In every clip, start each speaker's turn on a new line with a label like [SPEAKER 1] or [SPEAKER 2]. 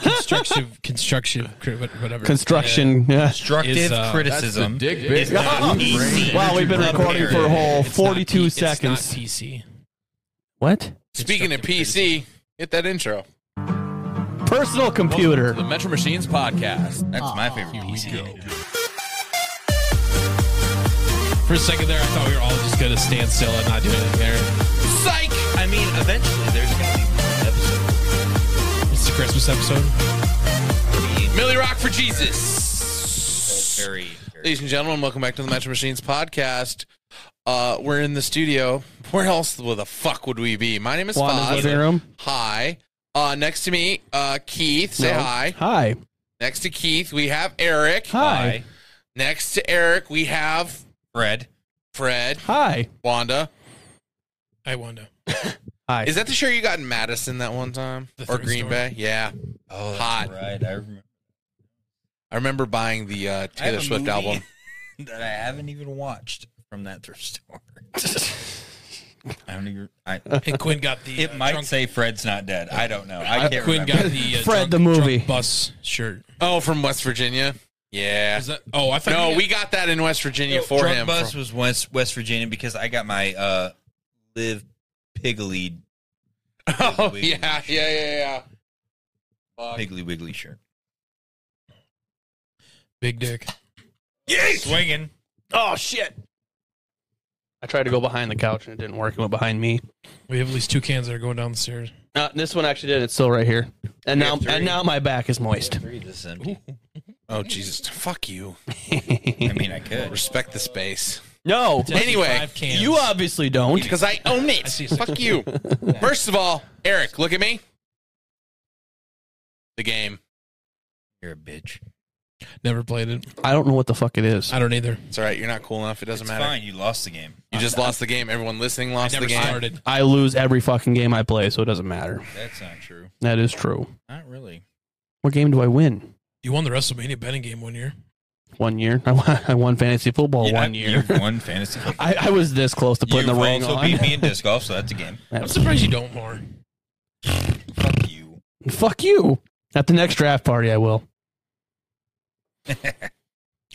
[SPEAKER 1] constructive construction cri- what- whatever
[SPEAKER 2] Construction. Yeah.
[SPEAKER 3] Constructive
[SPEAKER 1] Is, uh,
[SPEAKER 3] criticism.
[SPEAKER 4] dick
[SPEAKER 3] is
[SPEAKER 4] bit.
[SPEAKER 3] not PC.
[SPEAKER 2] Wow, we've been
[SPEAKER 3] Prepared.
[SPEAKER 2] recording for a whole
[SPEAKER 1] It's not P-
[SPEAKER 2] 42
[SPEAKER 1] it's not
[SPEAKER 2] seconds.
[SPEAKER 1] PC.
[SPEAKER 2] What?
[SPEAKER 4] Speaking of PC, hit that intro.
[SPEAKER 2] Personal computer.
[SPEAKER 4] The Metro Machines podcast.
[SPEAKER 3] That's my favorite PC.
[SPEAKER 1] For a second there, I thought we were all just gonna stand still and not do anything there.
[SPEAKER 3] Psych! I mean, eventually there's gonna be an episode.
[SPEAKER 1] It's the Christmas episode.
[SPEAKER 4] Millie Rock for Jesus.
[SPEAKER 3] Very, very
[SPEAKER 4] Ladies and gentlemen, welcome back to the Metro Machines podcast. Uh, we're in the studio. Where else will the fuck would we be? My name is
[SPEAKER 2] Wanda's
[SPEAKER 4] Foz.
[SPEAKER 2] living room.
[SPEAKER 4] Hi. Uh, next to me, uh, Keith. Say
[SPEAKER 2] No.
[SPEAKER 4] hi.
[SPEAKER 2] Hi.
[SPEAKER 4] Next to Keith, we have Eric.
[SPEAKER 2] Hi.
[SPEAKER 4] Next to Eric, we have
[SPEAKER 3] Fred.
[SPEAKER 4] Fred.
[SPEAKER 2] Hi.
[SPEAKER 4] Wanda.
[SPEAKER 1] I wonder.
[SPEAKER 2] Hi.
[SPEAKER 4] Is that the show you got in Madison that one time?
[SPEAKER 1] The
[SPEAKER 4] or
[SPEAKER 1] thrift
[SPEAKER 4] Green
[SPEAKER 1] store?
[SPEAKER 4] Bay? Yeah.
[SPEAKER 3] Oh, that's
[SPEAKER 4] Hot.
[SPEAKER 3] Right. I remember
[SPEAKER 4] I remember buying the uh,
[SPEAKER 3] I have
[SPEAKER 4] Taylor
[SPEAKER 3] a
[SPEAKER 4] Swift
[SPEAKER 3] movie
[SPEAKER 4] album.
[SPEAKER 3] that I haven't even watched from that thrift store. I don't even. I,
[SPEAKER 1] And Quinn got the.
[SPEAKER 3] it
[SPEAKER 1] uh,
[SPEAKER 3] might
[SPEAKER 1] drunk-
[SPEAKER 3] say Fred's not dead. I don't know. I can't
[SPEAKER 1] Quinn
[SPEAKER 3] remember.
[SPEAKER 1] got the uh, drunk-
[SPEAKER 2] Fred the movie.
[SPEAKER 1] drunk bus shirt.
[SPEAKER 4] Oh, from West Virginia. Yeah.
[SPEAKER 1] Is that? Oh, I thought.
[SPEAKER 4] No,
[SPEAKER 1] you-
[SPEAKER 4] we got that in West Virginia
[SPEAKER 3] No,
[SPEAKER 4] for
[SPEAKER 3] Drunk
[SPEAKER 4] him.
[SPEAKER 3] Bus
[SPEAKER 4] From-
[SPEAKER 3] was West West Virginia because I got my uh live piggly
[SPEAKER 4] oh
[SPEAKER 3] Wiggly
[SPEAKER 4] yeah, yeah,
[SPEAKER 3] shirt.
[SPEAKER 4] yeah, yeah. Fuck.
[SPEAKER 3] piggly wiggly shirt.
[SPEAKER 1] big dick.
[SPEAKER 3] Swinging.
[SPEAKER 2] Oh shit. I tried to go behind the couch and it didn't work. It went behind me.
[SPEAKER 1] We have at least two cans that are going down the stairs.
[SPEAKER 2] Uh, this one actually did. It's still right here. And
[SPEAKER 3] We
[SPEAKER 2] now,
[SPEAKER 3] have three.
[SPEAKER 2] and now my back is moist.
[SPEAKER 3] Three, this is empty.
[SPEAKER 4] Oh Jesus, fuck you.
[SPEAKER 3] I mean, I could.
[SPEAKER 4] Respect the space.
[SPEAKER 2] no,
[SPEAKER 4] Anyway,
[SPEAKER 1] Five cans.
[SPEAKER 2] you obviously don't.
[SPEAKER 4] Because I own it.
[SPEAKER 1] I see.
[SPEAKER 4] fuck you. First of all, Eric, look at me. The game.
[SPEAKER 3] You're a bitch.
[SPEAKER 1] Never played it.
[SPEAKER 2] I don't know what the fuck it is.
[SPEAKER 1] I don't either.
[SPEAKER 4] It's all right. You're not cool enough. It doesn't
[SPEAKER 3] It's
[SPEAKER 4] matter.
[SPEAKER 3] fine. You lost the game.
[SPEAKER 4] You just lost the game. Everyone listening
[SPEAKER 1] I
[SPEAKER 4] lost
[SPEAKER 1] never
[SPEAKER 4] the game.
[SPEAKER 1] started.
[SPEAKER 2] I lose every fucking game I play, so it doesn't matter.
[SPEAKER 3] That's not true.
[SPEAKER 2] That is true.
[SPEAKER 3] Not really.
[SPEAKER 2] What game do I win?
[SPEAKER 1] You won the WrestleMania betting game one year.
[SPEAKER 2] One year. I won, I won fantasy football
[SPEAKER 3] Yeah,
[SPEAKER 2] one year.
[SPEAKER 3] You've won fantasy. football.
[SPEAKER 2] I, I was this close to putting
[SPEAKER 3] You've
[SPEAKER 2] the ring
[SPEAKER 3] also
[SPEAKER 2] on.
[SPEAKER 3] beat me in disc golf, so that's a game.
[SPEAKER 1] I'm surprised you don't more.
[SPEAKER 3] Fuck you.
[SPEAKER 2] Fuck you. At the next draft party, I will.
[SPEAKER 1] I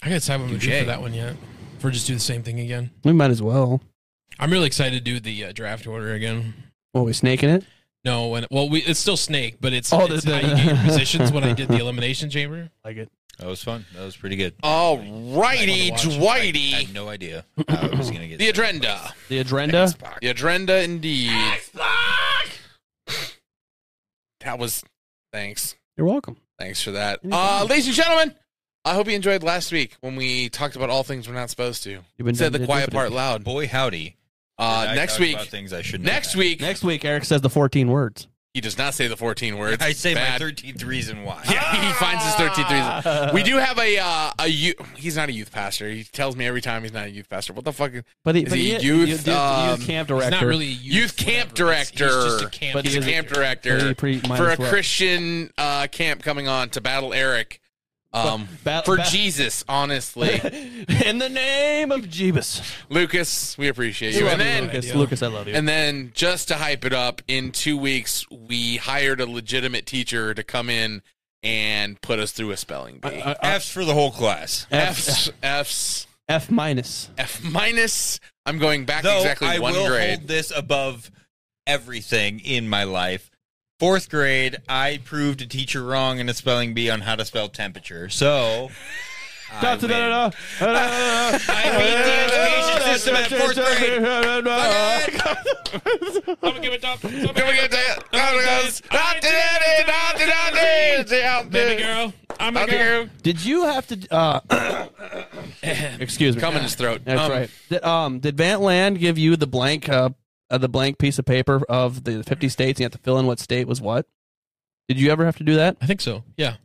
[SPEAKER 1] gotta decide what I'm gonna do
[SPEAKER 3] Touche.
[SPEAKER 1] for that one yet. If we're just do the same thing again.
[SPEAKER 2] We might as well.
[SPEAKER 1] I'm really excited to do the uh, draft order again.
[SPEAKER 2] What, we snaking it?
[SPEAKER 1] No, when well, we it's still snake, but it's,
[SPEAKER 2] Oh,
[SPEAKER 1] it's
[SPEAKER 2] the-
[SPEAKER 1] how
[SPEAKER 2] the-
[SPEAKER 1] you get your positions when I did the elimination chamber.
[SPEAKER 2] Like it.
[SPEAKER 3] That was fun. That was pretty good.
[SPEAKER 4] All
[SPEAKER 1] I
[SPEAKER 4] righty,
[SPEAKER 1] wanna watch.
[SPEAKER 4] Dwighty.
[SPEAKER 3] I had no idea how I was gonna get
[SPEAKER 4] the Adrenda.
[SPEAKER 2] The Adrenda?
[SPEAKER 4] The Adrenda, indeed. That was thanks.
[SPEAKER 2] You're welcome.
[SPEAKER 4] Thanks for that.
[SPEAKER 2] Anytime.
[SPEAKER 4] Uh, ladies and gentlemen, I hope you enjoyed last week when we talked about all things we're not supposed to.
[SPEAKER 2] You've been
[SPEAKER 4] Said
[SPEAKER 2] done-
[SPEAKER 4] the
[SPEAKER 2] did-
[SPEAKER 4] quiet
[SPEAKER 2] did-
[SPEAKER 4] part loud.
[SPEAKER 3] Boy, howdy.
[SPEAKER 4] Uh,
[SPEAKER 3] I
[SPEAKER 4] next
[SPEAKER 3] talked
[SPEAKER 4] week,
[SPEAKER 3] about things I should.
[SPEAKER 4] next week,
[SPEAKER 2] Next week, Eric says the 14 words.
[SPEAKER 4] he does not say the 14 words.
[SPEAKER 3] I say
[SPEAKER 4] Bad.
[SPEAKER 3] my thirteenth reason why.
[SPEAKER 4] Yeah, he finds his 13th reason. We do have a uh, a youth. He's not a youth pastor. He tells me every time he's not a youth pastor. What the fuck? Is,
[SPEAKER 2] But he,
[SPEAKER 4] Is
[SPEAKER 2] but
[SPEAKER 4] he
[SPEAKER 2] he,
[SPEAKER 4] a
[SPEAKER 2] is-
[SPEAKER 4] youth,
[SPEAKER 2] youth
[SPEAKER 4] um,
[SPEAKER 2] camp
[SPEAKER 1] It's
[SPEAKER 2] director.
[SPEAKER 1] not really a youth,
[SPEAKER 4] Youth camp
[SPEAKER 1] whatever. It's- he's just
[SPEAKER 4] director.
[SPEAKER 1] a camp
[SPEAKER 2] But he
[SPEAKER 4] he's a
[SPEAKER 2] is a-
[SPEAKER 4] camp
[SPEAKER 2] But he
[SPEAKER 4] director
[SPEAKER 2] pre- might
[SPEAKER 4] for a
[SPEAKER 2] as well.
[SPEAKER 4] Christian uh, camp coming on to battle Eric um,
[SPEAKER 2] Ba-
[SPEAKER 4] for
[SPEAKER 2] ba-
[SPEAKER 4] Jesus. Honestly,
[SPEAKER 2] In the name of Jeebus.
[SPEAKER 4] Lucas, we appreciate you.
[SPEAKER 1] Love
[SPEAKER 4] And
[SPEAKER 1] you,
[SPEAKER 4] then
[SPEAKER 2] Lucas,
[SPEAKER 1] Yeah.
[SPEAKER 2] Lucas, I love you.
[SPEAKER 4] And then just to hype it up, in two weeks we hired a legitimate teacher to come in and put us through a spelling bee.
[SPEAKER 2] I- I-
[SPEAKER 3] F's for the whole class.
[SPEAKER 2] F,
[SPEAKER 4] F's F's
[SPEAKER 2] F minus.
[SPEAKER 4] F minus. I'm going back
[SPEAKER 3] Though
[SPEAKER 4] exactly
[SPEAKER 3] I
[SPEAKER 4] one
[SPEAKER 3] will
[SPEAKER 4] grade.
[SPEAKER 3] hold this above everything in my life. Fourth grade, I proved a teacher wrong in a spelling bee on how to spell temperature. So. I
[SPEAKER 2] Da- da-
[SPEAKER 3] win.
[SPEAKER 2] da- da- da- da- da-
[SPEAKER 3] I beat the education system at fourth grade.
[SPEAKER 1] I'm gonna give it up.
[SPEAKER 4] Can we get that? Not today, not today, it's out
[SPEAKER 1] Baby
[SPEAKER 4] there.
[SPEAKER 1] girl, I'm a
[SPEAKER 4] Not
[SPEAKER 1] girl.
[SPEAKER 4] today.
[SPEAKER 2] Did you have to? Uh, excuse me.
[SPEAKER 4] Come in his throat.
[SPEAKER 2] That's
[SPEAKER 4] Um,
[SPEAKER 2] right. Did, um, did Vant Land give you the blank uh, uh, the blank piece of paper of the 50 states? And you have to fill in what state was what. Did you ever have to do that?
[SPEAKER 1] I think so. Yeah,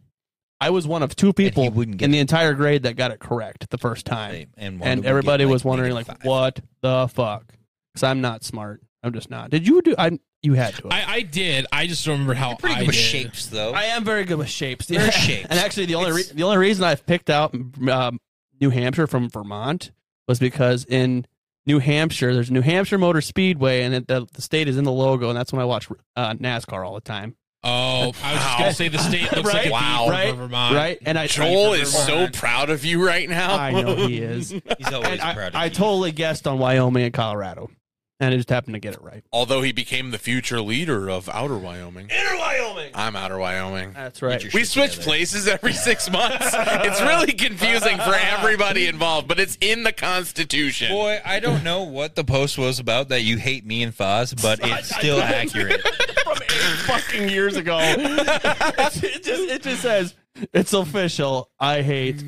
[SPEAKER 2] I was one of two people
[SPEAKER 3] wouldn't get
[SPEAKER 2] in the entire grade that got it correct the first time,
[SPEAKER 3] And, one would
[SPEAKER 2] and
[SPEAKER 3] get,
[SPEAKER 2] everybody was
[SPEAKER 3] like,
[SPEAKER 2] wondering like,
[SPEAKER 3] negative five.
[SPEAKER 2] what the fuck? Because I'm not smart. I'm just not. Did you do? I you had to.
[SPEAKER 1] I, I did. I just don't remember how
[SPEAKER 3] Pretty
[SPEAKER 1] I
[SPEAKER 3] good with
[SPEAKER 1] did.
[SPEAKER 3] shapes, though.
[SPEAKER 2] I am very good with shapes.
[SPEAKER 3] There are shapes.
[SPEAKER 2] And actually, the only re-
[SPEAKER 3] It's-
[SPEAKER 2] the only reason I've picked out um, New Hampshire from Vermont was because in New Hampshire, there's New Hampshire Motor Speedway, and it, the, the state is in the logo, and that's when I watch uh, NASCAR all the time.
[SPEAKER 1] Oh, I was just gonna say the state looks like a
[SPEAKER 4] Wow.
[SPEAKER 1] D
[SPEAKER 4] Right?
[SPEAKER 1] for Vermont.
[SPEAKER 2] right? And I
[SPEAKER 4] Joel is so
[SPEAKER 2] Vermont.
[SPEAKER 4] proud of you right now.
[SPEAKER 2] I know he is.
[SPEAKER 3] He's always
[SPEAKER 2] and I,
[SPEAKER 3] proud of
[SPEAKER 2] I
[SPEAKER 3] you.
[SPEAKER 2] totally guessed on Wyoming and Colorado, and I just happened to get it right.
[SPEAKER 4] Although he became the future leader of Outer Wyoming. Inner Wyoming. I'm Outer Wyoming.
[SPEAKER 2] That's right.
[SPEAKER 3] Get your
[SPEAKER 4] We
[SPEAKER 3] shit
[SPEAKER 4] switch
[SPEAKER 3] together.
[SPEAKER 4] places every six months. it's really confusing for everybody involved, but it's in the Constitution.
[SPEAKER 3] Boy, I don't know what the post was about that you hate me and Foz, but it's still accurate.
[SPEAKER 2] From eight fucking years ago. it, just, it just says it's official. I hate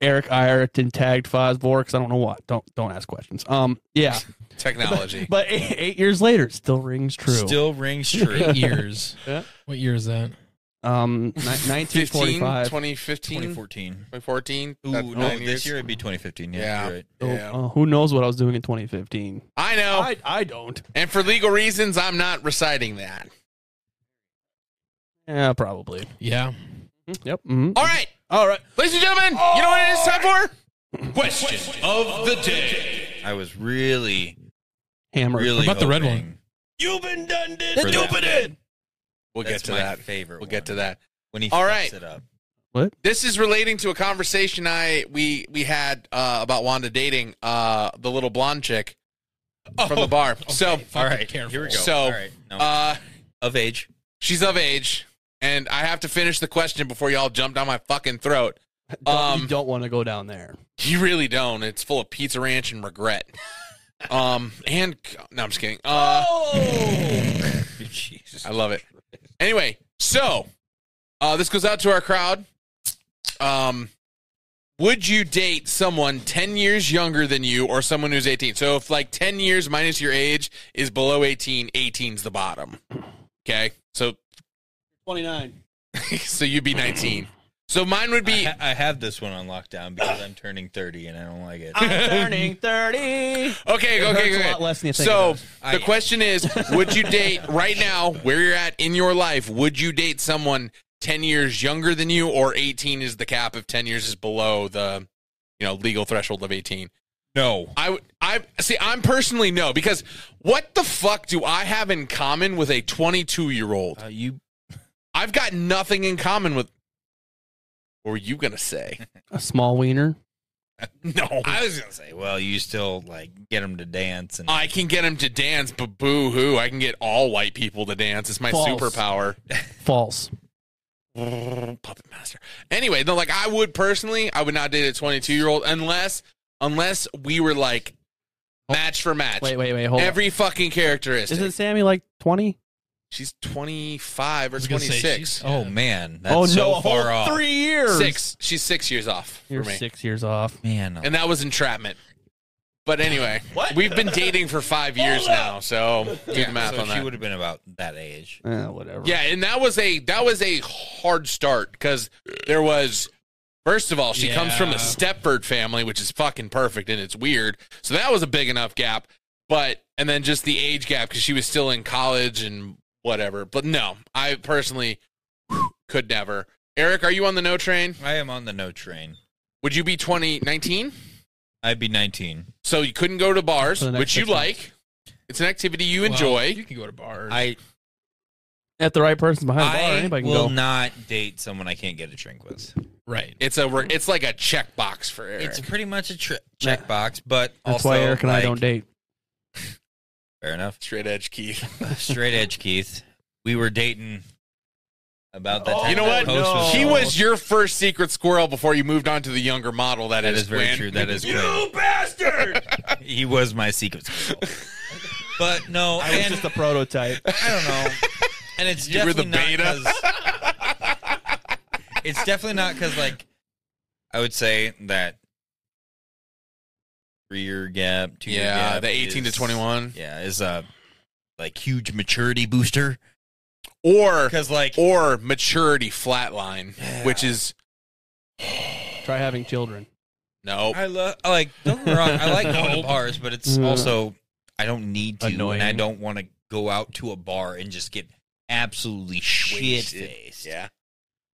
[SPEAKER 2] Eric Ireton tagged Fosbor because I don't know what. Don't don't ask questions. Um, yeah,
[SPEAKER 4] Technology.
[SPEAKER 2] but eight, eight years later, it still rings true.
[SPEAKER 3] Still rings true.
[SPEAKER 1] What years?
[SPEAKER 2] Yeah.
[SPEAKER 1] What year is that?
[SPEAKER 2] um, ni-
[SPEAKER 4] 15,
[SPEAKER 2] 1945.
[SPEAKER 4] 2015,
[SPEAKER 3] 2014.
[SPEAKER 4] 2014.
[SPEAKER 3] Ooh,
[SPEAKER 4] That's
[SPEAKER 3] no,
[SPEAKER 4] nine
[SPEAKER 3] this
[SPEAKER 4] years.
[SPEAKER 3] year it'd be 2015. Yeah,
[SPEAKER 4] Yeah.
[SPEAKER 3] you're right.
[SPEAKER 2] Oh,
[SPEAKER 4] Yeah.
[SPEAKER 2] uh, who knows what I was doing in 2015?
[SPEAKER 4] I know.
[SPEAKER 2] I, I don't.
[SPEAKER 4] and for legal reasons, I'm not reciting that.
[SPEAKER 2] Yeah, probably.
[SPEAKER 1] Yeah.
[SPEAKER 4] Hmm.
[SPEAKER 2] Yep. mhm.
[SPEAKER 4] All right. All right. Ladies and gentlemen, you know what it is time for? Question of the day.
[SPEAKER 3] I was really,
[SPEAKER 2] Hammer.
[SPEAKER 3] really.
[SPEAKER 1] What about the red
[SPEAKER 3] hoping
[SPEAKER 1] one?
[SPEAKER 4] You've been done, did
[SPEAKER 3] for that.
[SPEAKER 4] We'll
[SPEAKER 3] That's
[SPEAKER 4] get to
[SPEAKER 3] my
[SPEAKER 4] that.
[SPEAKER 3] favorite.
[SPEAKER 4] We'll get
[SPEAKER 3] one.
[SPEAKER 4] to that.
[SPEAKER 3] when he
[SPEAKER 4] All
[SPEAKER 3] fucks
[SPEAKER 4] right.
[SPEAKER 3] it up.
[SPEAKER 4] This is relating to a conversation I we we had uh, about Wanda dating uh, the little blonde chick from the bar. So,
[SPEAKER 1] Fucking
[SPEAKER 3] All right,
[SPEAKER 1] careful.
[SPEAKER 3] here we go.
[SPEAKER 4] So,
[SPEAKER 3] All right, no.
[SPEAKER 4] uh,
[SPEAKER 3] of age.
[SPEAKER 4] she's of age, and I have to finish the question before y'all jump down my fucking throat.
[SPEAKER 2] Don't,
[SPEAKER 4] Um,
[SPEAKER 2] you don't want to go down there.
[SPEAKER 4] You really don't. It's full of pizza ranch and regret. um, and no, I'm just kidding. Uh,
[SPEAKER 3] Oh, Jesus!
[SPEAKER 4] I love it. Anyway, so uh, this goes out to our crowd. Um, would you date someone 10 years younger than you or someone who's 18? So if like 10 years minus your age is below 18, 18's the bottom. Okay. So
[SPEAKER 2] 29.
[SPEAKER 4] so you'd be 19. So mine would
[SPEAKER 3] I,
[SPEAKER 4] be
[SPEAKER 3] ha- I have this one on lockdown because I'm turning 30 and I don't like it.
[SPEAKER 2] I'm turning 30.
[SPEAKER 4] Okay,
[SPEAKER 2] It
[SPEAKER 4] okay,
[SPEAKER 2] hurts a
[SPEAKER 4] okay.
[SPEAKER 2] lot less than you think
[SPEAKER 4] so
[SPEAKER 2] it
[SPEAKER 3] does.
[SPEAKER 4] the
[SPEAKER 3] I-
[SPEAKER 4] question is, would you date right now, where you're at in your life, would you date someone ten years younger than you, or eighteen is the cap if ten years is below the you know legal threshold of eighteen?
[SPEAKER 3] no,
[SPEAKER 4] I would I see I'm personally no, because what the fuck do I have in common with a twenty two year old?
[SPEAKER 3] uh, you.
[SPEAKER 4] I've got nothing in common with what were you gonna say?
[SPEAKER 2] A small wiener.
[SPEAKER 4] No.
[SPEAKER 3] I was gonna say, well, you still like get them to dance and
[SPEAKER 4] I can get him to dance, but boo hoo. I can get all white people to dance. It's my
[SPEAKER 2] False.
[SPEAKER 4] superpower.
[SPEAKER 2] False.
[SPEAKER 4] puppet master. Anyway, no, like I would personally, I would not date a 22 year old unless unless we were like match for match.
[SPEAKER 2] Wait, wait, wait. Hold
[SPEAKER 4] Every fucking
[SPEAKER 2] on.
[SPEAKER 4] characteristic.
[SPEAKER 2] Isn't Sammy like 20?
[SPEAKER 4] she's 25 or
[SPEAKER 1] was gonna say,
[SPEAKER 4] 26.
[SPEAKER 1] she's-
[SPEAKER 3] oh man, that's
[SPEAKER 2] oh, no.
[SPEAKER 3] so
[SPEAKER 2] a whole
[SPEAKER 3] far off.
[SPEAKER 2] Three years.
[SPEAKER 4] Six. She's six years off
[SPEAKER 2] You're
[SPEAKER 4] for me,
[SPEAKER 2] six years off.
[SPEAKER 3] Man, oh,
[SPEAKER 4] and that was entrapment. But anyway, we've been dating for five years now, so do the math
[SPEAKER 3] so
[SPEAKER 4] on
[SPEAKER 3] she would
[SPEAKER 4] that.
[SPEAKER 3] have been about that age.
[SPEAKER 2] Eh, whatever.
[SPEAKER 4] Yeah, and that was a that was a hard start because there was First of all, she comes from a
[SPEAKER 1] Yeah.
[SPEAKER 4] Stepford family, which is fucking perfect and it's weird. So that was a big enough gap. But and then just the age gap because she was still in college and whatever. But no, I personally could never. Eric, are you on the no train?
[SPEAKER 3] I am on the no train.
[SPEAKER 4] Would you be 20, 19?
[SPEAKER 3] I'd be 19.
[SPEAKER 4] So you couldn't go to bars,
[SPEAKER 2] For the next
[SPEAKER 4] which you
[SPEAKER 2] six months.
[SPEAKER 4] like. It's an activity you
[SPEAKER 1] Well,
[SPEAKER 4] enjoy.
[SPEAKER 1] you can go to bars.
[SPEAKER 3] I
[SPEAKER 2] If the right person's behind the bar,
[SPEAKER 3] I
[SPEAKER 2] anybody can
[SPEAKER 3] will
[SPEAKER 2] go.
[SPEAKER 3] not date someone I can't get a drink with.
[SPEAKER 1] right.
[SPEAKER 4] it's a re- it's like a checkbox for Eric.
[SPEAKER 3] It's pretty much a tri- checkbox, but
[SPEAKER 2] That's
[SPEAKER 3] also,
[SPEAKER 2] why Eric and I
[SPEAKER 3] like-
[SPEAKER 2] don't date.
[SPEAKER 3] Fair enough.
[SPEAKER 4] Straight edge, Keith.
[SPEAKER 3] Straight edge, Keith. We were dating about that.
[SPEAKER 2] Oh,
[SPEAKER 3] time
[SPEAKER 4] You know
[SPEAKER 3] that
[SPEAKER 4] what?
[SPEAKER 3] post was
[SPEAKER 4] He
[SPEAKER 3] called.
[SPEAKER 4] was your first secret squirrel before you moved on to the younger model.
[SPEAKER 3] That is very
[SPEAKER 4] Gwen.
[SPEAKER 3] true. That is
[SPEAKER 4] you
[SPEAKER 3] Gwen.
[SPEAKER 4] bastard.
[SPEAKER 3] He was my secret squirrel. but no, I, and,
[SPEAKER 2] a prototype.
[SPEAKER 3] I don't know. And it's
[SPEAKER 4] You were the
[SPEAKER 3] definitely not 'cause- it's definitely not because like I would say that three year gap, two year gap,
[SPEAKER 4] yeah, the eighteen
[SPEAKER 3] is-
[SPEAKER 4] to twenty one,
[SPEAKER 3] Yeah, is a like huge maturity booster
[SPEAKER 4] or
[SPEAKER 3] because like
[SPEAKER 4] or maturity flatline, which is
[SPEAKER 2] Try having children.
[SPEAKER 4] no.
[SPEAKER 3] I love like don't get me wrong, I like going to bars, but it's
[SPEAKER 2] Mm.
[SPEAKER 3] also I don't need to,
[SPEAKER 2] Annoying.
[SPEAKER 3] and I don't want to go out to a bar and just get absolutely shit faced.
[SPEAKER 4] Yeah,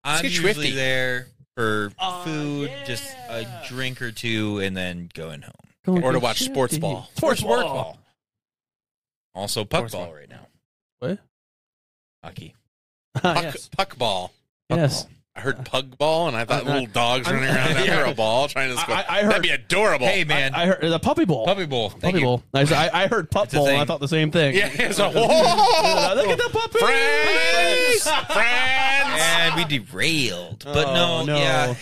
[SPEAKER 3] I'm
[SPEAKER 4] get
[SPEAKER 3] usually
[SPEAKER 4] swifty.
[SPEAKER 3] there for
[SPEAKER 2] Aw,
[SPEAKER 3] food,
[SPEAKER 2] yeah.
[SPEAKER 3] just a drink or two, and then going home.
[SPEAKER 4] or to watch sports ball.
[SPEAKER 3] Sports work ball. Also puck
[SPEAKER 4] Sports
[SPEAKER 3] ball
[SPEAKER 4] ball.
[SPEAKER 3] right now.
[SPEAKER 2] What?
[SPEAKER 3] Hockey.
[SPEAKER 2] Ah,
[SPEAKER 4] Puck,
[SPEAKER 2] yes.
[SPEAKER 4] puck ball.
[SPEAKER 2] Yes.
[SPEAKER 4] I heard pug ball, and I thought
[SPEAKER 2] Uh, uh,
[SPEAKER 4] little dogs running around after a ball trying to
[SPEAKER 2] I-
[SPEAKER 4] score.
[SPEAKER 2] I- I
[SPEAKER 4] That'd
[SPEAKER 2] heard-
[SPEAKER 4] be adorable.
[SPEAKER 3] Hey man,
[SPEAKER 2] I heard the puppy bowl.
[SPEAKER 3] puppy bowl. Thank
[SPEAKER 2] puppy
[SPEAKER 3] you.
[SPEAKER 2] bowl. I, was- I, I heard pup
[SPEAKER 3] a
[SPEAKER 2] bowl and I
[SPEAKER 3] thing.
[SPEAKER 2] thought the same thing.
[SPEAKER 4] yeah, it's a
[SPEAKER 2] Uh, Look at the puppy.
[SPEAKER 4] friends, friends.
[SPEAKER 3] And we derailed. But
[SPEAKER 2] Oh,
[SPEAKER 3] no,
[SPEAKER 2] no.
[SPEAKER 3] yeah,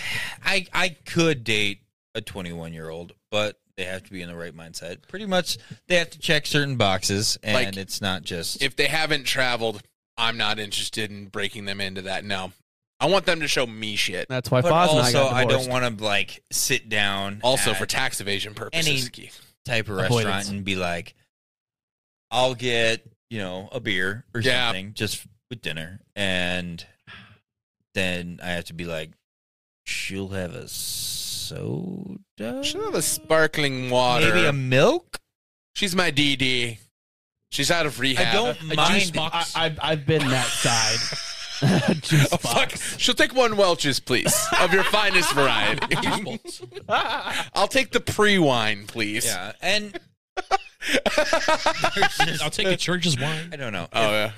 [SPEAKER 3] I I could date a 21 year old, but they have to be in the right mindset. Pretty much, they have to check certain boxes, and
[SPEAKER 4] Like-
[SPEAKER 3] it's not just
[SPEAKER 4] If they haven't traveled, I'm not interested in breaking them into that. No, I want them to show me shit.
[SPEAKER 2] That's why
[SPEAKER 3] But
[SPEAKER 2] Foz and I
[SPEAKER 3] also,
[SPEAKER 2] got
[SPEAKER 3] I
[SPEAKER 2] divorced.
[SPEAKER 3] don't want to like sit down.
[SPEAKER 4] Also for
[SPEAKER 3] at
[SPEAKER 4] tax evasion purposes. Keith.
[SPEAKER 3] type of
[SPEAKER 2] Avoidance.
[SPEAKER 3] restaurant and be like, I'll get you know a beer or
[SPEAKER 4] Yeah.
[SPEAKER 3] something just with dinner, and then I have to be like, she'll have a soda,
[SPEAKER 4] She'll have a sparkling water.
[SPEAKER 3] maybe a milk.
[SPEAKER 4] She's my DD. She's out of rehab.
[SPEAKER 3] I don't
[SPEAKER 4] A
[SPEAKER 3] mind.
[SPEAKER 4] juice box.
[SPEAKER 2] I, I've, I've been that side. Juice
[SPEAKER 4] Oh, fuck.
[SPEAKER 2] box.
[SPEAKER 4] She'll take one Welch's, please, of your finest variety. I'll take the pre wine, please.
[SPEAKER 3] Yeah, and
[SPEAKER 1] I'll take a church's wine.
[SPEAKER 3] I don't know.
[SPEAKER 4] Oh, yeah.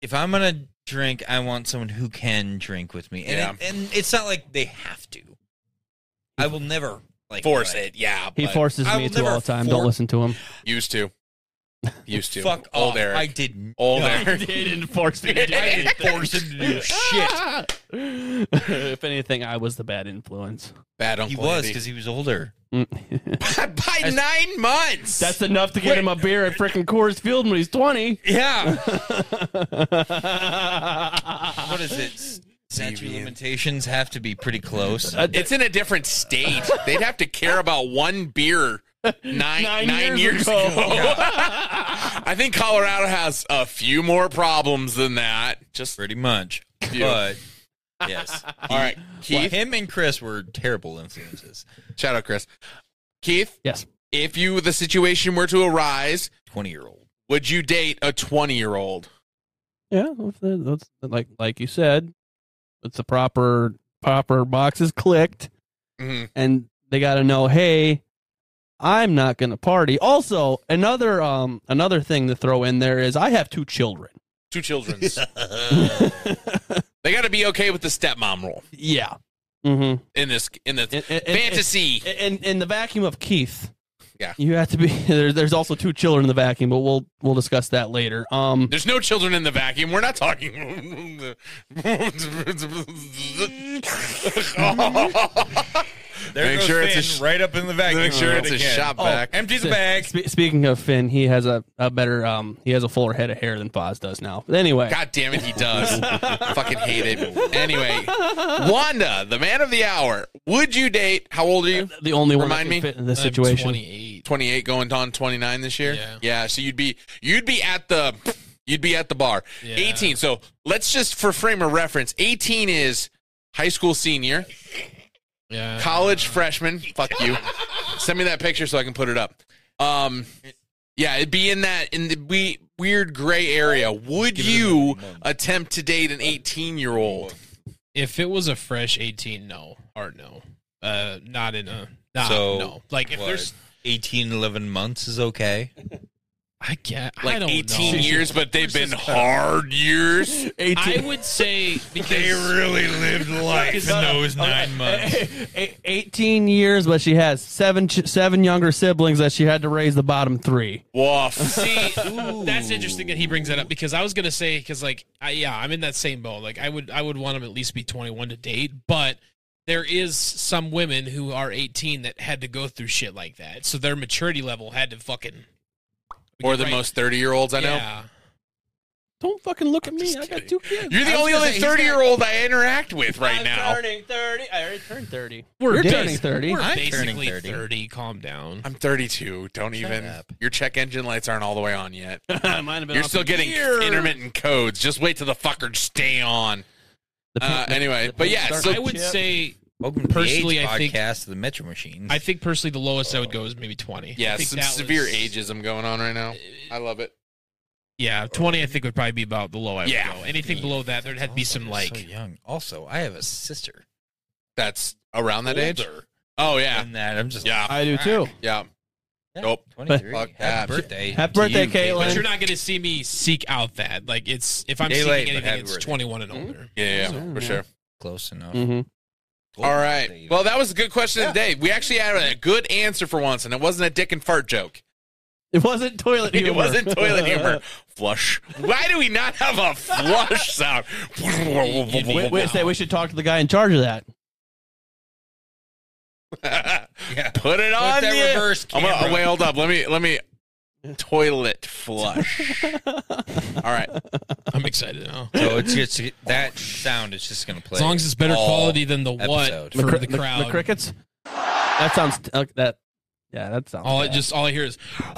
[SPEAKER 3] If I'm gonna drink, I want someone who can drink with me, and
[SPEAKER 4] Yeah.
[SPEAKER 3] it, and it's not like they have to. I will never like
[SPEAKER 4] Force
[SPEAKER 3] like,
[SPEAKER 4] it. Yeah.
[SPEAKER 2] He
[SPEAKER 4] but
[SPEAKER 2] forces
[SPEAKER 3] I
[SPEAKER 2] me
[SPEAKER 3] will
[SPEAKER 2] to all
[SPEAKER 3] never
[SPEAKER 2] the time.
[SPEAKER 3] for-
[SPEAKER 2] Don't listen to him.
[SPEAKER 4] Used to. Used to.
[SPEAKER 3] Fuck
[SPEAKER 4] Old
[SPEAKER 3] off.
[SPEAKER 4] Eric.
[SPEAKER 3] I did.
[SPEAKER 4] Old
[SPEAKER 3] not
[SPEAKER 4] Eric.
[SPEAKER 2] He didn't force me to do
[SPEAKER 3] I didn't force him to do shit.
[SPEAKER 2] if anything, I was the bad influence.
[SPEAKER 4] Bad
[SPEAKER 3] He
[SPEAKER 4] uncle.
[SPEAKER 3] was
[SPEAKER 4] Andy.
[SPEAKER 3] because he was older.
[SPEAKER 4] Mm. By nine months.
[SPEAKER 2] That's enough to get him a beer at frickin' Coors Field when he's 20.
[SPEAKER 3] Yeah.
[SPEAKER 2] what
[SPEAKER 3] what is it? Statue limitations have to be pretty close.
[SPEAKER 2] Uh,
[SPEAKER 4] it's in a different state. They'd have to care about one beer nine
[SPEAKER 2] Nine
[SPEAKER 4] nine
[SPEAKER 2] years
[SPEAKER 4] years,
[SPEAKER 2] ago.
[SPEAKER 4] ago. I think Colorado has a few more problems than that. Just
[SPEAKER 3] pretty much.
[SPEAKER 4] Phew.
[SPEAKER 3] But yes.
[SPEAKER 4] all right,
[SPEAKER 3] Well,
[SPEAKER 4] Keith.
[SPEAKER 3] him and Chris were terrible influences.
[SPEAKER 4] Shout out, Chris. Keith,
[SPEAKER 2] Yes.
[SPEAKER 4] if you the situation were to arise,
[SPEAKER 3] 20 year old.
[SPEAKER 4] would you date a twenty year old?
[SPEAKER 2] Yeah, that's- that's like like you said, it's the proper proper boxes clicked,
[SPEAKER 4] Mm-hmm.
[SPEAKER 2] and they got to know, hey, I'm not going to party. Also, another um another thing to throw in there is I have two children.
[SPEAKER 4] Two children. they got to be okay with the stepmom rule
[SPEAKER 2] Yeah. Mm-hmm.
[SPEAKER 4] in this in the
[SPEAKER 2] And, and,
[SPEAKER 4] fantasy.
[SPEAKER 2] and- and- in the vacuum of Keith.
[SPEAKER 4] Yeah.
[SPEAKER 2] You have to be there, there's also two children in the vacuum, but we'll we'll discuss that later. Um
[SPEAKER 4] There's no children in the vacuum. We're not talking. Make sure it's a sh-
[SPEAKER 3] right up in the vacuum.
[SPEAKER 4] Make sure it's a shop vac.
[SPEAKER 3] Empty the bag.
[SPEAKER 2] spe- speaking of Finn, he has a, a better um he has a fuller head of hair than Foz does now. But anyway.
[SPEAKER 4] God damn it, he does. Fucking hate it. Anyway, Wanda, the man of the hour. Would you date? How old are you?
[SPEAKER 2] the only one that
[SPEAKER 4] Remind
[SPEAKER 2] can
[SPEAKER 4] me?
[SPEAKER 2] fit in this situation.
[SPEAKER 1] 28.
[SPEAKER 4] 28, going on 29 this year.
[SPEAKER 1] Yeah.
[SPEAKER 4] So you'd be you'd be at the you'd be at the bar.
[SPEAKER 1] Yeah.
[SPEAKER 4] 18. So let's just for frame of reference, 18 is high school senior.
[SPEAKER 1] Yeah.
[SPEAKER 4] college freshman. Fuck you. Send me that picture so I can put it up. Um, yeah, it'd be in that in the we, weird gray area. Would you attempt to date an 18 year old?
[SPEAKER 1] If it was a fresh 18, no. Hard no. Uh, not in a. Nah,
[SPEAKER 3] So,
[SPEAKER 1] no. Like, if
[SPEAKER 3] what?
[SPEAKER 1] there's.
[SPEAKER 3] 18, 11 months is okay.
[SPEAKER 1] I can't. I
[SPEAKER 4] Like
[SPEAKER 1] don't
[SPEAKER 4] 18
[SPEAKER 1] know.
[SPEAKER 4] years, but they've been hard years.
[SPEAKER 2] 18.
[SPEAKER 1] I would say because
[SPEAKER 3] lived life
[SPEAKER 2] No, no. A- 18 years, but she has seven ch- seven younger siblings that she had to raise the bottom three.
[SPEAKER 4] Woof.
[SPEAKER 1] See, that's interesting that he brings that up because I was gonna say because like I, yeah, I'm in that same boat. Like I would I would want him at least be 21 to date, but there is some women who are 18 that had to go through shit like that, so their maturity level had to fucking
[SPEAKER 4] Or the
[SPEAKER 1] Right.
[SPEAKER 4] most 30 year olds I know.
[SPEAKER 1] Yeah.
[SPEAKER 2] Don't fucking look at me.
[SPEAKER 4] just
[SPEAKER 2] I got
[SPEAKER 4] kidding.
[SPEAKER 2] two kids.
[SPEAKER 4] You're the only
[SPEAKER 3] gonna
[SPEAKER 4] other
[SPEAKER 3] say he's
[SPEAKER 4] 30 year old I interact with right
[SPEAKER 2] I'm
[SPEAKER 4] now.
[SPEAKER 2] turning 30. I already turned 30.
[SPEAKER 1] We're
[SPEAKER 2] You're
[SPEAKER 1] basi-
[SPEAKER 2] turning 30.
[SPEAKER 1] We're
[SPEAKER 3] I'm turning
[SPEAKER 1] basically 30.
[SPEAKER 3] 30.
[SPEAKER 1] Calm down.
[SPEAKER 4] I'm 32. Don't even.
[SPEAKER 3] up.
[SPEAKER 4] Your check engine lights aren't all the way on yet.
[SPEAKER 2] Mine have been
[SPEAKER 4] You're
[SPEAKER 2] off
[SPEAKER 4] still
[SPEAKER 2] a
[SPEAKER 4] getting
[SPEAKER 2] year.
[SPEAKER 4] intermittent codes. Just wait till the fucker stay on.
[SPEAKER 2] The
[SPEAKER 4] Uh,
[SPEAKER 2] pan-
[SPEAKER 4] anyway, but yeah,
[SPEAKER 2] start-
[SPEAKER 4] so
[SPEAKER 1] I would
[SPEAKER 2] Chip.
[SPEAKER 1] say
[SPEAKER 3] Welcome to
[SPEAKER 1] Personally,
[SPEAKER 3] the Age
[SPEAKER 1] I think-
[SPEAKER 3] podcast, the Metro Machines.
[SPEAKER 1] I think personally the lowest I would go is maybe 20. I
[SPEAKER 4] yeah,
[SPEAKER 1] think
[SPEAKER 4] some
[SPEAKER 1] that
[SPEAKER 4] severe
[SPEAKER 1] was- uh,
[SPEAKER 4] ageism going on right now. I love it.
[SPEAKER 1] Yeah, 20 I think would probably be about the low I would
[SPEAKER 4] Yeah.
[SPEAKER 1] go. Anything below that there'd have to be some like
[SPEAKER 3] Oh, so young. Also, I have a sister.
[SPEAKER 4] That's around that age.
[SPEAKER 3] Older
[SPEAKER 4] Oh yeah,
[SPEAKER 3] than that. I'm just
[SPEAKER 4] yeah,
[SPEAKER 2] I do too.
[SPEAKER 4] yeah. Nope.
[SPEAKER 3] Twenty-three.
[SPEAKER 4] Fuck that.
[SPEAKER 3] Happy birthday.
[SPEAKER 2] Happy birthday,
[SPEAKER 3] to you,
[SPEAKER 1] But
[SPEAKER 2] Caitlin.
[SPEAKER 1] you're not going to see me seek out that. Like it's if I'm
[SPEAKER 3] Day
[SPEAKER 1] seeking
[SPEAKER 3] late, but
[SPEAKER 1] anything,
[SPEAKER 3] happy
[SPEAKER 1] it's
[SPEAKER 3] birthday.
[SPEAKER 1] 21 and older.
[SPEAKER 4] Yeah, yeah, yeah, for sure.
[SPEAKER 3] Close enough.
[SPEAKER 1] Mm-hmm.
[SPEAKER 2] hmm
[SPEAKER 4] All right. Well, that was a good question of the day. We actually had a good answer for once, and it wasn't a dick and fart joke.
[SPEAKER 2] It wasn't toilet humor.
[SPEAKER 4] It wasn't toilet humor. Flush. Why do we not have a flush sound?
[SPEAKER 2] wait, wait, say we should talk to the guy in charge of that.
[SPEAKER 3] yeah.
[SPEAKER 4] Put it on
[SPEAKER 3] Put that
[SPEAKER 4] the
[SPEAKER 3] reverse
[SPEAKER 4] I'm gonna-
[SPEAKER 3] camera.
[SPEAKER 4] wait, hold up. Let me let me toilet flush. All right.
[SPEAKER 1] I'm excited now.
[SPEAKER 3] So it's just that sound is just gonna play.
[SPEAKER 1] As long as it's better
[SPEAKER 3] all
[SPEAKER 1] quality than the what
[SPEAKER 3] episode.
[SPEAKER 1] for
[SPEAKER 2] cri-
[SPEAKER 1] the crowd.
[SPEAKER 2] The, crickets. That sounds uh, that. Yeah, that sounds.
[SPEAKER 1] all I
[SPEAKER 2] bad.
[SPEAKER 1] just all I hear is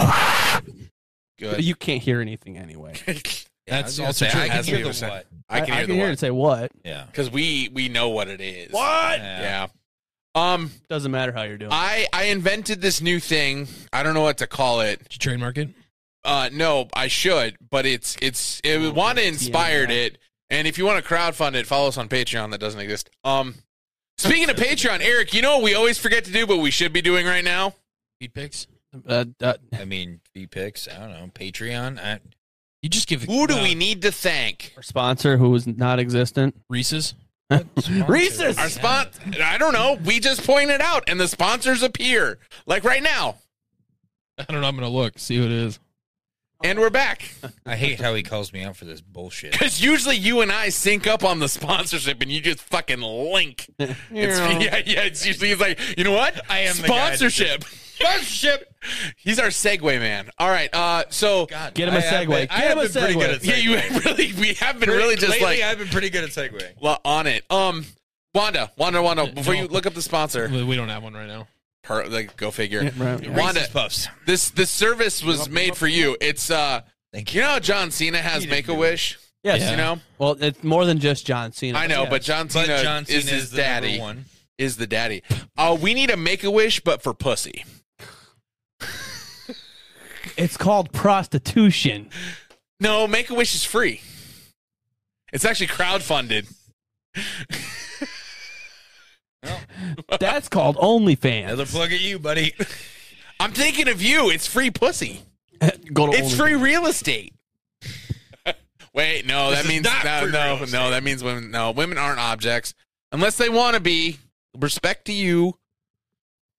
[SPEAKER 4] Good.
[SPEAKER 2] you can't hear anything anyway.
[SPEAKER 3] Yeah, I was
[SPEAKER 1] That's
[SPEAKER 3] gonna
[SPEAKER 1] also
[SPEAKER 3] say,
[SPEAKER 1] true.
[SPEAKER 3] I can
[SPEAKER 1] Has
[SPEAKER 3] hear
[SPEAKER 1] to
[SPEAKER 3] the
[SPEAKER 1] be
[SPEAKER 3] what.
[SPEAKER 1] percent.
[SPEAKER 4] I can hear the
[SPEAKER 2] it
[SPEAKER 4] one.
[SPEAKER 2] say what.
[SPEAKER 3] Yeah.
[SPEAKER 4] Because we we know what it is.
[SPEAKER 3] Yeah.
[SPEAKER 4] Yeah. Um,
[SPEAKER 2] Doesn't matter how you're doing.
[SPEAKER 4] I I invented this new thing. I don't know what to call it.
[SPEAKER 1] Did you trademark it?
[SPEAKER 4] Uh, no, I should, but it's it's it Wanda inspired it. And if you want to crowdfund it, follow us on Patreon. That doesn't exist. Um, speaking of Patreon, Eric, you know what we always forget to do, but we should be doing right now.
[SPEAKER 1] Feed picks.
[SPEAKER 2] Uh, uh,
[SPEAKER 3] I mean, V picks. I don't know. Patreon. I,
[SPEAKER 1] You just give
[SPEAKER 4] Who do
[SPEAKER 1] uh,
[SPEAKER 4] we need to thank?
[SPEAKER 2] our sponsor who is not existent.
[SPEAKER 1] Reese's?
[SPEAKER 2] Reese's!
[SPEAKER 4] Our spot. I don't know. We just pointed out, and the sponsors appear like right now,
[SPEAKER 1] I don't know. I'm gonna look see what it is.
[SPEAKER 4] and we're back.
[SPEAKER 3] I hate how he calls me out for this bullshit.
[SPEAKER 4] Because usually you and I sync up on the sponsorship, and you just fucking link. It's, yeah, yeah. It's usually it's like you know what? I
[SPEAKER 3] am the guy that just-
[SPEAKER 4] sponsorship. Sponsorship. He's our segue man. All right. Uh, so
[SPEAKER 3] God,
[SPEAKER 2] Get him a
[SPEAKER 3] I have
[SPEAKER 2] segue.
[SPEAKER 3] been-
[SPEAKER 2] Get
[SPEAKER 3] I have
[SPEAKER 2] him a
[SPEAKER 3] been pretty
[SPEAKER 2] segue.
[SPEAKER 3] good at
[SPEAKER 4] yeah, you really we have been really just
[SPEAKER 3] Lately,
[SPEAKER 4] like
[SPEAKER 3] I've been pretty good at segue.
[SPEAKER 4] lo- on it. Um, Wanda, Wanda, Wanda. Before
[SPEAKER 1] no.
[SPEAKER 4] you look up the sponsor,
[SPEAKER 1] We we don't have one right now.
[SPEAKER 4] per, like, go figure.
[SPEAKER 2] right.
[SPEAKER 4] Wanda,
[SPEAKER 3] Puffs.
[SPEAKER 4] this this service was made for you. It's uh,
[SPEAKER 3] Thank
[SPEAKER 4] you know, how John Cena has Make a Wish.
[SPEAKER 2] Yes.
[SPEAKER 1] Yeah.
[SPEAKER 4] You know,
[SPEAKER 2] Well, it's more than just John Cena.
[SPEAKER 4] I know,
[SPEAKER 2] yeah.
[SPEAKER 4] but John Cena,
[SPEAKER 3] But John Cena
[SPEAKER 4] is his
[SPEAKER 3] the number
[SPEAKER 4] daddy.
[SPEAKER 3] one.
[SPEAKER 4] Is the daddy? Uh, we need a Make a Wish, but for pussy.
[SPEAKER 2] it's called prostitution.
[SPEAKER 4] No, Make a Wish is free. It's actually crowdfunded.
[SPEAKER 2] That's called OnlyFans.
[SPEAKER 3] Another plug at you, buddy.
[SPEAKER 4] I'm thinking of you. It's free pussy.
[SPEAKER 2] Go to
[SPEAKER 4] It's
[SPEAKER 2] Only-
[SPEAKER 4] free real estate. Wait, no,
[SPEAKER 3] This
[SPEAKER 4] that
[SPEAKER 3] is
[SPEAKER 4] means
[SPEAKER 3] not
[SPEAKER 4] no,
[SPEAKER 3] free
[SPEAKER 4] no,
[SPEAKER 3] real
[SPEAKER 4] no. That means women. No, women aren't objects unless they want to be. Respect to you,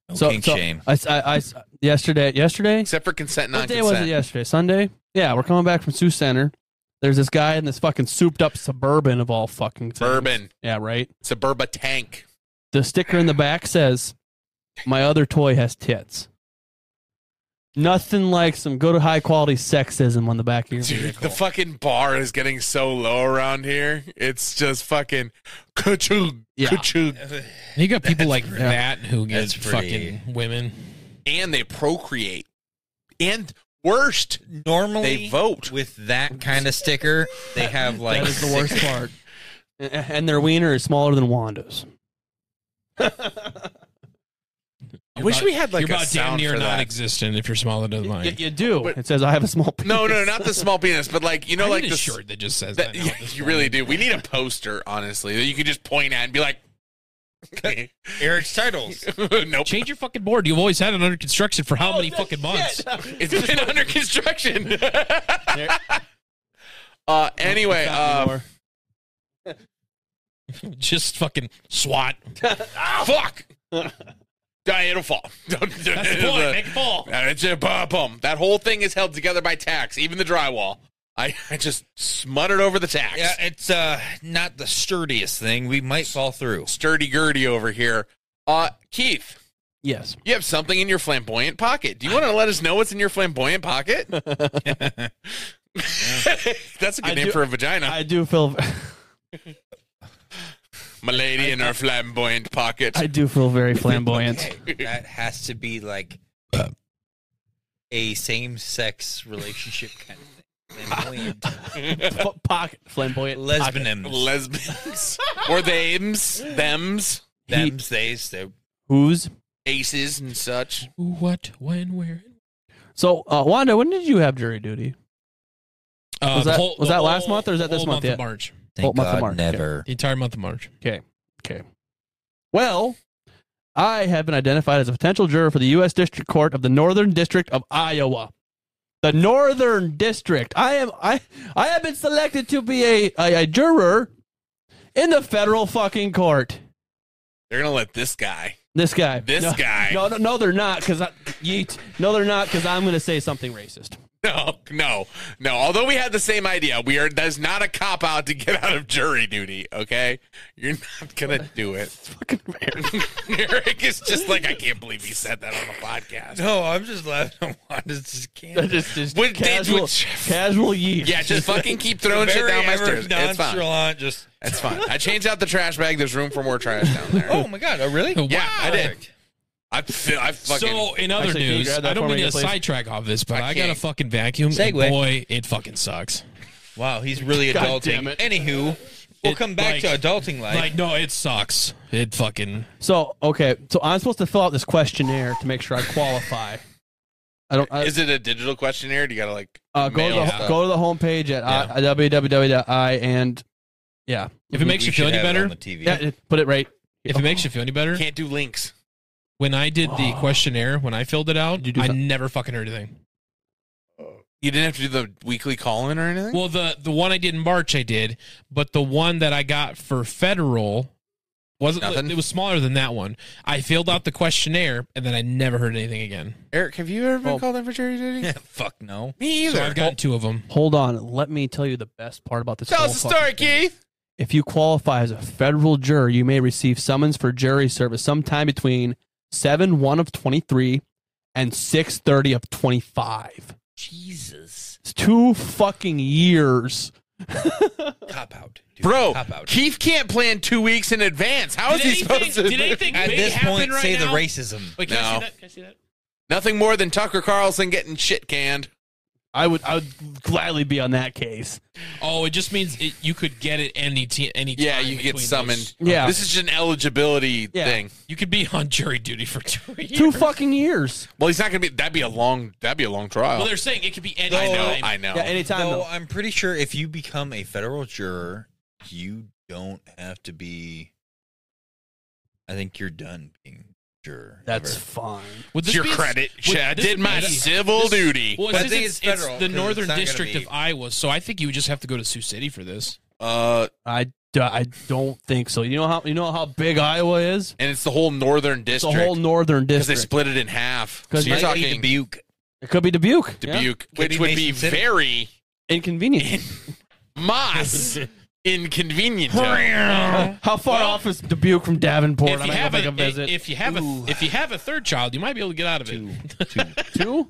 [SPEAKER 3] No
[SPEAKER 2] So,
[SPEAKER 3] kink
[SPEAKER 2] so
[SPEAKER 3] shame.
[SPEAKER 2] I, I- I- yesterday, yesterday,
[SPEAKER 4] except for consent,
[SPEAKER 2] what day
[SPEAKER 4] non-consent.
[SPEAKER 2] was it? Yesterday, Sunday. Yeah, we're coming back from Sioux Center. There's this guy in this fucking souped up suburban of all fucking things.
[SPEAKER 4] Suburban,
[SPEAKER 2] Yeah, right.
[SPEAKER 4] suburba tank.
[SPEAKER 2] The sticker in the back says, "My other toy has tits." Nothing like some good high quality sexism on the back of your
[SPEAKER 4] Dude,
[SPEAKER 2] vehicle.
[SPEAKER 4] the fucking bar is getting so low around here. It's just fucking ka-chug,
[SPEAKER 2] Yeah.
[SPEAKER 4] ka-chug.
[SPEAKER 1] You got people like that who get
[SPEAKER 3] That's pretty-
[SPEAKER 1] fucking women.
[SPEAKER 4] and they procreate. And worst,
[SPEAKER 3] Normally,
[SPEAKER 4] they vote.
[SPEAKER 3] with that kind of sticker. They have like
[SPEAKER 2] that is the worst part. A- And their wiener is smaller than Wanda's.
[SPEAKER 4] I wish
[SPEAKER 1] about-
[SPEAKER 4] we had like
[SPEAKER 1] you're
[SPEAKER 4] a
[SPEAKER 1] about damn
[SPEAKER 4] sound
[SPEAKER 1] near
[SPEAKER 4] for that.
[SPEAKER 1] non-existent if you're smaller than mine.
[SPEAKER 2] You, you do. It says I have a small. Penis.
[SPEAKER 4] No, no, not the small penis, but like you know,
[SPEAKER 1] I
[SPEAKER 4] like
[SPEAKER 1] need
[SPEAKER 4] the
[SPEAKER 1] a shirt that just says
[SPEAKER 4] That,
[SPEAKER 1] that. now
[SPEAKER 4] yeah,
[SPEAKER 1] at this
[SPEAKER 4] you
[SPEAKER 1] point.
[SPEAKER 4] really do. We need a poster, honestly, that you can just point at and be like,
[SPEAKER 3] Eric's titles.
[SPEAKER 4] "Nope."
[SPEAKER 1] Change your fucking board. You've always had it under construction for how many fucking months?
[SPEAKER 4] It's been under construction. uh, anyway, uh,
[SPEAKER 1] Just fucking SWAT.
[SPEAKER 4] fuck. Die, it'll fall. That's
[SPEAKER 1] That's the point. Make it fall.
[SPEAKER 4] It's a bum, bum. That whole thing is held together by tacks, even the drywall. I, I just smuttered over the tacks.
[SPEAKER 3] yeah, it's uh not the sturdiest thing. We might fall through.
[SPEAKER 4] Sturdy Gurdy over here. Uh, Keith,
[SPEAKER 2] yes.
[SPEAKER 4] you have something in your flamboyant pocket. Do you want to let us know what's in your flamboyant pocket? That's a good
[SPEAKER 2] I
[SPEAKER 4] name
[SPEAKER 2] do-
[SPEAKER 4] for a vagina.
[SPEAKER 2] I do feel
[SPEAKER 4] My lady in her flamboyant pocket.
[SPEAKER 2] I do feel very flamboyant.
[SPEAKER 3] Okay, that has to be like a same-sex relationship kind of thing. Flamboyant.
[SPEAKER 2] Po- pocket flamboyant. pocket.
[SPEAKER 3] Lesbianisms.
[SPEAKER 4] Lesbians. or thems, thems,
[SPEAKER 3] Them's, theys, they.
[SPEAKER 2] Who's
[SPEAKER 4] aces and such.
[SPEAKER 1] Who, what, when, where?
[SPEAKER 2] so uh, Wanda? When did you have jury duty?
[SPEAKER 1] Uh,
[SPEAKER 2] Was
[SPEAKER 1] the
[SPEAKER 2] that-
[SPEAKER 1] whole-
[SPEAKER 2] was
[SPEAKER 1] the
[SPEAKER 2] that last
[SPEAKER 1] whole-
[SPEAKER 2] month or is that
[SPEAKER 1] the
[SPEAKER 2] this
[SPEAKER 1] whole
[SPEAKER 2] month
[SPEAKER 1] of
[SPEAKER 2] yet?
[SPEAKER 1] March.
[SPEAKER 2] Thank Well, month of God, March, yeah. never.
[SPEAKER 1] The entire month of March.
[SPEAKER 2] Well, I have been identified as a potential juror for the U.S. District Court of the Northern District of Iowa. The Northern District. I am. I. I have been selected to be a a, a juror in the federal fucking court.
[SPEAKER 4] They're gonna let this guy.
[SPEAKER 2] This guy.
[SPEAKER 4] This
[SPEAKER 2] no,
[SPEAKER 4] guy.
[SPEAKER 2] No, no, no, they're not. Because yeet. No, they're not. Because I'm going to say something racist.
[SPEAKER 4] No, no, no. Although we had the same idea, we are that's not a cop out to get out of jury duty. Okay, you're not gonna do it.
[SPEAKER 2] Fucking weird.
[SPEAKER 4] Eric is just like I can't believe he said that on the podcast.
[SPEAKER 3] No, Oh, I'm just laughing. I just
[SPEAKER 2] That
[SPEAKER 3] can't.
[SPEAKER 2] just, just
[SPEAKER 4] What did
[SPEAKER 2] casual,
[SPEAKER 4] you-
[SPEAKER 2] casual yeet.
[SPEAKER 4] Yeah, just fucking keep throwing shit
[SPEAKER 3] Very
[SPEAKER 4] down my
[SPEAKER 3] ever
[SPEAKER 4] stairs. It's fine.
[SPEAKER 3] nonchalant, just.
[SPEAKER 4] It's fine. I changed out the trash bag. There's room for more trash down there.
[SPEAKER 3] Oh my god! Oh really?
[SPEAKER 4] Yeah, I did.
[SPEAKER 3] Perfect.
[SPEAKER 4] I feel, I fucking.
[SPEAKER 1] So in other
[SPEAKER 2] Actually, can you
[SPEAKER 1] news,
[SPEAKER 2] grab that
[SPEAKER 1] I don't
[SPEAKER 2] for me
[SPEAKER 1] mean to
[SPEAKER 2] again, please?
[SPEAKER 1] sidetrack off this, but
[SPEAKER 4] I
[SPEAKER 1] I, got a
[SPEAKER 4] can't.
[SPEAKER 1] fucking vacuum. and
[SPEAKER 3] Segue.
[SPEAKER 1] boy, it fucking sucks.
[SPEAKER 3] Wow, he's really
[SPEAKER 2] God
[SPEAKER 3] adulting.
[SPEAKER 2] damn it.
[SPEAKER 3] Anywho, we'll
[SPEAKER 1] It-
[SPEAKER 3] come
[SPEAKER 1] like-
[SPEAKER 3] back to adulting life.
[SPEAKER 1] Like, no, it sucks. It fucking.
[SPEAKER 2] So okay, so I'm supposed to fill out this questionnaire to make sure I qualify. I don't. I,
[SPEAKER 4] is it a digital questionnaire? Do you gotta like
[SPEAKER 2] uh, go to
[SPEAKER 4] mail
[SPEAKER 2] the,
[SPEAKER 4] stuff?
[SPEAKER 2] go to the homepage at I, www.i and yeah,
[SPEAKER 1] If it makes
[SPEAKER 3] We
[SPEAKER 1] you feel
[SPEAKER 3] should
[SPEAKER 1] any
[SPEAKER 3] have it
[SPEAKER 1] better,
[SPEAKER 3] on the TV.
[SPEAKER 2] yeah, it- put it right.
[SPEAKER 1] if it makes you feel any better,
[SPEAKER 4] Can't do links.
[SPEAKER 1] when I did the questionnaire, when I filled it out,
[SPEAKER 2] Did you do
[SPEAKER 1] I
[SPEAKER 2] some-
[SPEAKER 1] never fucking heard anything.
[SPEAKER 4] You didn't have to do the weekly call in or anything.
[SPEAKER 1] Well, the the one I did in March, I did, but the one that I got for federal wasn't.
[SPEAKER 4] Nothing?
[SPEAKER 1] It was smaller than that one. I filled out the questionnaire, and then I never heard anything again.
[SPEAKER 4] Eric, have you ever been
[SPEAKER 2] Well-
[SPEAKER 4] called in for jury duty?
[SPEAKER 3] Yeah, fuck no.
[SPEAKER 4] Me either.
[SPEAKER 1] So I've gotten two of them.
[SPEAKER 2] Hold on, let me tell you the best part about this.
[SPEAKER 4] Tell
[SPEAKER 2] whole
[SPEAKER 4] us the
[SPEAKER 2] fucking
[SPEAKER 4] story,
[SPEAKER 2] thing.
[SPEAKER 4] Keith.
[SPEAKER 2] If you qualify as a federal juror, you may receive summons for jury service sometime between seven one of twenty three and six thirty of twenty five.
[SPEAKER 3] Jesus,
[SPEAKER 2] It's two fucking years.
[SPEAKER 3] cop out, dude.
[SPEAKER 4] Bro,
[SPEAKER 3] Cop out.
[SPEAKER 4] Keith can't plan two weeks in advance. How
[SPEAKER 1] Did
[SPEAKER 4] is he
[SPEAKER 1] anything-
[SPEAKER 4] supposed to?
[SPEAKER 1] did anything-
[SPEAKER 3] At
[SPEAKER 1] May
[SPEAKER 3] this
[SPEAKER 1] happen
[SPEAKER 3] point,
[SPEAKER 1] right
[SPEAKER 3] say the
[SPEAKER 1] now?
[SPEAKER 3] racism.
[SPEAKER 1] Wait,
[SPEAKER 4] can I see No. that?
[SPEAKER 1] Can I see that?
[SPEAKER 4] Nothing more than Tucker Carlson getting shit canned.
[SPEAKER 2] I would I would gladly be on that case.
[SPEAKER 1] Oh, it just means it, you could get it any t- any
[SPEAKER 4] Yeah,
[SPEAKER 1] time
[SPEAKER 4] you get
[SPEAKER 1] between
[SPEAKER 4] summoned.
[SPEAKER 1] those.
[SPEAKER 2] Yeah.
[SPEAKER 4] This is just an eligibility
[SPEAKER 2] Yeah.
[SPEAKER 4] thing.
[SPEAKER 1] You could be on jury duty for two years.
[SPEAKER 2] Two fucking years.
[SPEAKER 4] Well, he's not gonna be. That'd be a long. That'd be a long trial.
[SPEAKER 1] Well, they're saying it could be any
[SPEAKER 4] I know.
[SPEAKER 1] time.
[SPEAKER 4] I know.
[SPEAKER 2] Yeah, anytime
[SPEAKER 3] Though
[SPEAKER 2] though.
[SPEAKER 3] I'm pretty sure if you become a federal juror, you don't have to be. I think you're done being juror.
[SPEAKER 2] That's
[SPEAKER 3] ever.
[SPEAKER 2] fine.
[SPEAKER 1] Would
[SPEAKER 4] it's your
[SPEAKER 1] be a-
[SPEAKER 4] credit.
[SPEAKER 1] would-
[SPEAKER 4] Yeah, I
[SPEAKER 1] this
[SPEAKER 4] did
[SPEAKER 1] would
[SPEAKER 4] my
[SPEAKER 1] be-
[SPEAKER 4] civil
[SPEAKER 1] this-
[SPEAKER 4] duty.
[SPEAKER 1] Well, it
[SPEAKER 3] But I
[SPEAKER 1] says
[SPEAKER 3] think
[SPEAKER 1] it's,
[SPEAKER 3] it's
[SPEAKER 1] it's
[SPEAKER 3] federal,
[SPEAKER 1] the
[SPEAKER 3] 'cause it's
[SPEAKER 1] Northern
[SPEAKER 3] not gonna
[SPEAKER 1] District
[SPEAKER 3] be-
[SPEAKER 1] of Iowa, so I think you would just have to go to Sioux City for this.
[SPEAKER 4] uh,
[SPEAKER 2] I, d- I don't think so. You know how you know how big Iowa is?
[SPEAKER 4] and it's the whole northern
[SPEAKER 2] It's
[SPEAKER 4] district
[SPEAKER 2] the whole northern
[SPEAKER 4] because they
[SPEAKER 2] district.
[SPEAKER 4] split it in half. So
[SPEAKER 2] 'Cause
[SPEAKER 4] you're
[SPEAKER 2] might
[SPEAKER 3] Hey,
[SPEAKER 4] talking
[SPEAKER 3] Dubuque.
[SPEAKER 2] it could be Dubuque. Yeah.
[SPEAKER 4] Dubuque,
[SPEAKER 3] Could
[SPEAKER 4] which
[SPEAKER 3] be
[SPEAKER 4] would be
[SPEAKER 3] Mason City.
[SPEAKER 4] very
[SPEAKER 2] Inconvenient.
[SPEAKER 4] moss inconvenient. town.
[SPEAKER 2] how far
[SPEAKER 1] Well,
[SPEAKER 2] off is Dubuque from Davenport?
[SPEAKER 1] if
[SPEAKER 2] I'm
[SPEAKER 1] you
[SPEAKER 2] gonna
[SPEAKER 1] have
[SPEAKER 2] make a,
[SPEAKER 1] a,
[SPEAKER 2] visit.
[SPEAKER 1] if you have a,
[SPEAKER 3] Ooh.
[SPEAKER 1] if you have a third child, you might be able to get out of it.
[SPEAKER 3] Two, two.
[SPEAKER 2] two?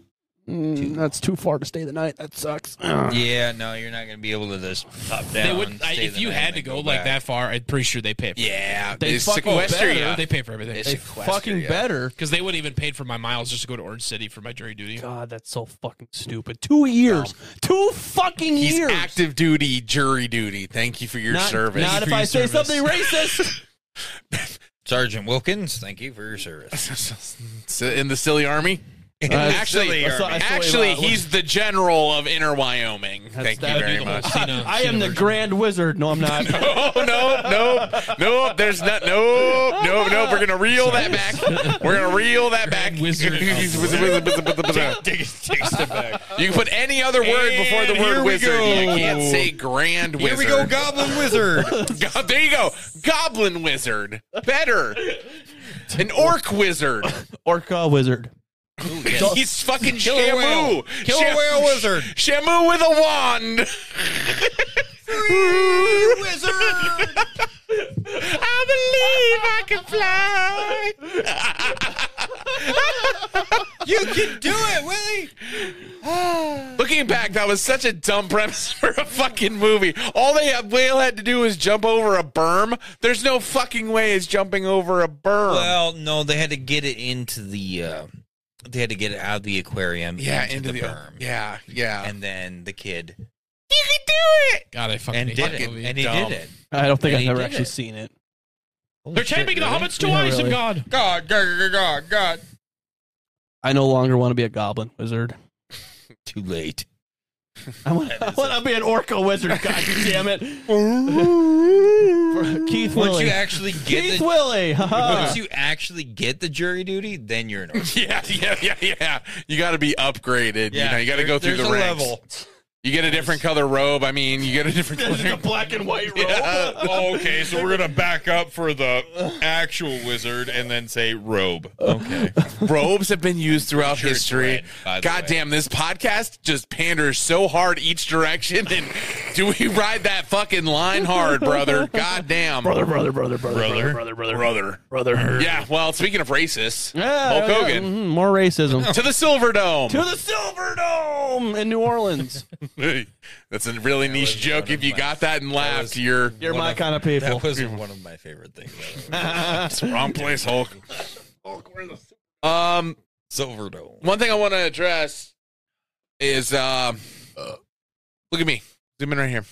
[SPEAKER 2] Mm, That's too far to stay the night. That sucks. Ugh.
[SPEAKER 3] yeah, no, you're not gonna be able to just pop down.
[SPEAKER 1] They would I,
[SPEAKER 3] stay
[SPEAKER 1] if
[SPEAKER 3] the
[SPEAKER 1] you
[SPEAKER 3] night,
[SPEAKER 1] had
[SPEAKER 3] and
[SPEAKER 1] to
[SPEAKER 3] then
[SPEAKER 1] go like
[SPEAKER 3] back.
[SPEAKER 1] that far. I'm pretty sure they pay. Oh,
[SPEAKER 4] Yeah,
[SPEAKER 2] They
[SPEAKER 4] they,
[SPEAKER 2] fucking
[SPEAKER 4] sequester
[SPEAKER 2] better.
[SPEAKER 4] you.
[SPEAKER 1] They pay for everything
[SPEAKER 2] They fucking
[SPEAKER 4] you.
[SPEAKER 2] better.
[SPEAKER 1] because they wouldn't even paid for my miles just to go to Orange City for my jury duty.
[SPEAKER 2] God, that's so fucking stupid. Um, Two years. Two fucking
[SPEAKER 4] He's
[SPEAKER 2] years.
[SPEAKER 4] active duty jury duty. Thank you for your
[SPEAKER 2] not,
[SPEAKER 4] service.
[SPEAKER 2] Not if
[SPEAKER 1] your
[SPEAKER 2] I say
[SPEAKER 1] service.
[SPEAKER 2] something racist.
[SPEAKER 3] Sergeant Wilkins, thank you for your service.
[SPEAKER 4] So, in the silly army.
[SPEAKER 2] that's
[SPEAKER 4] actually,
[SPEAKER 2] Uh, silly army. That's the way
[SPEAKER 4] actually,
[SPEAKER 2] that was.
[SPEAKER 4] he's the general of Inner Wyoming.
[SPEAKER 2] That's-
[SPEAKER 4] Thank
[SPEAKER 2] that
[SPEAKER 4] you
[SPEAKER 2] would
[SPEAKER 1] Do
[SPEAKER 4] very
[SPEAKER 1] the whole
[SPEAKER 4] much.
[SPEAKER 1] Cena-
[SPEAKER 2] I
[SPEAKER 1] Cena
[SPEAKER 2] am the
[SPEAKER 1] version.
[SPEAKER 2] grand wizard. No, I'm not.
[SPEAKER 4] Oh no, no, no! There's not, no, no, no. We're gonna reel that back. We're gonna reel that back.
[SPEAKER 1] Wizard of-
[SPEAKER 4] you can put any other word before the
[SPEAKER 3] And
[SPEAKER 4] word
[SPEAKER 3] here we
[SPEAKER 4] wizard.
[SPEAKER 3] go.
[SPEAKER 4] You can't say grand
[SPEAKER 3] Here
[SPEAKER 4] wizard.
[SPEAKER 3] we go, Goblin Wizard.
[SPEAKER 4] Go- there you go, goblin wizard. Better, an orc wizard.
[SPEAKER 2] Orca wizard.
[SPEAKER 4] He's fucking
[SPEAKER 3] Killer whale.
[SPEAKER 4] Shamu.
[SPEAKER 3] Killer
[SPEAKER 4] Sham-
[SPEAKER 3] whale wizard.
[SPEAKER 4] Shamu with a wand.
[SPEAKER 3] wizard.
[SPEAKER 4] I believe I can fly.
[SPEAKER 3] You can do it, Willie.
[SPEAKER 4] Looking back, that was such a dumb premise for a fucking movie. All they Whale had to do was jump over a berm. There's no fucking way it's jumping over a berm.
[SPEAKER 3] Well, no, they had to get it into the. Uh, they had to get it out of the aquarium.
[SPEAKER 4] yeah,
[SPEAKER 3] into, the,
[SPEAKER 1] uh,
[SPEAKER 3] berm.
[SPEAKER 4] Yeah, yeah.
[SPEAKER 3] And then the kid
[SPEAKER 4] you can do it.
[SPEAKER 1] God, I fucking
[SPEAKER 3] and
[SPEAKER 1] hate
[SPEAKER 3] did
[SPEAKER 1] that
[SPEAKER 3] it,
[SPEAKER 1] movie.
[SPEAKER 3] and he
[SPEAKER 4] Dumb.
[SPEAKER 3] did it.
[SPEAKER 2] I don't think
[SPEAKER 3] And
[SPEAKER 2] I've
[SPEAKER 3] he
[SPEAKER 2] never
[SPEAKER 3] did
[SPEAKER 2] actually
[SPEAKER 3] it.
[SPEAKER 2] seen it.
[SPEAKER 1] They're taping the Hobbits twice,
[SPEAKER 2] really.
[SPEAKER 1] and God.
[SPEAKER 3] God, God, God, God.
[SPEAKER 2] I no longer want to be a goblin wizard.
[SPEAKER 3] Too late.
[SPEAKER 2] I want to be an orca wizard. God damn it, Keith
[SPEAKER 3] Once
[SPEAKER 2] Willie.
[SPEAKER 3] you actually get
[SPEAKER 2] Keith
[SPEAKER 3] the,
[SPEAKER 2] Willie. haha.
[SPEAKER 3] once you actually get the jury duty, then you're an orc.
[SPEAKER 4] Yeah, yeah, yeah, yeah. You got to be upgraded. you know, you got to
[SPEAKER 3] there-
[SPEAKER 4] go through
[SPEAKER 3] there's
[SPEAKER 4] the
[SPEAKER 3] a
[SPEAKER 4] ranks.
[SPEAKER 3] level.
[SPEAKER 4] You get a different color robe. I mean, you get a different
[SPEAKER 2] This is
[SPEAKER 4] color.
[SPEAKER 2] a black and white roll.
[SPEAKER 5] Yeah. Oh, okay, so we're gonna back up for the actual wizard and then say robe. Okay.
[SPEAKER 4] Robes have been used throughout
[SPEAKER 3] Sure it's
[SPEAKER 4] history.
[SPEAKER 3] red, by the way.
[SPEAKER 4] Goddamn, this podcast just panders so hard each direction. And do we ride that fucking line hard, brother? Goddamn.
[SPEAKER 2] Brother, brother, brother, brother, brother,
[SPEAKER 5] Brother.
[SPEAKER 2] brother, brother,
[SPEAKER 5] Brother.
[SPEAKER 2] brother.
[SPEAKER 4] Yeah, well, speaking of racists,
[SPEAKER 2] Yeah,
[SPEAKER 4] Hulk
[SPEAKER 2] yeah,
[SPEAKER 4] Hogan
[SPEAKER 2] mhm, more racism.
[SPEAKER 4] to the Silver
[SPEAKER 2] to
[SPEAKER 4] Dome.
[SPEAKER 2] the Silver Dome in New Orleans.
[SPEAKER 4] That's a really niche
[SPEAKER 3] was
[SPEAKER 4] joke.
[SPEAKER 3] one
[SPEAKER 4] If
[SPEAKER 3] of
[SPEAKER 4] you
[SPEAKER 3] my-
[SPEAKER 4] got that and laughed,
[SPEAKER 3] was-
[SPEAKER 4] you're
[SPEAKER 2] You're
[SPEAKER 3] One
[SPEAKER 2] my
[SPEAKER 3] of-
[SPEAKER 2] kind of people.
[SPEAKER 3] That was one of my favorite things. ever.
[SPEAKER 5] Wrong place, Hulk.
[SPEAKER 4] um
[SPEAKER 3] Silverdome.
[SPEAKER 4] One thing I want to address is um, look at me. Zoom in right here.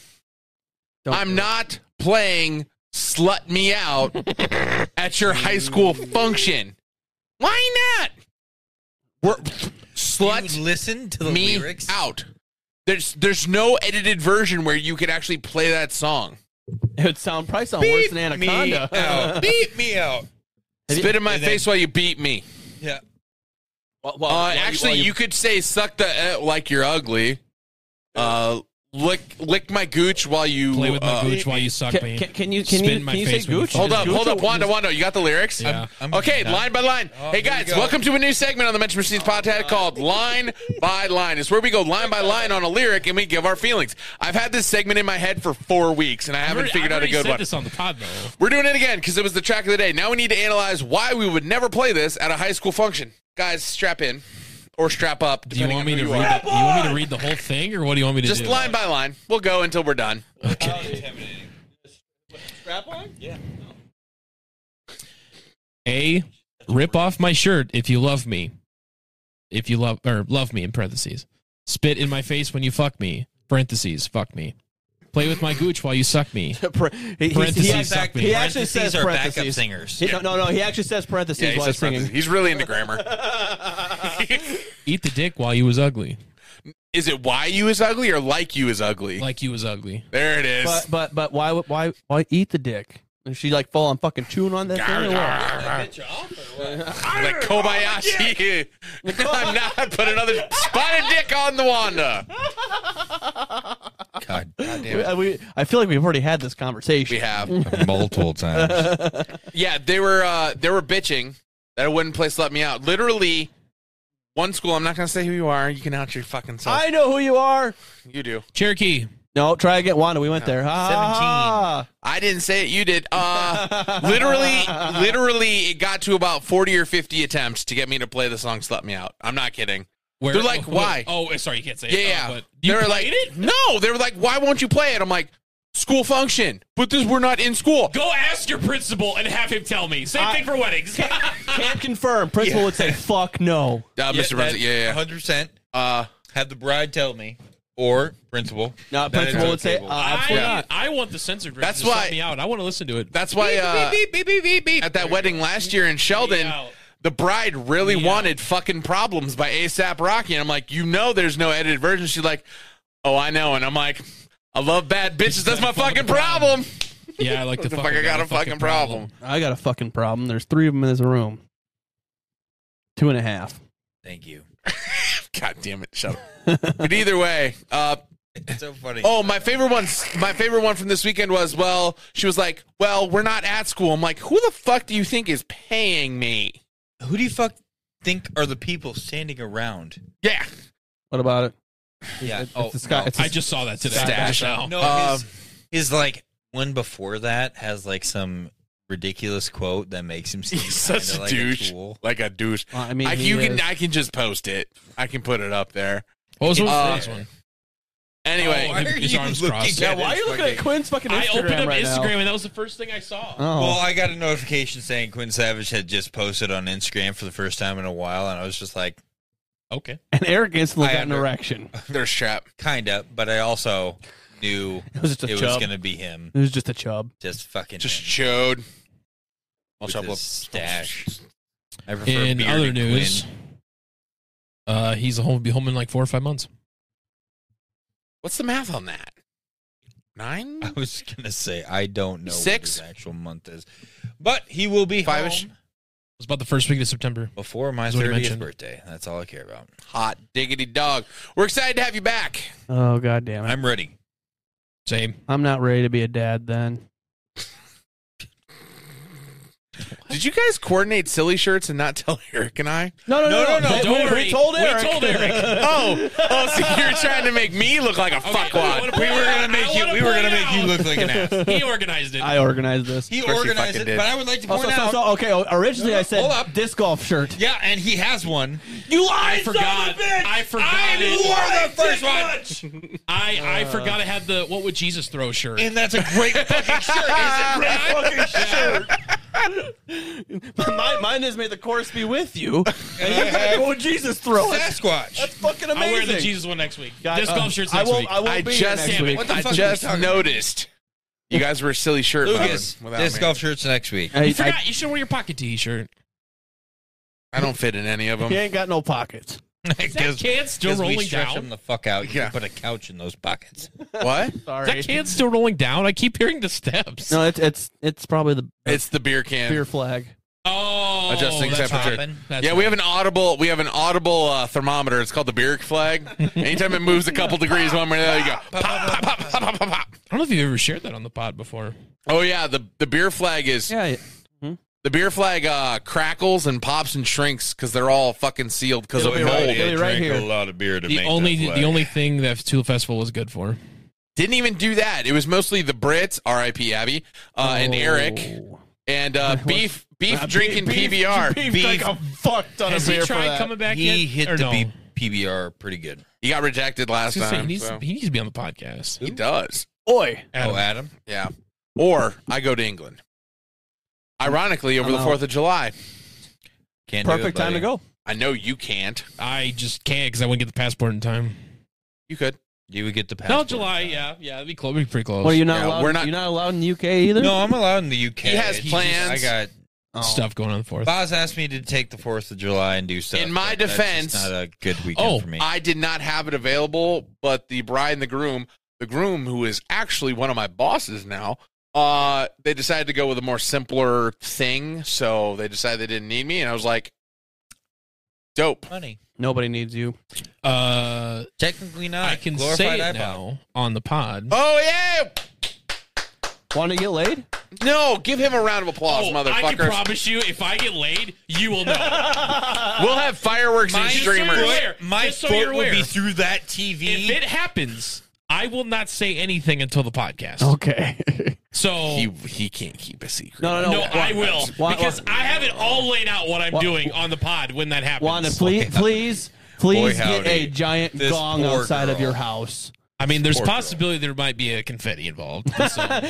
[SPEAKER 2] Don't do
[SPEAKER 4] I'm
[SPEAKER 2] it.
[SPEAKER 4] not playing Slut Me Out at your high school function. Why not? We're,
[SPEAKER 3] You
[SPEAKER 4] slut
[SPEAKER 3] listen to the
[SPEAKER 4] Me
[SPEAKER 3] lyrics.
[SPEAKER 4] Out. There's there's no edited version where you could actually play that song.
[SPEAKER 2] It would sound probably sound worse than
[SPEAKER 3] Me
[SPEAKER 2] Anaconda.
[SPEAKER 3] out. Beat me out.
[SPEAKER 2] Have you-
[SPEAKER 4] Spit in my
[SPEAKER 3] and then-
[SPEAKER 4] face while you beat me.
[SPEAKER 3] Yeah.
[SPEAKER 2] Well,
[SPEAKER 4] Uh,
[SPEAKER 2] well, well,
[SPEAKER 4] actually,
[SPEAKER 2] well,
[SPEAKER 4] you, could say "suck the uh, like you're ugly." Uh, lick lick my gooch while you
[SPEAKER 1] Play with my
[SPEAKER 4] uh,
[SPEAKER 1] gooch while you suck
[SPEAKER 2] Can,
[SPEAKER 1] me.
[SPEAKER 2] can, can you can
[SPEAKER 1] Spit
[SPEAKER 2] you,
[SPEAKER 1] in my
[SPEAKER 2] can you
[SPEAKER 1] face
[SPEAKER 2] say
[SPEAKER 1] when you
[SPEAKER 2] Gooch?
[SPEAKER 1] fall
[SPEAKER 4] Hold
[SPEAKER 1] Is
[SPEAKER 4] up, hold up, Wanda, Wanda, you got the lyrics?
[SPEAKER 1] Yeah.
[SPEAKER 3] I'm-
[SPEAKER 4] okay,
[SPEAKER 3] I'm-
[SPEAKER 4] line by line.
[SPEAKER 3] Oh,
[SPEAKER 4] hey
[SPEAKER 3] here
[SPEAKER 4] guys,
[SPEAKER 3] we go.
[SPEAKER 4] welcome to a new segment on the Metro Machines podcast called Line by Line. It's where we go line by line on a lyric and we give our feelings. I've had this segment in my head for four weeks and I haven't
[SPEAKER 1] already-
[SPEAKER 4] figured
[SPEAKER 1] I've
[SPEAKER 4] out a
[SPEAKER 1] already
[SPEAKER 4] good
[SPEAKER 1] said
[SPEAKER 4] one.
[SPEAKER 1] this on the pod though.
[SPEAKER 4] We're doing it again because it was the track of the day. Now we need to analyze why we would never play this at a high school function. Guys, strap in or strap up.
[SPEAKER 1] Do you
[SPEAKER 4] Depending
[SPEAKER 1] want me
[SPEAKER 4] on
[SPEAKER 1] to
[SPEAKER 4] who
[SPEAKER 1] read?
[SPEAKER 4] you are.
[SPEAKER 1] The, you want me to read the whole thing, or what do you want me to
[SPEAKER 4] Just
[SPEAKER 1] do?
[SPEAKER 4] line by line. We'll go until we're done.
[SPEAKER 1] A. Rip off my shirt if you love me. If you love or love me in parentheses. Spit in my face when you fuck me. Parentheses. Fuck me. Play with my gooch while you suck me.
[SPEAKER 2] he, he, he,
[SPEAKER 1] Parentheses
[SPEAKER 2] he,
[SPEAKER 1] suck me.
[SPEAKER 2] he actually says
[SPEAKER 3] Parentheses are backup
[SPEAKER 2] parentheses.
[SPEAKER 3] singers.
[SPEAKER 2] He- no, no, no. He actually says parentheses
[SPEAKER 4] Yeah, he
[SPEAKER 2] while
[SPEAKER 4] says
[SPEAKER 2] he's
[SPEAKER 4] something.
[SPEAKER 2] singing.
[SPEAKER 4] He's really into grammar.
[SPEAKER 1] Eat the dick while you was ugly.
[SPEAKER 4] Is it why you is ugly or like you is ugly?
[SPEAKER 1] Like you was ugly.
[SPEAKER 4] there it is.
[SPEAKER 2] But but but why would- why why eat the dick? Is she like full on fucking chewing on that thing? or what?
[SPEAKER 4] like Kobayashi. I'm not. Put another spotted dick on the Wanda.
[SPEAKER 3] God, God damn
[SPEAKER 2] Uh, We, we- I feel like we've already had this conversation.
[SPEAKER 4] We have.
[SPEAKER 3] it. Multiple times.
[SPEAKER 4] Yeah, they were uh, they were bitching that it wouldn't place let me out. Literally, one school. I'm not gonna say who you are. You can out your fucking self.
[SPEAKER 2] I know who you are.
[SPEAKER 4] you do.
[SPEAKER 1] Cherokee.
[SPEAKER 2] No, try again, Wanda. We went there. Ah. Ha,
[SPEAKER 4] I didn't say it. You did. Uh, literally, literally, it got to about 40 or 50 attempts to get me to play the song "Slut Me Out." I'm not kidding.
[SPEAKER 1] Where,
[SPEAKER 4] They're like,
[SPEAKER 1] oh,
[SPEAKER 4] why?
[SPEAKER 1] Oh, sorry, you can't say
[SPEAKER 4] Yeah,
[SPEAKER 1] it.
[SPEAKER 4] yeah.
[SPEAKER 1] Oh, but you
[SPEAKER 4] they were like,
[SPEAKER 1] played it?
[SPEAKER 4] no. They were like, why won't you play it? I'm like, school function. But this, we're not in school. Uh,
[SPEAKER 1] Go ask your principal and have him tell me. Same
[SPEAKER 2] I-
[SPEAKER 1] thing for weddings.
[SPEAKER 2] ha. Can't confirm. Principal would say, "Fuck no."
[SPEAKER 4] Uh, Mr. Brunson, yeah, yeah.
[SPEAKER 3] 100%.
[SPEAKER 4] Uh,
[SPEAKER 3] Have the bride tell me, or principal.
[SPEAKER 2] No, principal
[SPEAKER 3] is
[SPEAKER 2] would say, uh,
[SPEAKER 3] untable.
[SPEAKER 2] absolutely
[SPEAKER 1] I,
[SPEAKER 2] not.
[SPEAKER 1] I want the censored version.
[SPEAKER 4] That's
[SPEAKER 1] to
[SPEAKER 4] why-
[SPEAKER 1] Set me out. I want to listen to it.
[SPEAKER 4] that's why uh, at that wedding last year in Sheldon,
[SPEAKER 1] out.
[SPEAKER 4] the bride really
[SPEAKER 1] Me
[SPEAKER 4] wanted fucking problems by ASAP Rocky. And I'm like, you know, there's no edited version. She's like, oh, I know. And I'm like, I love bad bitches. That's my fucking problem.
[SPEAKER 1] Yeah, I like the
[SPEAKER 4] The
[SPEAKER 1] fucking.
[SPEAKER 4] fuck, I got a fucking problem.
[SPEAKER 2] I got a fucking problem. There's three of them in this room. Two and a half.
[SPEAKER 3] Thank you.
[SPEAKER 4] God damn it. Shut up. but either way, uh,
[SPEAKER 3] It's so funny.
[SPEAKER 4] Oh, my favorite one. My favorite one from this weekend was well, she was like, "Well, we're not at school." I'm like, "Who the fuck do you think is paying me?"
[SPEAKER 3] Who do you fuck think are the people standing around?
[SPEAKER 4] Yeah,
[SPEAKER 2] What about it?
[SPEAKER 3] Yeah.
[SPEAKER 2] It's,
[SPEAKER 3] oh,
[SPEAKER 2] the sky,
[SPEAKER 3] no.
[SPEAKER 2] it's the
[SPEAKER 1] I just saw that today.
[SPEAKER 4] Stash
[SPEAKER 1] Just now.
[SPEAKER 3] No,
[SPEAKER 4] Um,
[SPEAKER 3] his, his like one before that has like some ridiculous quote that makes him seem
[SPEAKER 4] he's such
[SPEAKER 3] kinda
[SPEAKER 4] a
[SPEAKER 3] like
[SPEAKER 4] douche,
[SPEAKER 3] tool.
[SPEAKER 4] like a douche.
[SPEAKER 2] Uh, I mean,
[SPEAKER 4] I,
[SPEAKER 2] he
[SPEAKER 4] you
[SPEAKER 2] is-
[SPEAKER 4] can I can just post it. I can put it up there.
[SPEAKER 1] What was the
[SPEAKER 4] Uh,
[SPEAKER 1] first one?
[SPEAKER 4] Anyway,
[SPEAKER 1] Why are
[SPEAKER 3] His
[SPEAKER 1] you
[SPEAKER 3] arms
[SPEAKER 1] looking
[SPEAKER 3] crossed.
[SPEAKER 1] at
[SPEAKER 2] Yeah, why are you looking at Quinn's fucking Instagram
[SPEAKER 1] I opened up
[SPEAKER 2] right
[SPEAKER 1] Instagram
[SPEAKER 2] now?
[SPEAKER 1] and that was the first thing I saw.
[SPEAKER 2] Oh,
[SPEAKER 3] Well, I got a notification saying Quinn Savage had just posted on Instagram for the first time in a while, and I was just like,
[SPEAKER 1] okay.
[SPEAKER 2] and Eric instantly
[SPEAKER 3] I
[SPEAKER 2] got an
[SPEAKER 3] under-
[SPEAKER 2] erection.
[SPEAKER 3] Oh.
[SPEAKER 4] there's trap.
[SPEAKER 3] kinda, but I also knew
[SPEAKER 2] It was just a
[SPEAKER 3] it was
[SPEAKER 2] chub.
[SPEAKER 3] gonna be him.
[SPEAKER 2] It was just a chub.
[SPEAKER 3] Just fucking
[SPEAKER 4] Just
[SPEAKER 3] him
[SPEAKER 4] chode.
[SPEAKER 3] with
[SPEAKER 4] I'll
[SPEAKER 3] his stash. I prefer
[SPEAKER 1] In
[SPEAKER 3] bearded
[SPEAKER 1] other
[SPEAKER 3] Quinn.
[SPEAKER 1] news, uh, he's home, be home in like four or five months.
[SPEAKER 4] What's the math on that? Nine?
[SPEAKER 3] I was gonna say I don't know
[SPEAKER 4] Six?
[SPEAKER 3] what his actual month is, but he will be
[SPEAKER 4] Five-ish?
[SPEAKER 3] home
[SPEAKER 1] was about the first week of September.
[SPEAKER 3] before my
[SPEAKER 1] That's what he
[SPEAKER 3] thirtieth
[SPEAKER 1] mentioned.
[SPEAKER 3] birthday. That's all I care about.
[SPEAKER 4] Hot diggity dog. We're excited to have you back.
[SPEAKER 2] Oh god damn it!
[SPEAKER 3] I'm ready.
[SPEAKER 1] Same.
[SPEAKER 2] I'm not ready to be a dad. Then
[SPEAKER 4] Did you guys coordinate silly shirts and not tell Eric and I?
[SPEAKER 2] no, no,
[SPEAKER 1] no, no, don't
[SPEAKER 2] we,
[SPEAKER 1] worry.
[SPEAKER 2] We told
[SPEAKER 1] We
[SPEAKER 2] Eric.
[SPEAKER 1] told Eric.
[SPEAKER 4] Oh, oh, so you're trying to make me look like a fuckwad.
[SPEAKER 1] We were gonna make you. We were gonna make you
[SPEAKER 3] look like an ass.
[SPEAKER 1] He organized it.
[SPEAKER 2] I organized this.
[SPEAKER 3] He
[SPEAKER 4] course you
[SPEAKER 3] organized
[SPEAKER 4] fucking
[SPEAKER 3] it,
[SPEAKER 4] did.
[SPEAKER 3] but I would like to point
[SPEAKER 2] Also, so,
[SPEAKER 3] out.
[SPEAKER 2] so, okay. oh, Originally, I said
[SPEAKER 3] Hold up.
[SPEAKER 2] disc golf shirt.
[SPEAKER 3] Yeah, and he has one.
[SPEAKER 2] You lied.
[SPEAKER 1] I forgot. I forgot.
[SPEAKER 3] You
[SPEAKER 1] it.
[SPEAKER 3] are the first one,
[SPEAKER 1] I I
[SPEAKER 2] Uh.
[SPEAKER 1] forgot I had the what would Jesus throw shirt.
[SPEAKER 3] and that's a great fucking shirt.
[SPEAKER 4] Ah,
[SPEAKER 3] It's a great fucking shirt.
[SPEAKER 2] Mine, mine is may the course be with you. And you gotta go with Jesus throw it.
[SPEAKER 3] Sasquatch.
[SPEAKER 2] That's fucking amazing.
[SPEAKER 1] I'll wear the Jesus one next week.
[SPEAKER 2] God,
[SPEAKER 1] Disc
[SPEAKER 2] uh,
[SPEAKER 1] golf shirts
[SPEAKER 2] I
[SPEAKER 1] next
[SPEAKER 2] won't,
[SPEAKER 1] week.
[SPEAKER 2] I won't
[SPEAKER 4] I
[SPEAKER 2] be here
[SPEAKER 4] just-
[SPEAKER 2] next
[SPEAKER 1] Damn it,
[SPEAKER 2] week.
[SPEAKER 1] what
[SPEAKER 3] the
[SPEAKER 4] I
[SPEAKER 3] fuck are we
[SPEAKER 4] just
[SPEAKER 3] talking about?
[SPEAKER 4] noticed you guys were silly shirt
[SPEAKER 3] Lucas,
[SPEAKER 4] bobbing without
[SPEAKER 3] disc
[SPEAKER 4] me.
[SPEAKER 3] golf shirts next week.
[SPEAKER 1] You
[SPEAKER 2] I-
[SPEAKER 1] forgot. you should wear your pocket t-shirt.
[SPEAKER 4] I don't fit in any of
[SPEAKER 2] I-
[SPEAKER 4] them.
[SPEAKER 2] he ain't got no pockets.
[SPEAKER 1] Is that kid still
[SPEAKER 3] Because we
[SPEAKER 1] rolling
[SPEAKER 3] stretch
[SPEAKER 1] down?
[SPEAKER 3] them the fuck out. You
[SPEAKER 4] Yeah.
[SPEAKER 3] can put a couch in those pockets.
[SPEAKER 4] What?
[SPEAKER 1] Is
[SPEAKER 2] Sorry.
[SPEAKER 1] that kid still rolling down? I keep hearing the steps.
[SPEAKER 2] No, it's it's it's probably the
[SPEAKER 4] It's the beer can.
[SPEAKER 2] beer flag.
[SPEAKER 1] Oh,
[SPEAKER 4] Adjusting
[SPEAKER 1] that's
[SPEAKER 4] temperature.
[SPEAKER 1] right. That's
[SPEAKER 4] yeah,
[SPEAKER 1] right.
[SPEAKER 4] we have an audible. We have an audible uh, thermometer. It's called the Bierk flag. Anytime it moves a couple degrees one way or the other, you go pop, pop, pop, pop, pop, pop, pop.
[SPEAKER 1] I don't know if you've ever shared that on the pod before.
[SPEAKER 4] Oh yeah, the the beer flag is
[SPEAKER 2] Yeah.
[SPEAKER 4] the beer flag uh, crackles and pops and shrinks because they're all fucking sealed because of
[SPEAKER 2] It'll be
[SPEAKER 4] mold.
[SPEAKER 2] right- it'll be right
[SPEAKER 5] drank
[SPEAKER 2] here.
[SPEAKER 5] a lot of beer to
[SPEAKER 1] The
[SPEAKER 5] make
[SPEAKER 1] only
[SPEAKER 5] that
[SPEAKER 1] the
[SPEAKER 5] flag.
[SPEAKER 1] only thing that Tool Festival was good for.
[SPEAKER 4] Didn't even do that. It was mostly the Brits, R.I.P. Abby, uh, and
[SPEAKER 1] Oh.
[SPEAKER 4] Eric, and uh, beef beef drinking PBR.
[SPEAKER 2] Oh. Beef,
[SPEAKER 4] Beef.
[SPEAKER 2] Like a fuck ton
[SPEAKER 1] Has
[SPEAKER 2] of
[SPEAKER 1] he
[SPEAKER 2] beer for
[SPEAKER 1] tried
[SPEAKER 2] that.
[SPEAKER 1] coming back
[SPEAKER 3] He
[SPEAKER 1] yet?
[SPEAKER 3] hit
[SPEAKER 1] or
[SPEAKER 3] the
[SPEAKER 1] no?
[SPEAKER 3] B- PBR pretty good.
[SPEAKER 4] He got rejected
[SPEAKER 1] I was
[SPEAKER 4] last
[SPEAKER 1] gonna say,
[SPEAKER 4] time.
[SPEAKER 1] he, needs,
[SPEAKER 4] so-
[SPEAKER 1] he needs to be on the podcast.
[SPEAKER 4] He does.
[SPEAKER 2] Oi.
[SPEAKER 1] Adam.
[SPEAKER 3] Oh, Adam.
[SPEAKER 4] Yeah. Or I go to England. Ironically, over
[SPEAKER 2] I'm
[SPEAKER 4] the
[SPEAKER 2] out.
[SPEAKER 4] 4th of July.
[SPEAKER 3] Can't do it,
[SPEAKER 2] Perfect time to
[SPEAKER 3] buddy.
[SPEAKER 2] go.
[SPEAKER 4] I know you can't.
[SPEAKER 1] I just can't because I wouldn't get the passport in time.
[SPEAKER 4] You could.
[SPEAKER 3] You would get the
[SPEAKER 1] No,
[SPEAKER 3] passport.
[SPEAKER 1] July. Yeah, yeah, it'd be close. It'd be pretty close.
[SPEAKER 2] What are you not
[SPEAKER 4] Yeah,
[SPEAKER 2] allowed?
[SPEAKER 4] we're not-
[SPEAKER 2] You're not allowed in the UK either.
[SPEAKER 3] No, I'm allowed in the UK.
[SPEAKER 4] He has
[SPEAKER 3] It's just-
[SPEAKER 4] plans.
[SPEAKER 3] I got.
[SPEAKER 2] Oh.
[SPEAKER 1] stuff going on the fourth?
[SPEAKER 3] Boz asked me to take the Fourth of July and do stuff.
[SPEAKER 4] In my
[SPEAKER 3] but that's just
[SPEAKER 4] defense-
[SPEAKER 3] not a good weekend
[SPEAKER 1] Oh,
[SPEAKER 3] for me.
[SPEAKER 4] I did not have it available, but the bride and the groom, the groom who is actually one of my bosses now, uh, they decided to go with a more simpler thing. So they decided they didn't need me. And I was like, dope.
[SPEAKER 3] Money.
[SPEAKER 2] Nobody needs you.
[SPEAKER 1] Uh,
[SPEAKER 3] Technically not.
[SPEAKER 1] I can
[SPEAKER 3] Glorified
[SPEAKER 1] say it
[SPEAKER 3] iPod.
[SPEAKER 1] now on the pod.
[SPEAKER 4] Oh, yeah.
[SPEAKER 2] Want to get laid?
[SPEAKER 4] No, give him a round of applause,
[SPEAKER 1] Oh, I can
[SPEAKER 4] motherfucker.
[SPEAKER 1] promise you, if I get laid, you will know.
[SPEAKER 4] we'll have fireworks and
[SPEAKER 1] Mine-
[SPEAKER 4] streamers.
[SPEAKER 1] Just so you're aware.
[SPEAKER 3] My
[SPEAKER 1] Just so
[SPEAKER 3] foot
[SPEAKER 1] you're
[SPEAKER 3] will be
[SPEAKER 1] aware.
[SPEAKER 3] through that TV.
[SPEAKER 1] if it happens, I will not say anything until the podcast.
[SPEAKER 2] Okay.
[SPEAKER 1] So
[SPEAKER 4] He, he can't keep a secret.
[SPEAKER 2] no, no,
[SPEAKER 1] no,
[SPEAKER 2] no.
[SPEAKER 1] I will
[SPEAKER 2] Why-
[SPEAKER 1] because I have it all laid out what I'm
[SPEAKER 2] Why-
[SPEAKER 1] doing on the pod when that happens.
[SPEAKER 2] Wanda, please, please, please get
[SPEAKER 3] howdy.
[SPEAKER 2] a giant
[SPEAKER 3] This
[SPEAKER 2] gong
[SPEAKER 3] poor
[SPEAKER 2] outside of
[SPEAKER 3] girl.
[SPEAKER 2] your house.
[SPEAKER 1] I mean, there's
[SPEAKER 3] Poor girl.
[SPEAKER 1] possibility there might be a confetti involved. So.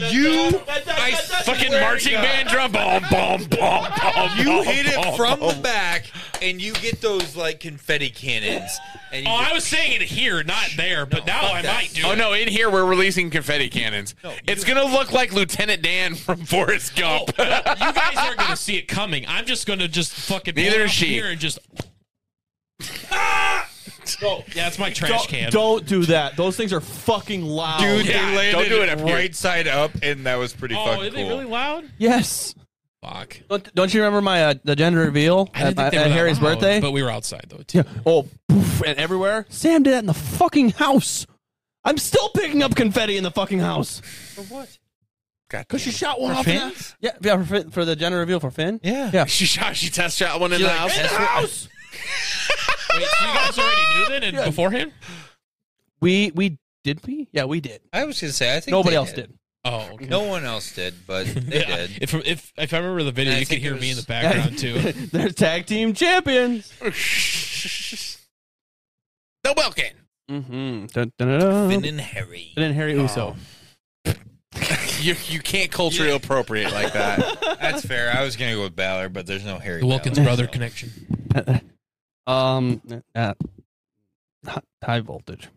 [SPEAKER 3] You-
[SPEAKER 2] you,
[SPEAKER 3] I
[SPEAKER 1] Fucking
[SPEAKER 3] Swear to
[SPEAKER 1] marching
[SPEAKER 3] God.
[SPEAKER 1] band drum, bomb, bomb, bomb, bomb.
[SPEAKER 3] You hit it from the back, and you get those like confetti cannons. And you
[SPEAKER 1] Oh,
[SPEAKER 3] just-
[SPEAKER 1] I was saying it here, not there, but
[SPEAKER 3] No,
[SPEAKER 1] now
[SPEAKER 3] fuck
[SPEAKER 1] I
[SPEAKER 3] that.
[SPEAKER 1] might do
[SPEAKER 4] Oh
[SPEAKER 1] it.
[SPEAKER 4] no! In here, we're releasing confetti cannons.
[SPEAKER 3] No, you-
[SPEAKER 4] it's gonna look like Lieutenant Dan from Forrest Gump.
[SPEAKER 1] Oh, You guys aren't gonna see it coming. I'm just gonna just fucking blow
[SPEAKER 4] Neither
[SPEAKER 1] it
[SPEAKER 4] is
[SPEAKER 1] up
[SPEAKER 4] she.
[SPEAKER 1] here and just. yeah, it's my trash
[SPEAKER 2] Ah! don't,
[SPEAKER 1] can.
[SPEAKER 2] don't do that. Those things are fucking loud.
[SPEAKER 3] Dude,
[SPEAKER 1] Yeah,
[SPEAKER 3] they landed
[SPEAKER 4] don't do it up here.
[SPEAKER 3] right side up, and that was pretty
[SPEAKER 1] oh,
[SPEAKER 3] fucking
[SPEAKER 1] are they
[SPEAKER 3] cool.
[SPEAKER 1] really loud?
[SPEAKER 2] Yes.
[SPEAKER 1] Fuck.
[SPEAKER 2] Don't, don't you remember my uh, the gender reveal
[SPEAKER 1] I didn't think
[SPEAKER 2] at,
[SPEAKER 1] they
[SPEAKER 2] at
[SPEAKER 1] were that
[SPEAKER 2] Harry's
[SPEAKER 1] loud,
[SPEAKER 2] birthday?
[SPEAKER 1] but we were outside though. Too.
[SPEAKER 2] yeah. Oh, poof, and everywhere. Sam did that in the fucking house. I'm still picking up confetti in the fucking house
[SPEAKER 3] For what?
[SPEAKER 2] because she shot one
[SPEAKER 3] For
[SPEAKER 2] off. in the-
[SPEAKER 3] Finn's?
[SPEAKER 2] Yeah, yeah, for, Finn- for the gender reveal for Finn.
[SPEAKER 3] Yeah.
[SPEAKER 2] Yeah.
[SPEAKER 4] she shot. She test shot one in
[SPEAKER 3] She
[SPEAKER 4] the
[SPEAKER 3] like-
[SPEAKER 4] house.
[SPEAKER 3] In the
[SPEAKER 2] house.
[SPEAKER 1] Wait, so you guys already knew then and
[SPEAKER 2] Yeah.
[SPEAKER 1] beforehand?
[SPEAKER 2] We we did we? Yeah, we did.
[SPEAKER 3] I was gonna say I think
[SPEAKER 2] Nobody
[SPEAKER 3] they
[SPEAKER 2] else
[SPEAKER 3] did.
[SPEAKER 2] did.
[SPEAKER 1] Oh, okay.
[SPEAKER 3] No one else did, but they
[SPEAKER 1] Yeah,
[SPEAKER 3] did.
[SPEAKER 1] If, if if I remember the video,
[SPEAKER 3] And I
[SPEAKER 1] you could
[SPEAKER 3] think it
[SPEAKER 1] hear me in
[SPEAKER 3] was-
[SPEAKER 1] the background too.
[SPEAKER 2] They're tag team champions.
[SPEAKER 4] No Belkin.
[SPEAKER 2] Mm-hmm. Dun, dun, dun, dun.
[SPEAKER 3] Finn
[SPEAKER 2] And
[SPEAKER 3] and Harry.
[SPEAKER 2] then Harry Uso.
[SPEAKER 4] You you can't culturally appropriate like that.
[SPEAKER 3] That's fair. I was gonna go with Balor, but there's no Harry.
[SPEAKER 1] The Wilkins
[SPEAKER 3] Balor,
[SPEAKER 1] brother
[SPEAKER 3] so.
[SPEAKER 1] connection.
[SPEAKER 2] Um, uh, hi- high voltage.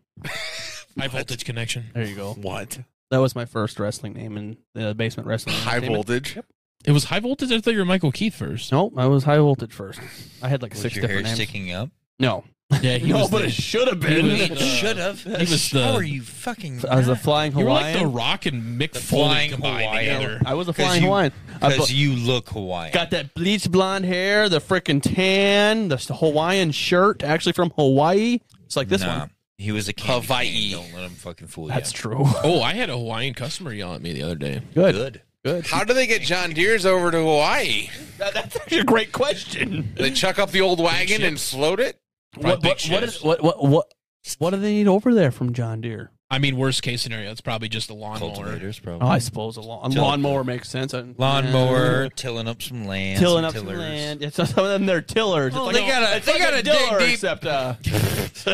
[SPEAKER 1] High voltage connection.
[SPEAKER 2] There you go.
[SPEAKER 4] what?
[SPEAKER 2] That was my first wrestling name in the basement wrestling.
[SPEAKER 4] High
[SPEAKER 2] entertainment.
[SPEAKER 4] voltage.
[SPEAKER 1] It was high voltage. I thought you were Michael Keith first.
[SPEAKER 2] Nope, I was high voltage first. I had like
[SPEAKER 3] Was
[SPEAKER 2] six
[SPEAKER 3] your hair
[SPEAKER 2] different names.
[SPEAKER 3] sticking up?
[SPEAKER 2] No,
[SPEAKER 1] Yeah, he
[SPEAKER 2] no,
[SPEAKER 1] was
[SPEAKER 2] but
[SPEAKER 1] the-
[SPEAKER 2] it should have
[SPEAKER 1] He was
[SPEAKER 2] been.
[SPEAKER 1] the-
[SPEAKER 3] should have.
[SPEAKER 1] he was the-
[SPEAKER 3] How are you fucking?
[SPEAKER 2] I was a flying
[SPEAKER 1] you were like
[SPEAKER 2] Hawaiian.
[SPEAKER 1] the Rock and Mick
[SPEAKER 3] The
[SPEAKER 1] Foley
[SPEAKER 3] Flying
[SPEAKER 1] combined
[SPEAKER 3] Hawaiian.
[SPEAKER 1] together.
[SPEAKER 2] I was a
[SPEAKER 3] 'Cause
[SPEAKER 2] flying
[SPEAKER 3] you-
[SPEAKER 2] Hawaiian. I bu-
[SPEAKER 3] Because you look Hawaiian.
[SPEAKER 2] got that bleach blonde hair, the freaking tan, the Hawaiian shirt, actually from Hawaii. It's like this
[SPEAKER 3] Nah,
[SPEAKER 2] one.
[SPEAKER 3] He was a candy
[SPEAKER 4] Hawaii.
[SPEAKER 3] cane. Don't let him fucking fool
[SPEAKER 2] That's
[SPEAKER 3] you.
[SPEAKER 2] true.
[SPEAKER 1] Oh, I had a Hawaiian customer yell at me the other day.
[SPEAKER 2] Good.
[SPEAKER 3] good.
[SPEAKER 2] Good.
[SPEAKER 4] How do they get John Deere's over to Hawaii?
[SPEAKER 2] That- That's actually a great question.
[SPEAKER 4] They chuck up the old wagon and float it?
[SPEAKER 2] What,
[SPEAKER 1] big
[SPEAKER 2] what, what,
[SPEAKER 1] ships.
[SPEAKER 2] is, what, what, what, what do they need over there from John Deere?
[SPEAKER 1] I mean, worst case scenario, it's probably just a lawnmower.
[SPEAKER 3] Cultivators,
[SPEAKER 2] Oh,
[SPEAKER 3] probably.
[SPEAKER 2] I suppose a, lawn, a
[SPEAKER 3] Till-
[SPEAKER 2] lawnmower makes sense. I-
[SPEAKER 3] Lawnmower,
[SPEAKER 2] Yeah.
[SPEAKER 3] tilling up some land,
[SPEAKER 2] tilling
[SPEAKER 3] some
[SPEAKER 2] up
[SPEAKER 3] tillers.
[SPEAKER 2] some land. It's, some of them they're tillers. It's
[SPEAKER 3] Oh,
[SPEAKER 2] like a-
[SPEAKER 3] they gotta-
[SPEAKER 2] it's
[SPEAKER 3] they
[SPEAKER 2] like
[SPEAKER 3] gotta
[SPEAKER 2] a diller,
[SPEAKER 3] dig deep.
[SPEAKER 2] Except, uh,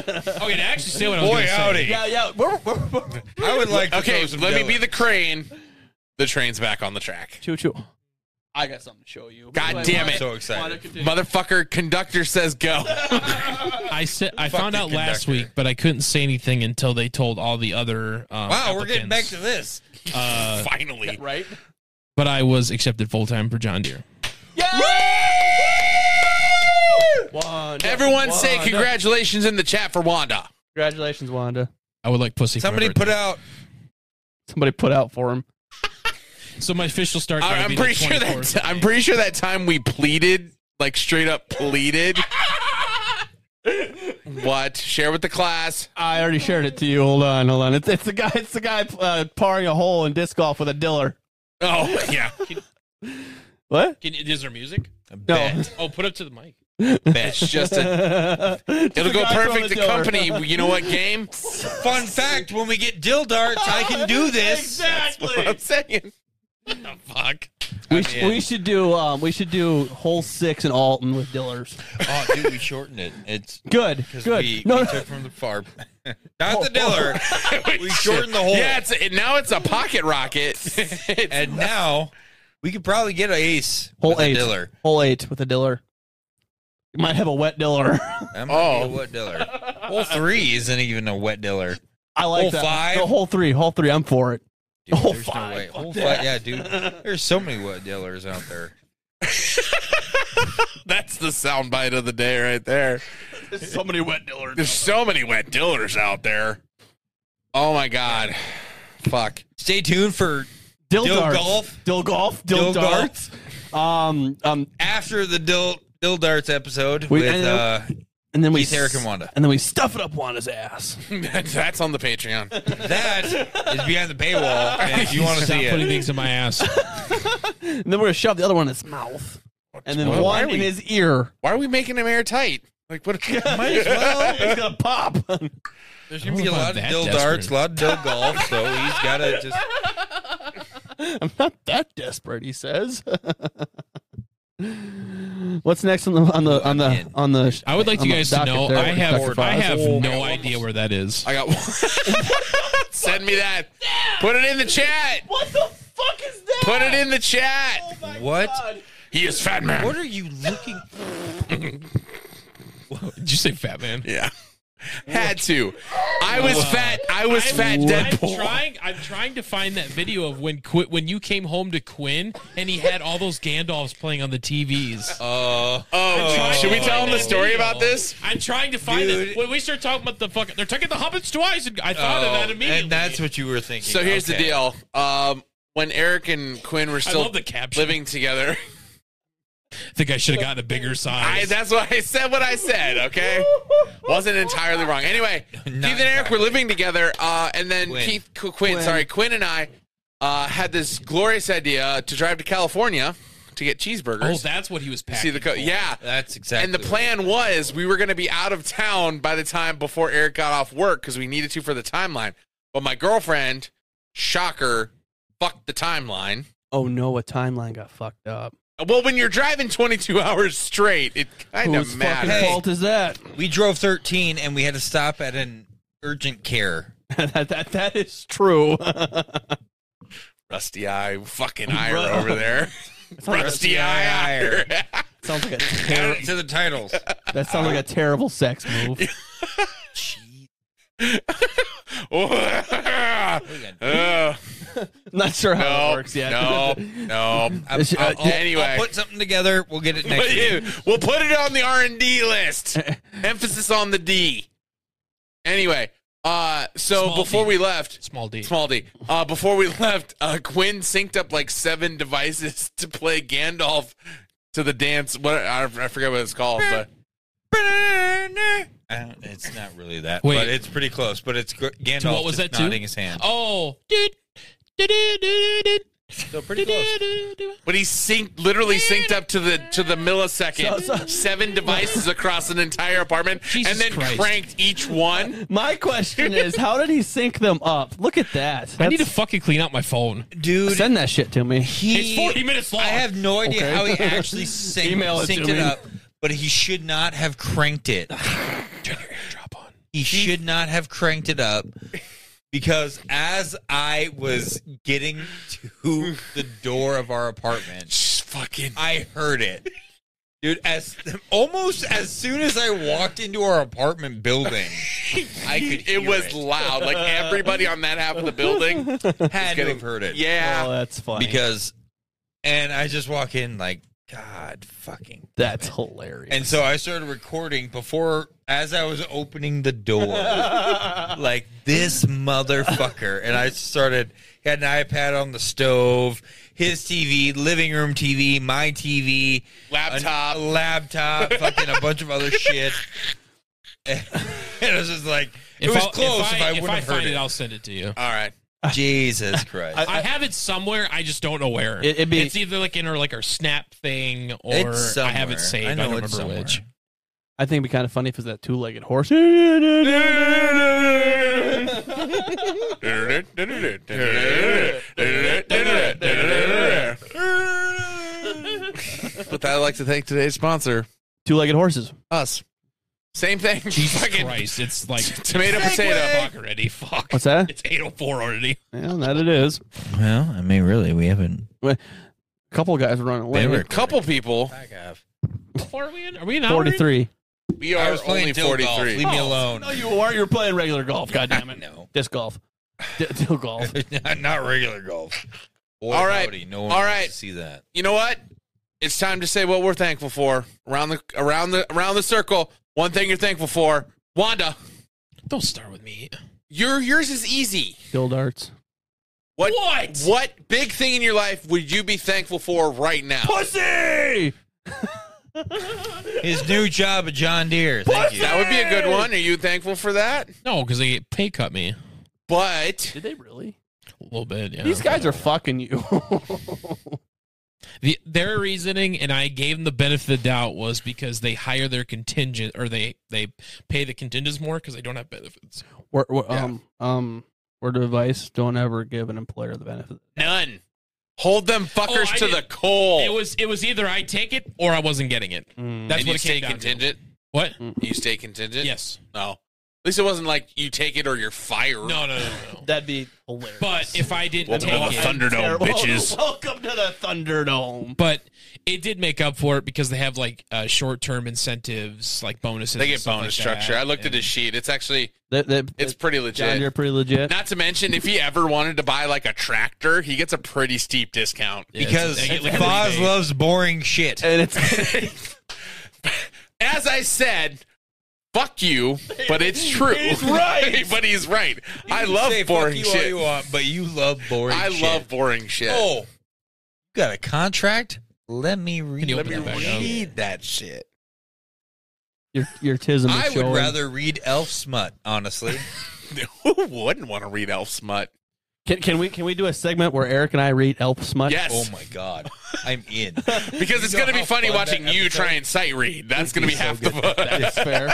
[SPEAKER 1] Okay, to actually say what I was
[SPEAKER 5] Boy,
[SPEAKER 1] gonna say.
[SPEAKER 5] howdy.
[SPEAKER 2] yeah, yeah. We're, we're, we're.
[SPEAKER 5] I would like to
[SPEAKER 4] Okay,
[SPEAKER 5] throw some
[SPEAKER 4] let me be
[SPEAKER 5] dough.
[SPEAKER 4] the crane. The train's back on the track.
[SPEAKER 2] Choo choo. I got something to show you.
[SPEAKER 4] God
[SPEAKER 2] Wait,
[SPEAKER 4] damn
[SPEAKER 2] why-
[SPEAKER 4] it.
[SPEAKER 3] So
[SPEAKER 2] why
[SPEAKER 3] excited.
[SPEAKER 2] don't you do-
[SPEAKER 4] Motherfucker, conductor says go.
[SPEAKER 1] I said I
[SPEAKER 3] Fuck
[SPEAKER 1] found
[SPEAKER 3] the
[SPEAKER 1] out last
[SPEAKER 3] conductor.
[SPEAKER 1] week, but I couldn't say anything until they told all the other. Um,
[SPEAKER 3] Wow, we're getting back to
[SPEAKER 1] applicants.
[SPEAKER 3] this.
[SPEAKER 1] Uh,
[SPEAKER 5] Finally.
[SPEAKER 2] right?
[SPEAKER 1] but I was accepted full time for John Deere.
[SPEAKER 2] Wanda.
[SPEAKER 4] Everyone say
[SPEAKER 2] Wanda.
[SPEAKER 4] congratulations in the chat for Wanda.
[SPEAKER 2] Congratulations, Wanda.
[SPEAKER 1] I would like pussy.
[SPEAKER 3] Somebody
[SPEAKER 1] forever.
[SPEAKER 3] put out.
[SPEAKER 2] Somebody put out for him.
[SPEAKER 1] So my official start. date
[SPEAKER 4] I-
[SPEAKER 1] would
[SPEAKER 4] I'm
[SPEAKER 1] be
[SPEAKER 4] pretty
[SPEAKER 1] the
[SPEAKER 4] sure that
[SPEAKER 1] 24th.
[SPEAKER 4] I'm pretty sure that time we pleaded, like straight up pleaded. what? Share with the class.
[SPEAKER 2] I already shared it to you. Hold on, hold on. It's, it's the guy. It's the guy uh, parring a hole in disc golf with a diller.
[SPEAKER 4] Oh yeah.
[SPEAKER 2] What?
[SPEAKER 1] Can, is there music?
[SPEAKER 3] A
[SPEAKER 2] No.
[SPEAKER 3] bet.
[SPEAKER 1] Oh, put up to the mic.
[SPEAKER 4] It's just a,
[SPEAKER 2] It'll
[SPEAKER 4] it'll go perfect to company. You know what game?
[SPEAKER 3] Fun fact: When we get dill darts, I can do this.
[SPEAKER 4] What I'm saying.
[SPEAKER 1] Fuck.
[SPEAKER 2] We,
[SPEAKER 3] I'm
[SPEAKER 2] sh-
[SPEAKER 3] in.
[SPEAKER 2] we should do. Um, we should do hole six in Alton with dillers.
[SPEAKER 3] Oh, dude, we shortened it. It's
[SPEAKER 2] Good.
[SPEAKER 3] because
[SPEAKER 2] Good.
[SPEAKER 3] we,
[SPEAKER 2] no,
[SPEAKER 3] we
[SPEAKER 2] no.
[SPEAKER 3] took from the farm. Not the diller. we shortened the whole.
[SPEAKER 4] Yeah, it's it, now it's a pocket rocket. It's-
[SPEAKER 3] and now we could probably get an ace.
[SPEAKER 2] Hole
[SPEAKER 3] with a
[SPEAKER 2] eight.
[SPEAKER 3] diller.
[SPEAKER 2] hole eight with a diller. You might have a wet diller.
[SPEAKER 3] That might be
[SPEAKER 4] Oh.
[SPEAKER 3] a wet diller. Hole three isn't even a wet diller.
[SPEAKER 2] I like
[SPEAKER 3] Hole
[SPEAKER 2] that.
[SPEAKER 3] five?
[SPEAKER 2] No, hole three. Hole three. I'm for it.
[SPEAKER 3] Dude,
[SPEAKER 2] Hole
[SPEAKER 3] there's
[SPEAKER 2] five,
[SPEAKER 3] No way.
[SPEAKER 2] fuck
[SPEAKER 3] Hole
[SPEAKER 2] that.
[SPEAKER 3] five. Yeah, dude. There's so many wet dillers out there.
[SPEAKER 4] That's the soundbite of the day right there.
[SPEAKER 2] so many wet dillers.
[SPEAKER 4] There's so many wet dillers out there. Oh my god. Fuck.
[SPEAKER 3] Stay tuned for
[SPEAKER 2] Dill,
[SPEAKER 3] Dill
[SPEAKER 2] darts.
[SPEAKER 3] golf?
[SPEAKER 2] Dill golf. Dill,
[SPEAKER 3] Dill
[SPEAKER 2] darts. Um, um,
[SPEAKER 3] after the dill dill darts episode
[SPEAKER 2] We-
[SPEAKER 3] with
[SPEAKER 2] and-
[SPEAKER 3] uh,
[SPEAKER 2] and then we
[SPEAKER 3] Keith, Eric,
[SPEAKER 2] s-
[SPEAKER 3] and Wanda.
[SPEAKER 2] and then we stuff it up Wanda's ass.
[SPEAKER 4] That's on the Patreon.
[SPEAKER 3] that is behind the paywall. And if you want to
[SPEAKER 1] Stop
[SPEAKER 3] see
[SPEAKER 1] putting
[SPEAKER 3] it,
[SPEAKER 1] things in my ass.
[SPEAKER 2] And then we're gonna shove the other one in his mouth, and then
[SPEAKER 4] Why- why
[SPEAKER 2] one
[SPEAKER 4] are we-
[SPEAKER 2] in his ear.
[SPEAKER 4] Why are we making him airtight? Like what?
[SPEAKER 3] might as well.
[SPEAKER 2] It's gonna pop.
[SPEAKER 3] There's
[SPEAKER 1] I
[SPEAKER 3] gonna
[SPEAKER 1] don't
[SPEAKER 3] be a
[SPEAKER 1] know if I'm
[SPEAKER 3] lot of
[SPEAKER 1] that Oh,
[SPEAKER 3] dill
[SPEAKER 1] desperate.
[SPEAKER 3] darts, a lot of dill golf. So he's gotta just.
[SPEAKER 2] I'm not that desperate, he says. What's next on the on the on the on the?
[SPEAKER 1] I would like
[SPEAKER 2] on
[SPEAKER 1] you
[SPEAKER 2] the
[SPEAKER 1] guys to
[SPEAKER 2] docket
[SPEAKER 1] know
[SPEAKER 2] there,
[SPEAKER 1] I
[SPEAKER 2] Dr.
[SPEAKER 1] have I
[SPEAKER 2] Foz?
[SPEAKER 1] have
[SPEAKER 2] Oh,
[SPEAKER 1] no idea where that is.
[SPEAKER 4] I got one. Send me that. Put it in the chat.
[SPEAKER 2] What the fuck is that?
[SPEAKER 4] Put it in the chat.
[SPEAKER 3] What?
[SPEAKER 4] He is Fat Man.
[SPEAKER 3] What are you looking?
[SPEAKER 1] Did you say fat man?
[SPEAKER 4] Yeah. Had to. I was fat. I was fat Deadpool.
[SPEAKER 1] I'm trying. I'm trying to find that video of when Qu- when you came home to Quinn and he had all those Gandalfs playing on the TVs.
[SPEAKER 3] Oh,
[SPEAKER 4] oh, should we tell him the story about this?
[SPEAKER 1] I'm trying to find
[SPEAKER 3] Dude.
[SPEAKER 1] it. When we start talking about the fucking, they're taking the Hubbins twice, and I thought of
[SPEAKER 3] Oh,
[SPEAKER 1] that immediately.
[SPEAKER 3] and that's what you were thinking.
[SPEAKER 4] So here's the
[SPEAKER 3] Okay.
[SPEAKER 4] deal. Um, when Eric and Quinn were
[SPEAKER 1] I
[SPEAKER 4] still
[SPEAKER 1] love the caption.
[SPEAKER 4] living together,
[SPEAKER 1] I think I should have gotten a bigger
[SPEAKER 4] I,
[SPEAKER 1] size.
[SPEAKER 4] that's what I said. What I said, okay, wasn't entirely wrong. Anyway, Keith and Eric were
[SPEAKER 3] exactly.
[SPEAKER 4] living together, uh, and then
[SPEAKER 3] Quinn.
[SPEAKER 4] Keith Qu- Quinn, sorry, Quinn and I uh, had this glorious idea to drive to California to get cheeseburgers.
[SPEAKER 1] oh, that's what he was packing.
[SPEAKER 4] see the co-
[SPEAKER 1] for.
[SPEAKER 4] yeah,
[SPEAKER 3] That's exactly.
[SPEAKER 4] and the
[SPEAKER 3] what-
[SPEAKER 4] plan was we were going to be out of town by the time before Eric got off work because we needed to for the timeline. But my girlfriend, shocker, fucked the timeline.
[SPEAKER 2] Oh no, a timeline got fucked up.
[SPEAKER 4] Well, when you're driving 22 hours straight, it kind
[SPEAKER 2] Whose fucking
[SPEAKER 4] of matters.
[SPEAKER 3] Hey.
[SPEAKER 2] fault is that?
[SPEAKER 3] We drove 13 and we had to stop at an urgent care.
[SPEAKER 2] that, that that is true.
[SPEAKER 4] Rusty eye, fucking ire over there. Rusty eye ire.
[SPEAKER 2] sounds like a
[SPEAKER 3] Add
[SPEAKER 2] ter-
[SPEAKER 3] it to the titles.
[SPEAKER 2] that sounds like a terrible sex move.
[SPEAKER 3] Jeez.
[SPEAKER 4] Oh,
[SPEAKER 3] What are you gonna do?
[SPEAKER 4] uh,
[SPEAKER 2] Not sure how
[SPEAKER 4] No,
[SPEAKER 2] it works yet.
[SPEAKER 4] no, no.
[SPEAKER 3] I'll-
[SPEAKER 2] It's-
[SPEAKER 3] I'll-
[SPEAKER 2] uh,
[SPEAKER 3] I'll-
[SPEAKER 4] anyway.
[SPEAKER 3] I'll put something together. We'll get it next
[SPEAKER 4] But
[SPEAKER 3] week.
[SPEAKER 4] you- we'll put it on the R and D list. Emphasis on the D. Anyway, uh, so
[SPEAKER 1] Small
[SPEAKER 4] before
[SPEAKER 1] D.
[SPEAKER 4] we left,
[SPEAKER 1] Small D.
[SPEAKER 4] small D. Uh, before we left, uh, Quinn synced up like seven devices to play Gandalf to the dance. What I, I forget what it's called, but
[SPEAKER 3] I don't, it's not really that,
[SPEAKER 1] Wait.
[SPEAKER 3] but it's pretty close. But it's gr- Gandalf
[SPEAKER 1] what was
[SPEAKER 3] just
[SPEAKER 1] that to?
[SPEAKER 3] nodding his hand.
[SPEAKER 1] Oh, dude. Du-du-du-du-du.
[SPEAKER 3] so pretty close.
[SPEAKER 1] Du-du-du-du-du.
[SPEAKER 4] but he synced literally synced up to the to the millisecond
[SPEAKER 2] So- so-
[SPEAKER 4] seven devices across an entire apartment,
[SPEAKER 1] Jesus
[SPEAKER 4] and then
[SPEAKER 1] Christ.
[SPEAKER 4] cranked each one.
[SPEAKER 2] My question is, how did he sync them up? Look at that.
[SPEAKER 1] I need to
[SPEAKER 2] That's-
[SPEAKER 1] fucking clean out my phone.
[SPEAKER 3] Dude,
[SPEAKER 2] send that shit to me.
[SPEAKER 3] he,
[SPEAKER 1] It's 40 minutes long.
[SPEAKER 3] I have no idea
[SPEAKER 2] Okay.
[SPEAKER 3] how he actually synced,
[SPEAKER 2] Email it to
[SPEAKER 3] synced
[SPEAKER 2] me.
[SPEAKER 3] it up, but he should not have cranked it.
[SPEAKER 1] Turn your airdrop on.
[SPEAKER 3] He should not have cranked it up because as I was getting to the door of our apartment,
[SPEAKER 4] Just fucking
[SPEAKER 3] I heard it. Dude, as almost as soon as I walked into our apartment building, I could hear
[SPEAKER 4] it was loud. Like everybody on that half of the building.
[SPEAKER 3] had to
[SPEAKER 4] getting-
[SPEAKER 3] have heard it.
[SPEAKER 2] Oh,
[SPEAKER 4] Yeah.
[SPEAKER 2] that's funny.
[SPEAKER 3] Because and I just walk in like, God fucking
[SPEAKER 2] that's hilarious.
[SPEAKER 3] And so I started recording before, as I was opening the door, like this motherfucker. And I started, he had an iPad on the stove, his TV, living room TV, my TV,
[SPEAKER 4] Laptop.
[SPEAKER 3] a laptop, fucking a bunch of other shit. And it was just like, it was
[SPEAKER 1] I'll-
[SPEAKER 3] close if I,
[SPEAKER 1] if
[SPEAKER 3] wouldn't have heard
[SPEAKER 1] find
[SPEAKER 3] it.
[SPEAKER 1] I'll send it to you.
[SPEAKER 4] All right.
[SPEAKER 3] Jesus Christ.
[SPEAKER 1] I, have it somewhere. I just don't know where.
[SPEAKER 2] It- it'd be-
[SPEAKER 1] it's either like in our like our snap thing, or
[SPEAKER 3] It's
[SPEAKER 1] I have
[SPEAKER 3] somewhere.
[SPEAKER 1] it saved.
[SPEAKER 3] I
[SPEAKER 1] I,
[SPEAKER 3] know
[SPEAKER 1] don't
[SPEAKER 3] it's
[SPEAKER 1] remember
[SPEAKER 3] somewhere.
[SPEAKER 1] which.
[SPEAKER 2] I think it'd be kind of funny if it's that two-legged horse.
[SPEAKER 4] With that, I'd like to thank today's sponsor,
[SPEAKER 2] Two-legged horses.
[SPEAKER 4] us. Same thing. Fucking
[SPEAKER 1] Christ, it's like
[SPEAKER 4] tomato, potato.
[SPEAKER 1] fuck already. Fuck.
[SPEAKER 2] What's that?
[SPEAKER 1] It's eight oh four already.
[SPEAKER 2] Yeah, that it is.
[SPEAKER 3] well, I mean, really, we haven't.
[SPEAKER 2] A couple guys were running
[SPEAKER 3] They
[SPEAKER 2] away.
[SPEAKER 3] were-
[SPEAKER 4] A couple people.
[SPEAKER 3] Back off.
[SPEAKER 1] What are we in? Are we in? hour?
[SPEAKER 2] Forty-three.
[SPEAKER 4] We
[SPEAKER 3] I
[SPEAKER 4] are
[SPEAKER 3] was Oh. playing
[SPEAKER 4] only
[SPEAKER 3] dill golf. Leave
[SPEAKER 4] 43.
[SPEAKER 3] me alone.
[SPEAKER 2] Oh, you are. You're playing regular golf. God damn
[SPEAKER 3] No.
[SPEAKER 2] Disc golf. D- disc golf.
[SPEAKER 3] Not regular golf. Boy,
[SPEAKER 4] All right.
[SPEAKER 3] howdy, no one
[SPEAKER 4] All
[SPEAKER 3] wants
[SPEAKER 4] right.
[SPEAKER 3] to see that.
[SPEAKER 4] You know what? It's time to say what we're thankful for. Around the around the around the circle. One thing you're thankful for. Wanda,
[SPEAKER 1] Don't start with me.
[SPEAKER 4] your yours is easy.
[SPEAKER 2] Still darts.
[SPEAKER 4] What,
[SPEAKER 1] What?
[SPEAKER 4] What big thing in your life would you be thankful for right now?
[SPEAKER 2] Pussy.
[SPEAKER 3] His new job at John Deere. Thank you.
[SPEAKER 4] That would be a good one. Are you thankful for that?
[SPEAKER 1] No, because they pay cut me
[SPEAKER 4] But
[SPEAKER 2] Did they really?
[SPEAKER 1] a little bit. Yeah.
[SPEAKER 2] These guys are fucking you.
[SPEAKER 1] The, their reasoning, and I gave them the benefit of the doubt, was because they hire their contingent or they they pay the contingents more because they don't have benefits.
[SPEAKER 2] we're, we're, um um. Word of advice: Don't ever give an employer the benefit.
[SPEAKER 4] none. Hold them fuckers
[SPEAKER 1] Oh, I
[SPEAKER 4] to the
[SPEAKER 1] didn't-
[SPEAKER 4] coal.
[SPEAKER 1] It was it was either I take it or I wasn't getting it. That's
[SPEAKER 4] and
[SPEAKER 1] what
[SPEAKER 4] you
[SPEAKER 1] it came
[SPEAKER 4] stay
[SPEAKER 1] down to.
[SPEAKER 4] contingent.
[SPEAKER 1] What?
[SPEAKER 4] You stay contingent.
[SPEAKER 1] Yes.
[SPEAKER 4] No. At least it wasn't like you take it or you're fired.
[SPEAKER 1] No, no, no, no, no.
[SPEAKER 2] That'd be hilarious.
[SPEAKER 1] But if I didn't
[SPEAKER 4] Welcome to
[SPEAKER 1] take
[SPEAKER 4] the
[SPEAKER 1] it,
[SPEAKER 4] Thunderdome, bitches.
[SPEAKER 2] Welcome to the Thunderdome.
[SPEAKER 1] but it did make up for it because they have like uh, short-term incentives, like bonuses.
[SPEAKER 4] They
[SPEAKER 1] and
[SPEAKER 4] get
[SPEAKER 1] stuff
[SPEAKER 4] bonus
[SPEAKER 1] like
[SPEAKER 4] structure.
[SPEAKER 1] That.
[SPEAKER 4] I looked at his sheet. It's actually
[SPEAKER 2] They, they,
[SPEAKER 4] it's pretty
[SPEAKER 2] John Deere
[SPEAKER 4] legit.
[SPEAKER 2] pretty legit.
[SPEAKER 4] Not to mention, if he ever wanted to buy like a tractor, he gets a pretty steep discount.
[SPEAKER 1] Yeah,
[SPEAKER 3] Because
[SPEAKER 1] it's- I get, like,
[SPEAKER 3] Foz
[SPEAKER 1] everything.
[SPEAKER 3] loves boring shit.
[SPEAKER 2] and it's
[SPEAKER 4] As I said, fuck you, but it's true.
[SPEAKER 2] He's right.
[SPEAKER 4] but he's right. I
[SPEAKER 3] You
[SPEAKER 4] love
[SPEAKER 3] say fuck
[SPEAKER 4] boring
[SPEAKER 3] you All
[SPEAKER 4] shit.
[SPEAKER 3] you want, but you love boring.
[SPEAKER 4] I
[SPEAKER 3] shit.
[SPEAKER 4] love boring shit.
[SPEAKER 3] Oh, you got a contract? Let me read.
[SPEAKER 1] you
[SPEAKER 3] Let me
[SPEAKER 1] open that back up?
[SPEAKER 3] read that shit.
[SPEAKER 2] your your tism.
[SPEAKER 3] I
[SPEAKER 2] is
[SPEAKER 3] would
[SPEAKER 2] showing.
[SPEAKER 3] rather read Elf Smut, honestly.
[SPEAKER 4] Who wouldn't want to read Elf Smut?
[SPEAKER 2] Can, can we can we do a segment where Eric and I read Elf Smut?
[SPEAKER 4] Yes.
[SPEAKER 3] oh my god, I'm in.
[SPEAKER 4] because it's
[SPEAKER 3] You know
[SPEAKER 4] going to be
[SPEAKER 3] how
[SPEAKER 4] funny
[SPEAKER 3] fun
[SPEAKER 4] watching
[SPEAKER 3] that
[SPEAKER 4] you
[SPEAKER 3] episode-
[SPEAKER 4] try and sight read. That's going to be half the fun.
[SPEAKER 2] That's fair.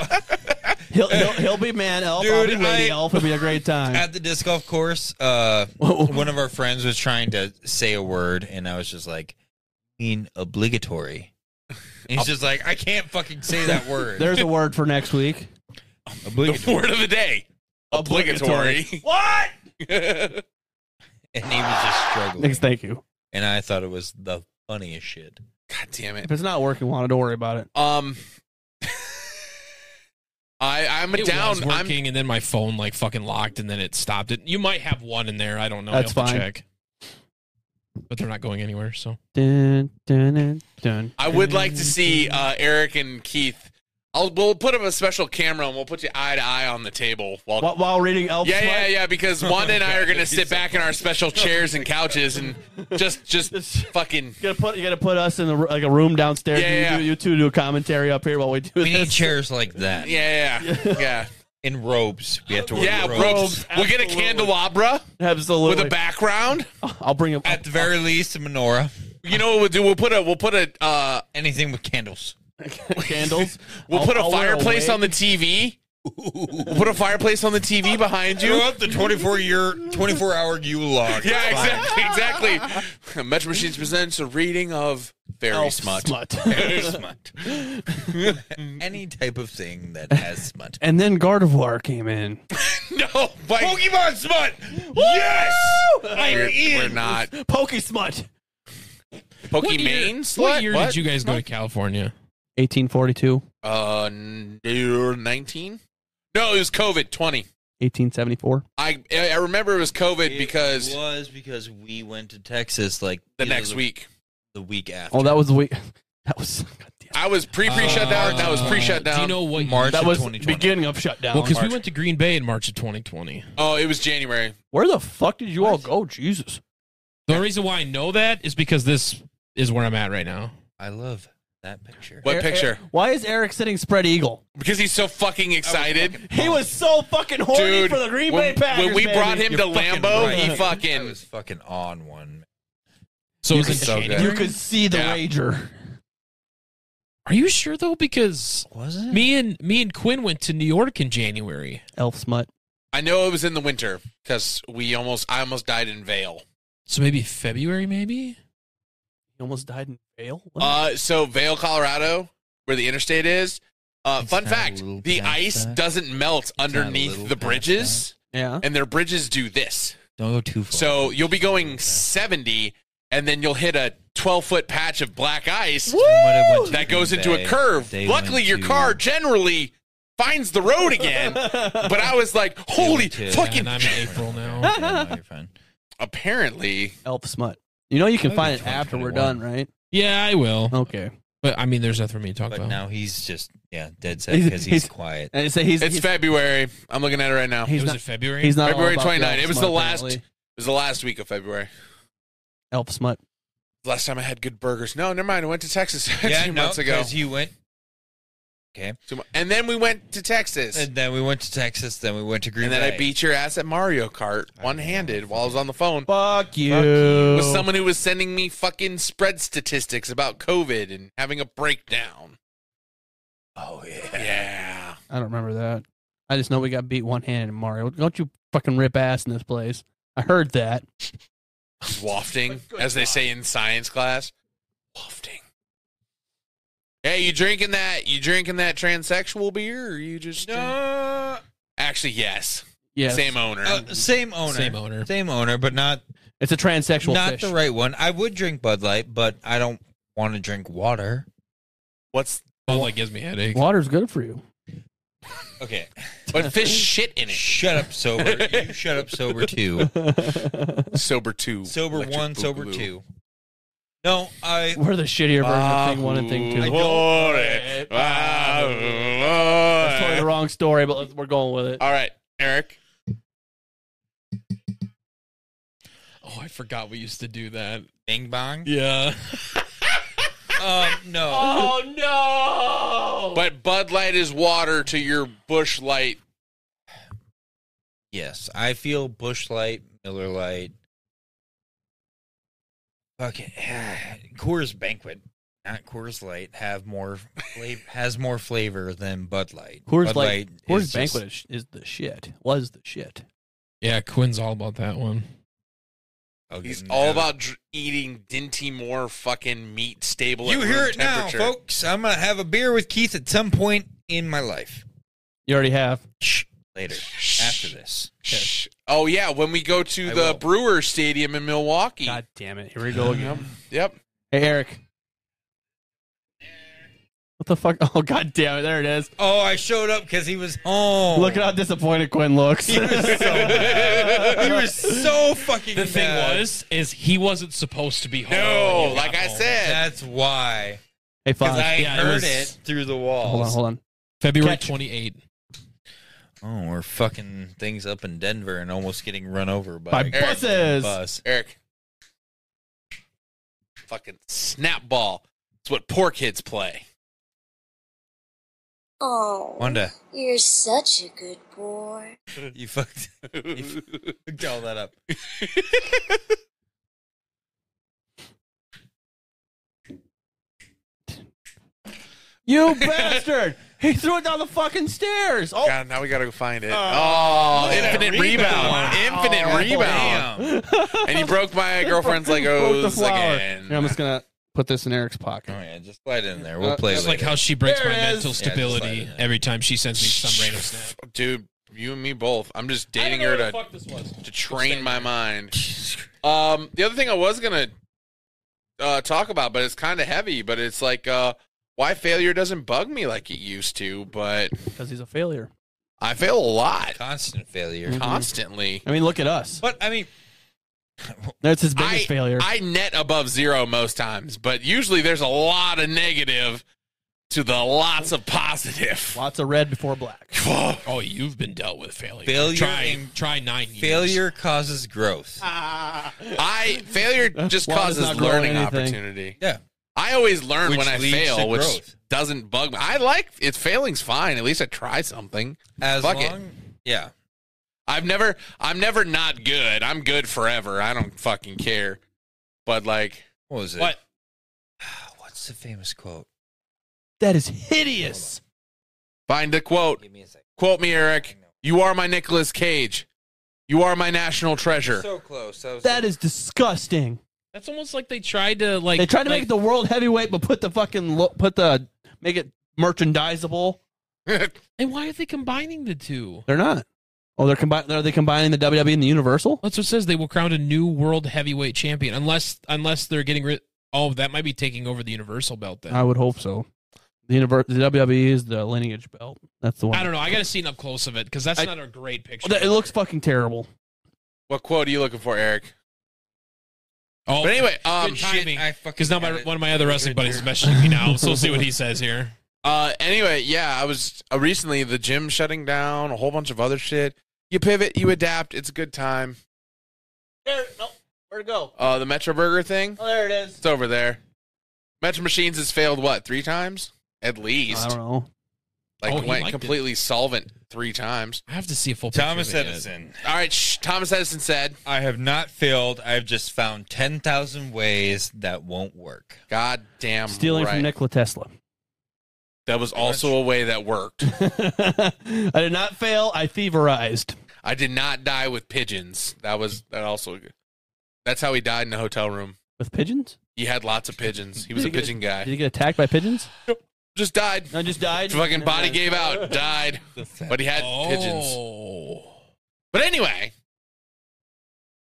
[SPEAKER 2] He'll, he'll he'll be man elf. I'll be
[SPEAKER 3] Dude,
[SPEAKER 2] lady
[SPEAKER 3] I-
[SPEAKER 2] elf. It'll be a great time.
[SPEAKER 3] At the disc golf course, uh, one of our friends was trying to say a word, and I was just like, "Mean obligatory." And he's just like, "I can't fucking say that word."
[SPEAKER 2] There's a word for next week.
[SPEAKER 4] The
[SPEAKER 3] obligatory.
[SPEAKER 4] word of the day. Obligatory.
[SPEAKER 2] What?
[SPEAKER 3] and he was just struggling.
[SPEAKER 2] Next, thank you.
[SPEAKER 3] and I thought it was the funniest shit.
[SPEAKER 4] God damn it.
[SPEAKER 2] If it's not working, Juan, don't worry about it.
[SPEAKER 4] Um, I I'm a
[SPEAKER 1] It
[SPEAKER 4] down.
[SPEAKER 1] was
[SPEAKER 4] I'm
[SPEAKER 1] working, and then my phone like fucking locked, and then it stopped it. You might have one in there. I don't know.
[SPEAKER 2] That's
[SPEAKER 1] I'll have to
[SPEAKER 2] fine.
[SPEAKER 1] Check. But they're not going anywhere, so
[SPEAKER 2] Dun, dun, dun, dun.
[SPEAKER 4] I would like to see uh, Eric and Keith. I'll we'll put up a special camera and we'll put you eye to eye on the table while.
[SPEAKER 2] While, while reading Elf.
[SPEAKER 4] yeah, yeah, yeah. Because Wanda and I are gonna sit back in our special chairs and couches and just, just fucking.
[SPEAKER 2] You gotta put you gotta put us in the, r- like a room downstairs.
[SPEAKER 4] Yeah,
[SPEAKER 2] and you,
[SPEAKER 4] yeah.
[SPEAKER 2] Do, you two do a commentary up here while we do
[SPEAKER 3] We need
[SPEAKER 2] this.
[SPEAKER 3] chairs like that.
[SPEAKER 4] Yeah, yeah, yeah.
[SPEAKER 3] In robes. We have to
[SPEAKER 4] Yeah,
[SPEAKER 3] wear robes.
[SPEAKER 4] ropes. We'll get a
[SPEAKER 2] absolutely.
[SPEAKER 4] candelabra with
[SPEAKER 2] Absolutely.
[SPEAKER 4] a background.
[SPEAKER 2] I'll bring him.
[SPEAKER 3] At the very least, a menorah.
[SPEAKER 4] You know what we'll do? We'll put a we'll put a uh,
[SPEAKER 3] Anything with candles.
[SPEAKER 2] candles.
[SPEAKER 4] we'll
[SPEAKER 2] I'll-
[SPEAKER 4] put a
[SPEAKER 2] I'll wear
[SPEAKER 4] fireplace
[SPEAKER 2] wig.
[SPEAKER 4] on the TV. We'll put a fireplace on the TV behind
[SPEAKER 3] Throw
[SPEAKER 4] you.
[SPEAKER 3] up the 24 year, 24 hour U log.
[SPEAKER 4] Yeah, exactly, exactly. Metro Machines presents a reading of Fairy
[SPEAKER 1] Oh,
[SPEAKER 2] Elf
[SPEAKER 4] Smut.
[SPEAKER 2] smut.
[SPEAKER 3] smut. Any type of thing that has smut.
[SPEAKER 2] and then Gardevoir came in.
[SPEAKER 4] No, but
[SPEAKER 5] Pokemon smut. Yes, I'm
[SPEAKER 4] we're,
[SPEAKER 5] in.
[SPEAKER 4] we're not.
[SPEAKER 2] Pokey smut.
[SPEAKER 1] What year-
[SPEAKER 4] Pokemon slut?
[SPEAKER 1] What year did you guys go to California?
[SPEAKER 2] 1842,
[SPEAKER 4] Uh, n- year nineteen? No, it was COVID twenty.
[SPEAKER 2] 1874.
[SPEAKER 4] I I I remember it was COVID because
[SPEAKER 3] It was because we went to Texas like
[SPEAKER 4] the
[SPEAKER 3] either
[SPEAKER 4] next week
[SPEAKER 3] the week after.
[SPEAKER 2] Oh, that was the week. That was. God damn.
[SPEAKER 4] I was pre pre shut down. That was pre shut
[SPEAKER 1] Uh, Do you
[SPEAKER 4] down.
[SPEAKER 1] know what?
[SPEAKER 3] March
[SPEAKER 2] That
[SPEAKER 3] of
[SPEAKER 2] was
[SPEAKER 3] 2020.
[SPEAKER 2] beginning of shutdown.
[SPEAKER 1] Well, because we went to Green Bay in March of 2020.
[SPEAKER 4] oh, it was January.
[SPEAKER 2] Where the fuck did you all go? Jesus.
[SPEAKER 1] The only reason why I know that is because this is where I'm at right now.
[SPEAKER 3] I love that picture.
[SPEAKER 4] What picture?
[SPEAKER 2] Why is Eric sitting spread eagle?
[SPEAKER 4] Because he's so fucking excited.
[SPEAKER 2] He was so fucking horny
[SPEAKER 4] Dude,
[SPEAKER 2] for the Green
[SPEAKER 4] when,
[SPEAKER 2] Bay Packers.
[SPEAKER 4] when we
[SPEAKER 2] baby.
[SPEAKER 4] brought him
[SPEAKER 3] You're
[SPEAKER 4] to
[SPEAKER 3] fucking
[SPEAKER 4] Lambo,
[SPEAKER 3] right.
[SPEAKER 4] oh, he
[SPEAKER 3] I
[SPEAKER 4] fucking
[SPEAKER 3] was fucking on one.
[SPEAKER 1] So
[SPEAKER 4] You
[SPEAKER 1] is
[SPEAKER 4] could-
[SPEAKER 1] it
[SPEAKER 4] so good.
[SPEAKER 1] January?
[SPEAKER 2] you could see the
[SPEAKER 4] Yeah.
[SPEAKER 2] rager.
[SPEAKER 1] Are you sure though? Because
[SPEAKER 3] Was it?
[SPEAKER 1] me and me and Quinn went to New York in January.
[SPEAKER 2] Elf smut.
[SPEAKER 4] I know it was in the winter because we almost I almost died in Vale.
[SPEAKER 1] So maybe February, maybe.
[SPEAKER 2] He almost died in jail. What?
[SPEAKER 4] Uh, so Vale, Colorado, where the interstate is. Uh,
[SPEAKER 3] It's
[SPEAKER 4] fun
[SPEAKER 3] not a
[SPEAKER 4] fact:
[SPEAKER 3] little
[SPEAKER 4] the
[SPEAKER 3] past
[SPEAKER 4] ice
[SPEAKER 3] that.
[SPEAKER 4] doesn't melt
[SPEAKER 3] not a little
[SPEAKER 4] underneath the
[SPEAKER 3] past
[SPEAKER 4] bridges,
[SPEAKER 2] yeah.
[SPEAKER 4] and their bridges do this.
[SPEAKER 3] Don't go too far.
[SPEAKER 4] So you'll be going seventy, and then you'll hit a twelve-foot patch of black ice that goes into a curve. Luckily, your car generally finds the road again. but I was like, "Holy
[SPEAKER 3] went to-
[SPEAKER 4] fucking!"
[SPEAKER 1] And I'm in April now.
[SPEAKER 3] You're fine.
[SPEAKER 4] Apparently,
[SPEAKER 2] Elf smut. You know you can
[SPEAKER 3] That
[SPEAKER 2] find
[SPEAKER 3] was
[SPEAKER 2] it after we're
[SPEAKER 3] 2021.
[SPEAKER 2] done, right?
[SPEAKER 1] Yeah, I will.
[SPEAKER 2] Okay.
[SPEAKER 1] But I mean, there's nothing for me to talk
[SPEAKER 3] But
[SPEAKER 1] about.
[SPEAKER 3] now he's just yeah dead set
[SPEAKER 2] He's-
[SPEAKER 3] because he's,
[SPEAKER 2] he's-
[SPEAKER 3] quiet.
[SPEAKER 2] And so he's
[SPEAKER 4] it's
[SPEAKER 2] he's,
[SPEAKER 4] February. I'm looking at it right now.
[SPEAKER 1] it
[SPEAKER 2] he's
[SPEAKER 1] was
[SPEAKER 2] not
[SPEAKER 1] in February.
[SPEAKER 2] he's not all
[SPEAKER 4] February
[SPEAKER 2] about the
[SPEAKER 4] 29.
[SPEAKER 2] elf
[SPEAKER 4] It was
[SPEAKER 2] smut,
[SPEAKER 4] the last-
[SPEAKER 2] apparently.
[SPEAKER 4] It was the last week of February.
[SPEAKER 2] elf smut.
[SPEAKER 4] Last time I had good burgers. No, never mind. I went to Texas two months ago.
[SPEAKER 3] because you went. Okay,
[SPEAKER 4] Two mo- and then we went to Texas.
[SPEAKER 3] and uh, then we went to Texas. Then we went to Green.
[SPEAKER 4] and then I
[SPEAKER 3] Bay.
[SPEAKER 4] beat your ass at Mario Kart one handed while I was on the phone
[SPEAKER 2] Fuck you.
[SPEAKER 4] with
[SPEAKER 2] Oh.
[SPEAKER 4] someone who was sending me fucking spread statistics about COVID and having a breakdown.
[SPEAKER 3] Oh yeah.
[SPEAKER 4] Yeah.
[SPEAKER 2] I don't remember that. I just know we got beat one handed in Mario. Don't you fucking rip ass in this place. I heard that.
[SPEAKER 4] Wafting, as they say in science class. Wafting. Hey, you drinking that? You drinking that transsexual beer? Or you just. uh,
[SPEAKER 3] No.
[SPEAKER 4] Actually, yes.
[SPEAKER 2] Yes.
[SPEAKER 4] Same owner.
[SPEAKER 3] Uh, same owner.
[SPEAKER 1] Same owner.
[SPEAKER 3] Same owner, but not
[SPEAKER 2] It's a transsexual
[SPEAKER 3] not
[SPEAKER 2] fish.
[SPEAKER 3] the right one. I would drink Bud Light, but I don't want to drink water.
[SPEAKER 4] What's.
[SPEAKER 1] Bud Light gives me a headache.
[SPEAKER 2] Water's good for you.
[SPEAKER 3] Okay.
[SPEAKER 4] But fish shit in it.
[SPEAKER 3] Shut up, sober. you shut up, sober too.
[SPEAKER 4] Sober two.
[SPEAKER 3] Sober
[SPEAKER 4] Electric
[SPEAKER 3] one, sober
[SPEAKER 4] Boogaloo.
[SPEAKER 3] two. No, I
[SPEAKER 2] We're the shittier version of thing one and thing two.
[SPEAKER 4] Ah,
[SPEAKER 2] That's
[SPEAKER 4] glory. Ah,
[SPEAKER 2] totally the
[SPEAKER 4] glory.
[SPEAKER 2] wrong story, but let's- we're going with it.
[SPEAKER 4] All right, Eric.
[SPEAKER 1] Oh, I forgot we used to do that.
[SPEAKER 3] bing bong.
[SPEAKER 1] Yeah.
[SPEAKER 3] Um, no.
[SPEAKER 2] Oh.
[SPEAKER 1] Oh no.
[SPEAKER 4] But Bud Light is water to your Bush Light.
[SPEAKER 3] Yes, I feel Bush Light, Miller Light, fucking Coors Banquet, not Coors Light, have more flavor, has more flavor than Bud Light.
[SPEAKER 2] Coors
[SPEAKER 3] Bud
[SPEAKER 2] Light, Coors
[SPEAKER 3] is just-
[SPEAKER 2] Banquet is, is the shit. Was the shit.
[SPEAKER 1] Yeah, Quinn's all about that one.
[SPEAKER 3] I'll give
[SPEAKER 4] He's
[SPEAKER 3] him
[SPEAKER 4] all
[SPEAKER 3] that.
[SPEAKER 4] about dr- eating Dinty Moore fucking meat stable. at
[SPEAKER 3] You
[SPEAKER 4] room
[SPEAKER 3] hear it now,
[SPEAKER 4] temperature.
[SPEAKER 3] folks. I'm gonna have a beer with Keith at some point in my life.
[SPEAKER 2] You already have.
[SPEAKER 3] Shh. Later, after this.
[SPEAKER 4] Shh. Oh yeah, when we go to
[SPEAKER 3] I
[SPEAKER 4] the
[SPEAKER 3] will.
[SPEAKER 4] Brewer Stadium in Milwaukee.
[SPEAKER 2] God damn it. Here we go again.
[SPEAKER 4] Yep.
[SPEAKER 2] Hey, Eric. What the fuck? Oh god damn it! There it is.
[SPEAKER 3] Oh, I showed up because he was home.
[SPEAKER 2] Look at how disappointed Quinn looks.
[SPEAKER 3] He was so mad. He was so fucking
[SPEAKER 1] The thing
[SPEAKER 3] mad.
[SPEAKER 1] was, is he wasn't supposed to be home. when
[SPEAKER 4] No,
[SPEAKER 1] he got
[SPEAKER 4] like I
[SPEAKER 1] home.
[SPEAKER 4] said,
[SPEAKER 3] That's why.
[SPEAKER 2] hey,
[SPEAKER 3] Because
[SPEAKER 2] Foz.
[SPEAKER 3] I
[SPEAKER 1] Yeah, it
[SPEAKER 3] heard
[SPEAKER 1] was-
[SPEAKER 3] it through the
[SPEAKER 2] hold on,
[SPEAKER 3] walls.
[SPEAKER 2] hold on.
[SPEAKER 1] February
[SPEAKER 2] Catch.
[SPEAKER 1] twenty eighth.
[SPEAKER 3] Oh, we're fucking things up in Denver and almost getting run over by,
[SPEAKER 2] By
[SPEAKER 3] a
[SPEAKER 2] buses.
[SPEAKER 3] bus.
[SPEAKER 4] Eric. Fucking snap ball. It's what poor kids play.
[SPEAKER 6] Oh,
[SPEAKER 3] Wanda,
[SPEAKER 6] you're such a good boy.
[SPEAKER 3] you fucked, you fucked all that up.
[SPEAKER 2] You bastard! He threw it down the fucking stairs. Oh,
[SPEAKER 4] God, now we gotta go find it. Oh, infinite rebound. Infinite rebound.
[SPEAKER 3] Damn. Oh,
[SPEAKER 4] And he broke my girlfriend's
[SPEAKER 2] Oh, broke the
[SPEAKER 4] Legos
[SPEAKER 2] flower.
[SPEAKER 4] again.
[SPEAKER 2] Here, I'm just gonna put this in Eric's pocket.
[SPEAKER 3] Oh yeah, just slide it in there. We'll play.
[SPEAKER 1] It's
[SPEAKER 3] Later.
[SPEAKER 1] Uh, like how she breaks
[SPEAKER 2] There
[SPEAKER 1] my
[SPEAKER 2] it is.
[SPEAKER 1] mental
[SPEAKER 2] Yeah,
[SPEAKER 3] just like
[SPEAKER 1] stability
[SPEAKER 3] that.
[SPEAKER 1] every time she sends me some random snap.
[SPEAKER 4] Dude, you and me both. I'm just dating her to,
[SPEAKER 1] this was.
[SPEAKER 4] to train my mind. Um, the other thing I was gonna uh, talk about, but it's kind of heavy, but it's like uh, why failure doesn't bug me like it used to, but
[SPEAKER 2] Because he's a failure.
[SPEAKER 4] I fail a lot
[SPEAKER 3] constant failure.
[SPEAKER 2] Mm-hmm.
[SPEAKER 1] Mm-hmm.
[SPEAKER 4] constantly.
[SPEAKER 2] I mean, look at us.
[SPEAKER 3] But I mean,
[SPEAKER 2] That's his biggest
[SPEAKER 4] I-
[SPEAKER 2] failure.
[SPEAKER 4] I net above zero most times, but usually there's a lot of negative to the lots of positive.
[SPEAKER 2] Lots of red before black.
[SPEAKER 1] Oh, you've been dealt with failure.
[SPEAKER 3] Failure
[SPEAKER 1] Try,
[SPEAKER 3] in-
[SPEAKER 1] try nine years.
[SPEAKER 3] failure causes growth.
[SPEAKER 1] Ah.
[SPEAKER 4] I failure just
[SPEAKER 2] Why does
[SPEAKER 4] causes
[SPEAKER 2] not grow
[SPEAKER 4] learning
[SPEAKER 2] anything?
[SPEAKER 4] opportunity.
[SPEAKER 3] Yeah.
[SPEAKER 4] I always learn
[SPEAKER 3] Which
[SPEAKER 4] when I
[SPEAKER 3] leads to
[SPEAKER 4] fail, which
[SPEAKER 3] growth.
[SPEAKER 4] doesn't bug me. I like it's failing's fine. At least I try something.
[SPEAKER 3] As
[SPEAKER 4] Fuck it.
[SPEAKER 3] long, yeah.
[SPEAKER 4] I've never I'm never not good. I'm good forever. I don't fucking care. But like
[SPEAKER 3] What was it?
[SPEAKER 1] What?
[SPEAKER 3] What's the famous quote?
[SPEAKER 2] That is hideous.
[SPEAKER 4] find the quote.
[SPEAKER 3] Give me a second.
[SPEAKER 4] Quote me, Eric. You are my Nicolas Cage. You are my national treasure.
[SPEAKER 3] So close. That, was
[SPEAKER 2] That is disgusting.
[SPEAKER 1] That's almost like they tried to like.
[SPEAKER 2] They tried to
[SPEAKER 1] like,
[SPEAKER 2] make the world heavyweight, but put the fucking lo- put the make it merchandisable.
[SPEAKER 1] And why are they combining the two?
[SPEAKER 2] They're not. Oh, they're combining. Are they combining the WWE and the Universal?
[SPEAKER 1] That's what it says they will crown a new world heavyweight champion, unless unless they're getting rid. Oh, that might be taking over the universal belt then.
[SPEAKER 2] I would hope so. The, univer- the WWE is the lineage belt. That's the one.
[SPEAKER 1] I don't know. I got to see an up close of it because that's
[SPEAKER 2] I-
[SPEAKER 1] not a great picture.
[SPEAKER 2] That- It looks fucking terrible.
[SPEAKER 4] what quote are you looking for, Eric?
[SPEAKER 1] Oh,
[SPEAKER 4] But anyway, um,
[SPEAKER 1] good timing.
[SPEAKER 3] I fucking
[SPEAKER 1] Because now my
[SPEAKER 3] got it.
[SPEAKER 1] one of my other wrestling buddies is messaging me now, so we'll see what he says here.
[SPEAKER 4] Uh, anyway, yeah, I was uh, recently the gym shutting down, a whole bunch of other shit. You pivot, you adapt. It's a good time.
[SPEAKER 2] Where'd it go?
[SPEAKER 4] Uh, the Metro Burger thing,
[SPEAKER 2] Oh, there it is.
[SPEAKER 4] it's over there. Metro Machines has failed what three times at
[SPEAKER 2] I
[SPEAKER 4] least.
[SPEAKER 2] don't know.
[SPEAKER 4] Like
[SPEAKER 1] Oh, he
[SPEAKER 4] went
[SPEAKER 1] liked it.
[SPEAKER 4] completely solvent three times.
[SPEAKER 1] I have to see a full picture
[SPEAKER 5] Thomas
[SPEAKER 1] of it yet.
[SPEAKER 5] Edison.
[SPEAKER 4] All right, shh, Thomas Edison said,
[SPEAKER 3] I have not failed. I've just found 10,000 ways that won't work.
[SPEAKER 4] "God damn,
[SPEAKER 2] Stealing
[SPEAKER 4] right.
[SPEAKER 2] from Nikola Tesla.
[SPEAKER 4] That was also a way that worked.
[SPEAKER 2] I did not fail. I thieverized.
[SPEAKER 4] I did not die with pigeons. That was that also. That's how he died in the hotel room.
[SPEAKER 2] With pigeons?
[SPEAKER 4] He had lots of pigeons. He was a
[SPEAKER 2] Did he get-
[SPEAKER 4] pigeon
[SPEAKER 2] Did
[SPEAKER 4] guy.
[SPEAKER 2] you get attacked by pigeons?
[SPEAKER 4] Just died.
[SPEAKER 2] No, just died.
[SPEAKER 4] Fucking body gave out, died, but he had
[SPEAKER 2] Oh.
[SPEAKER 4] pigeons.
[SPEAKER 1] Oh.
[SPEAKER 4] But anyway,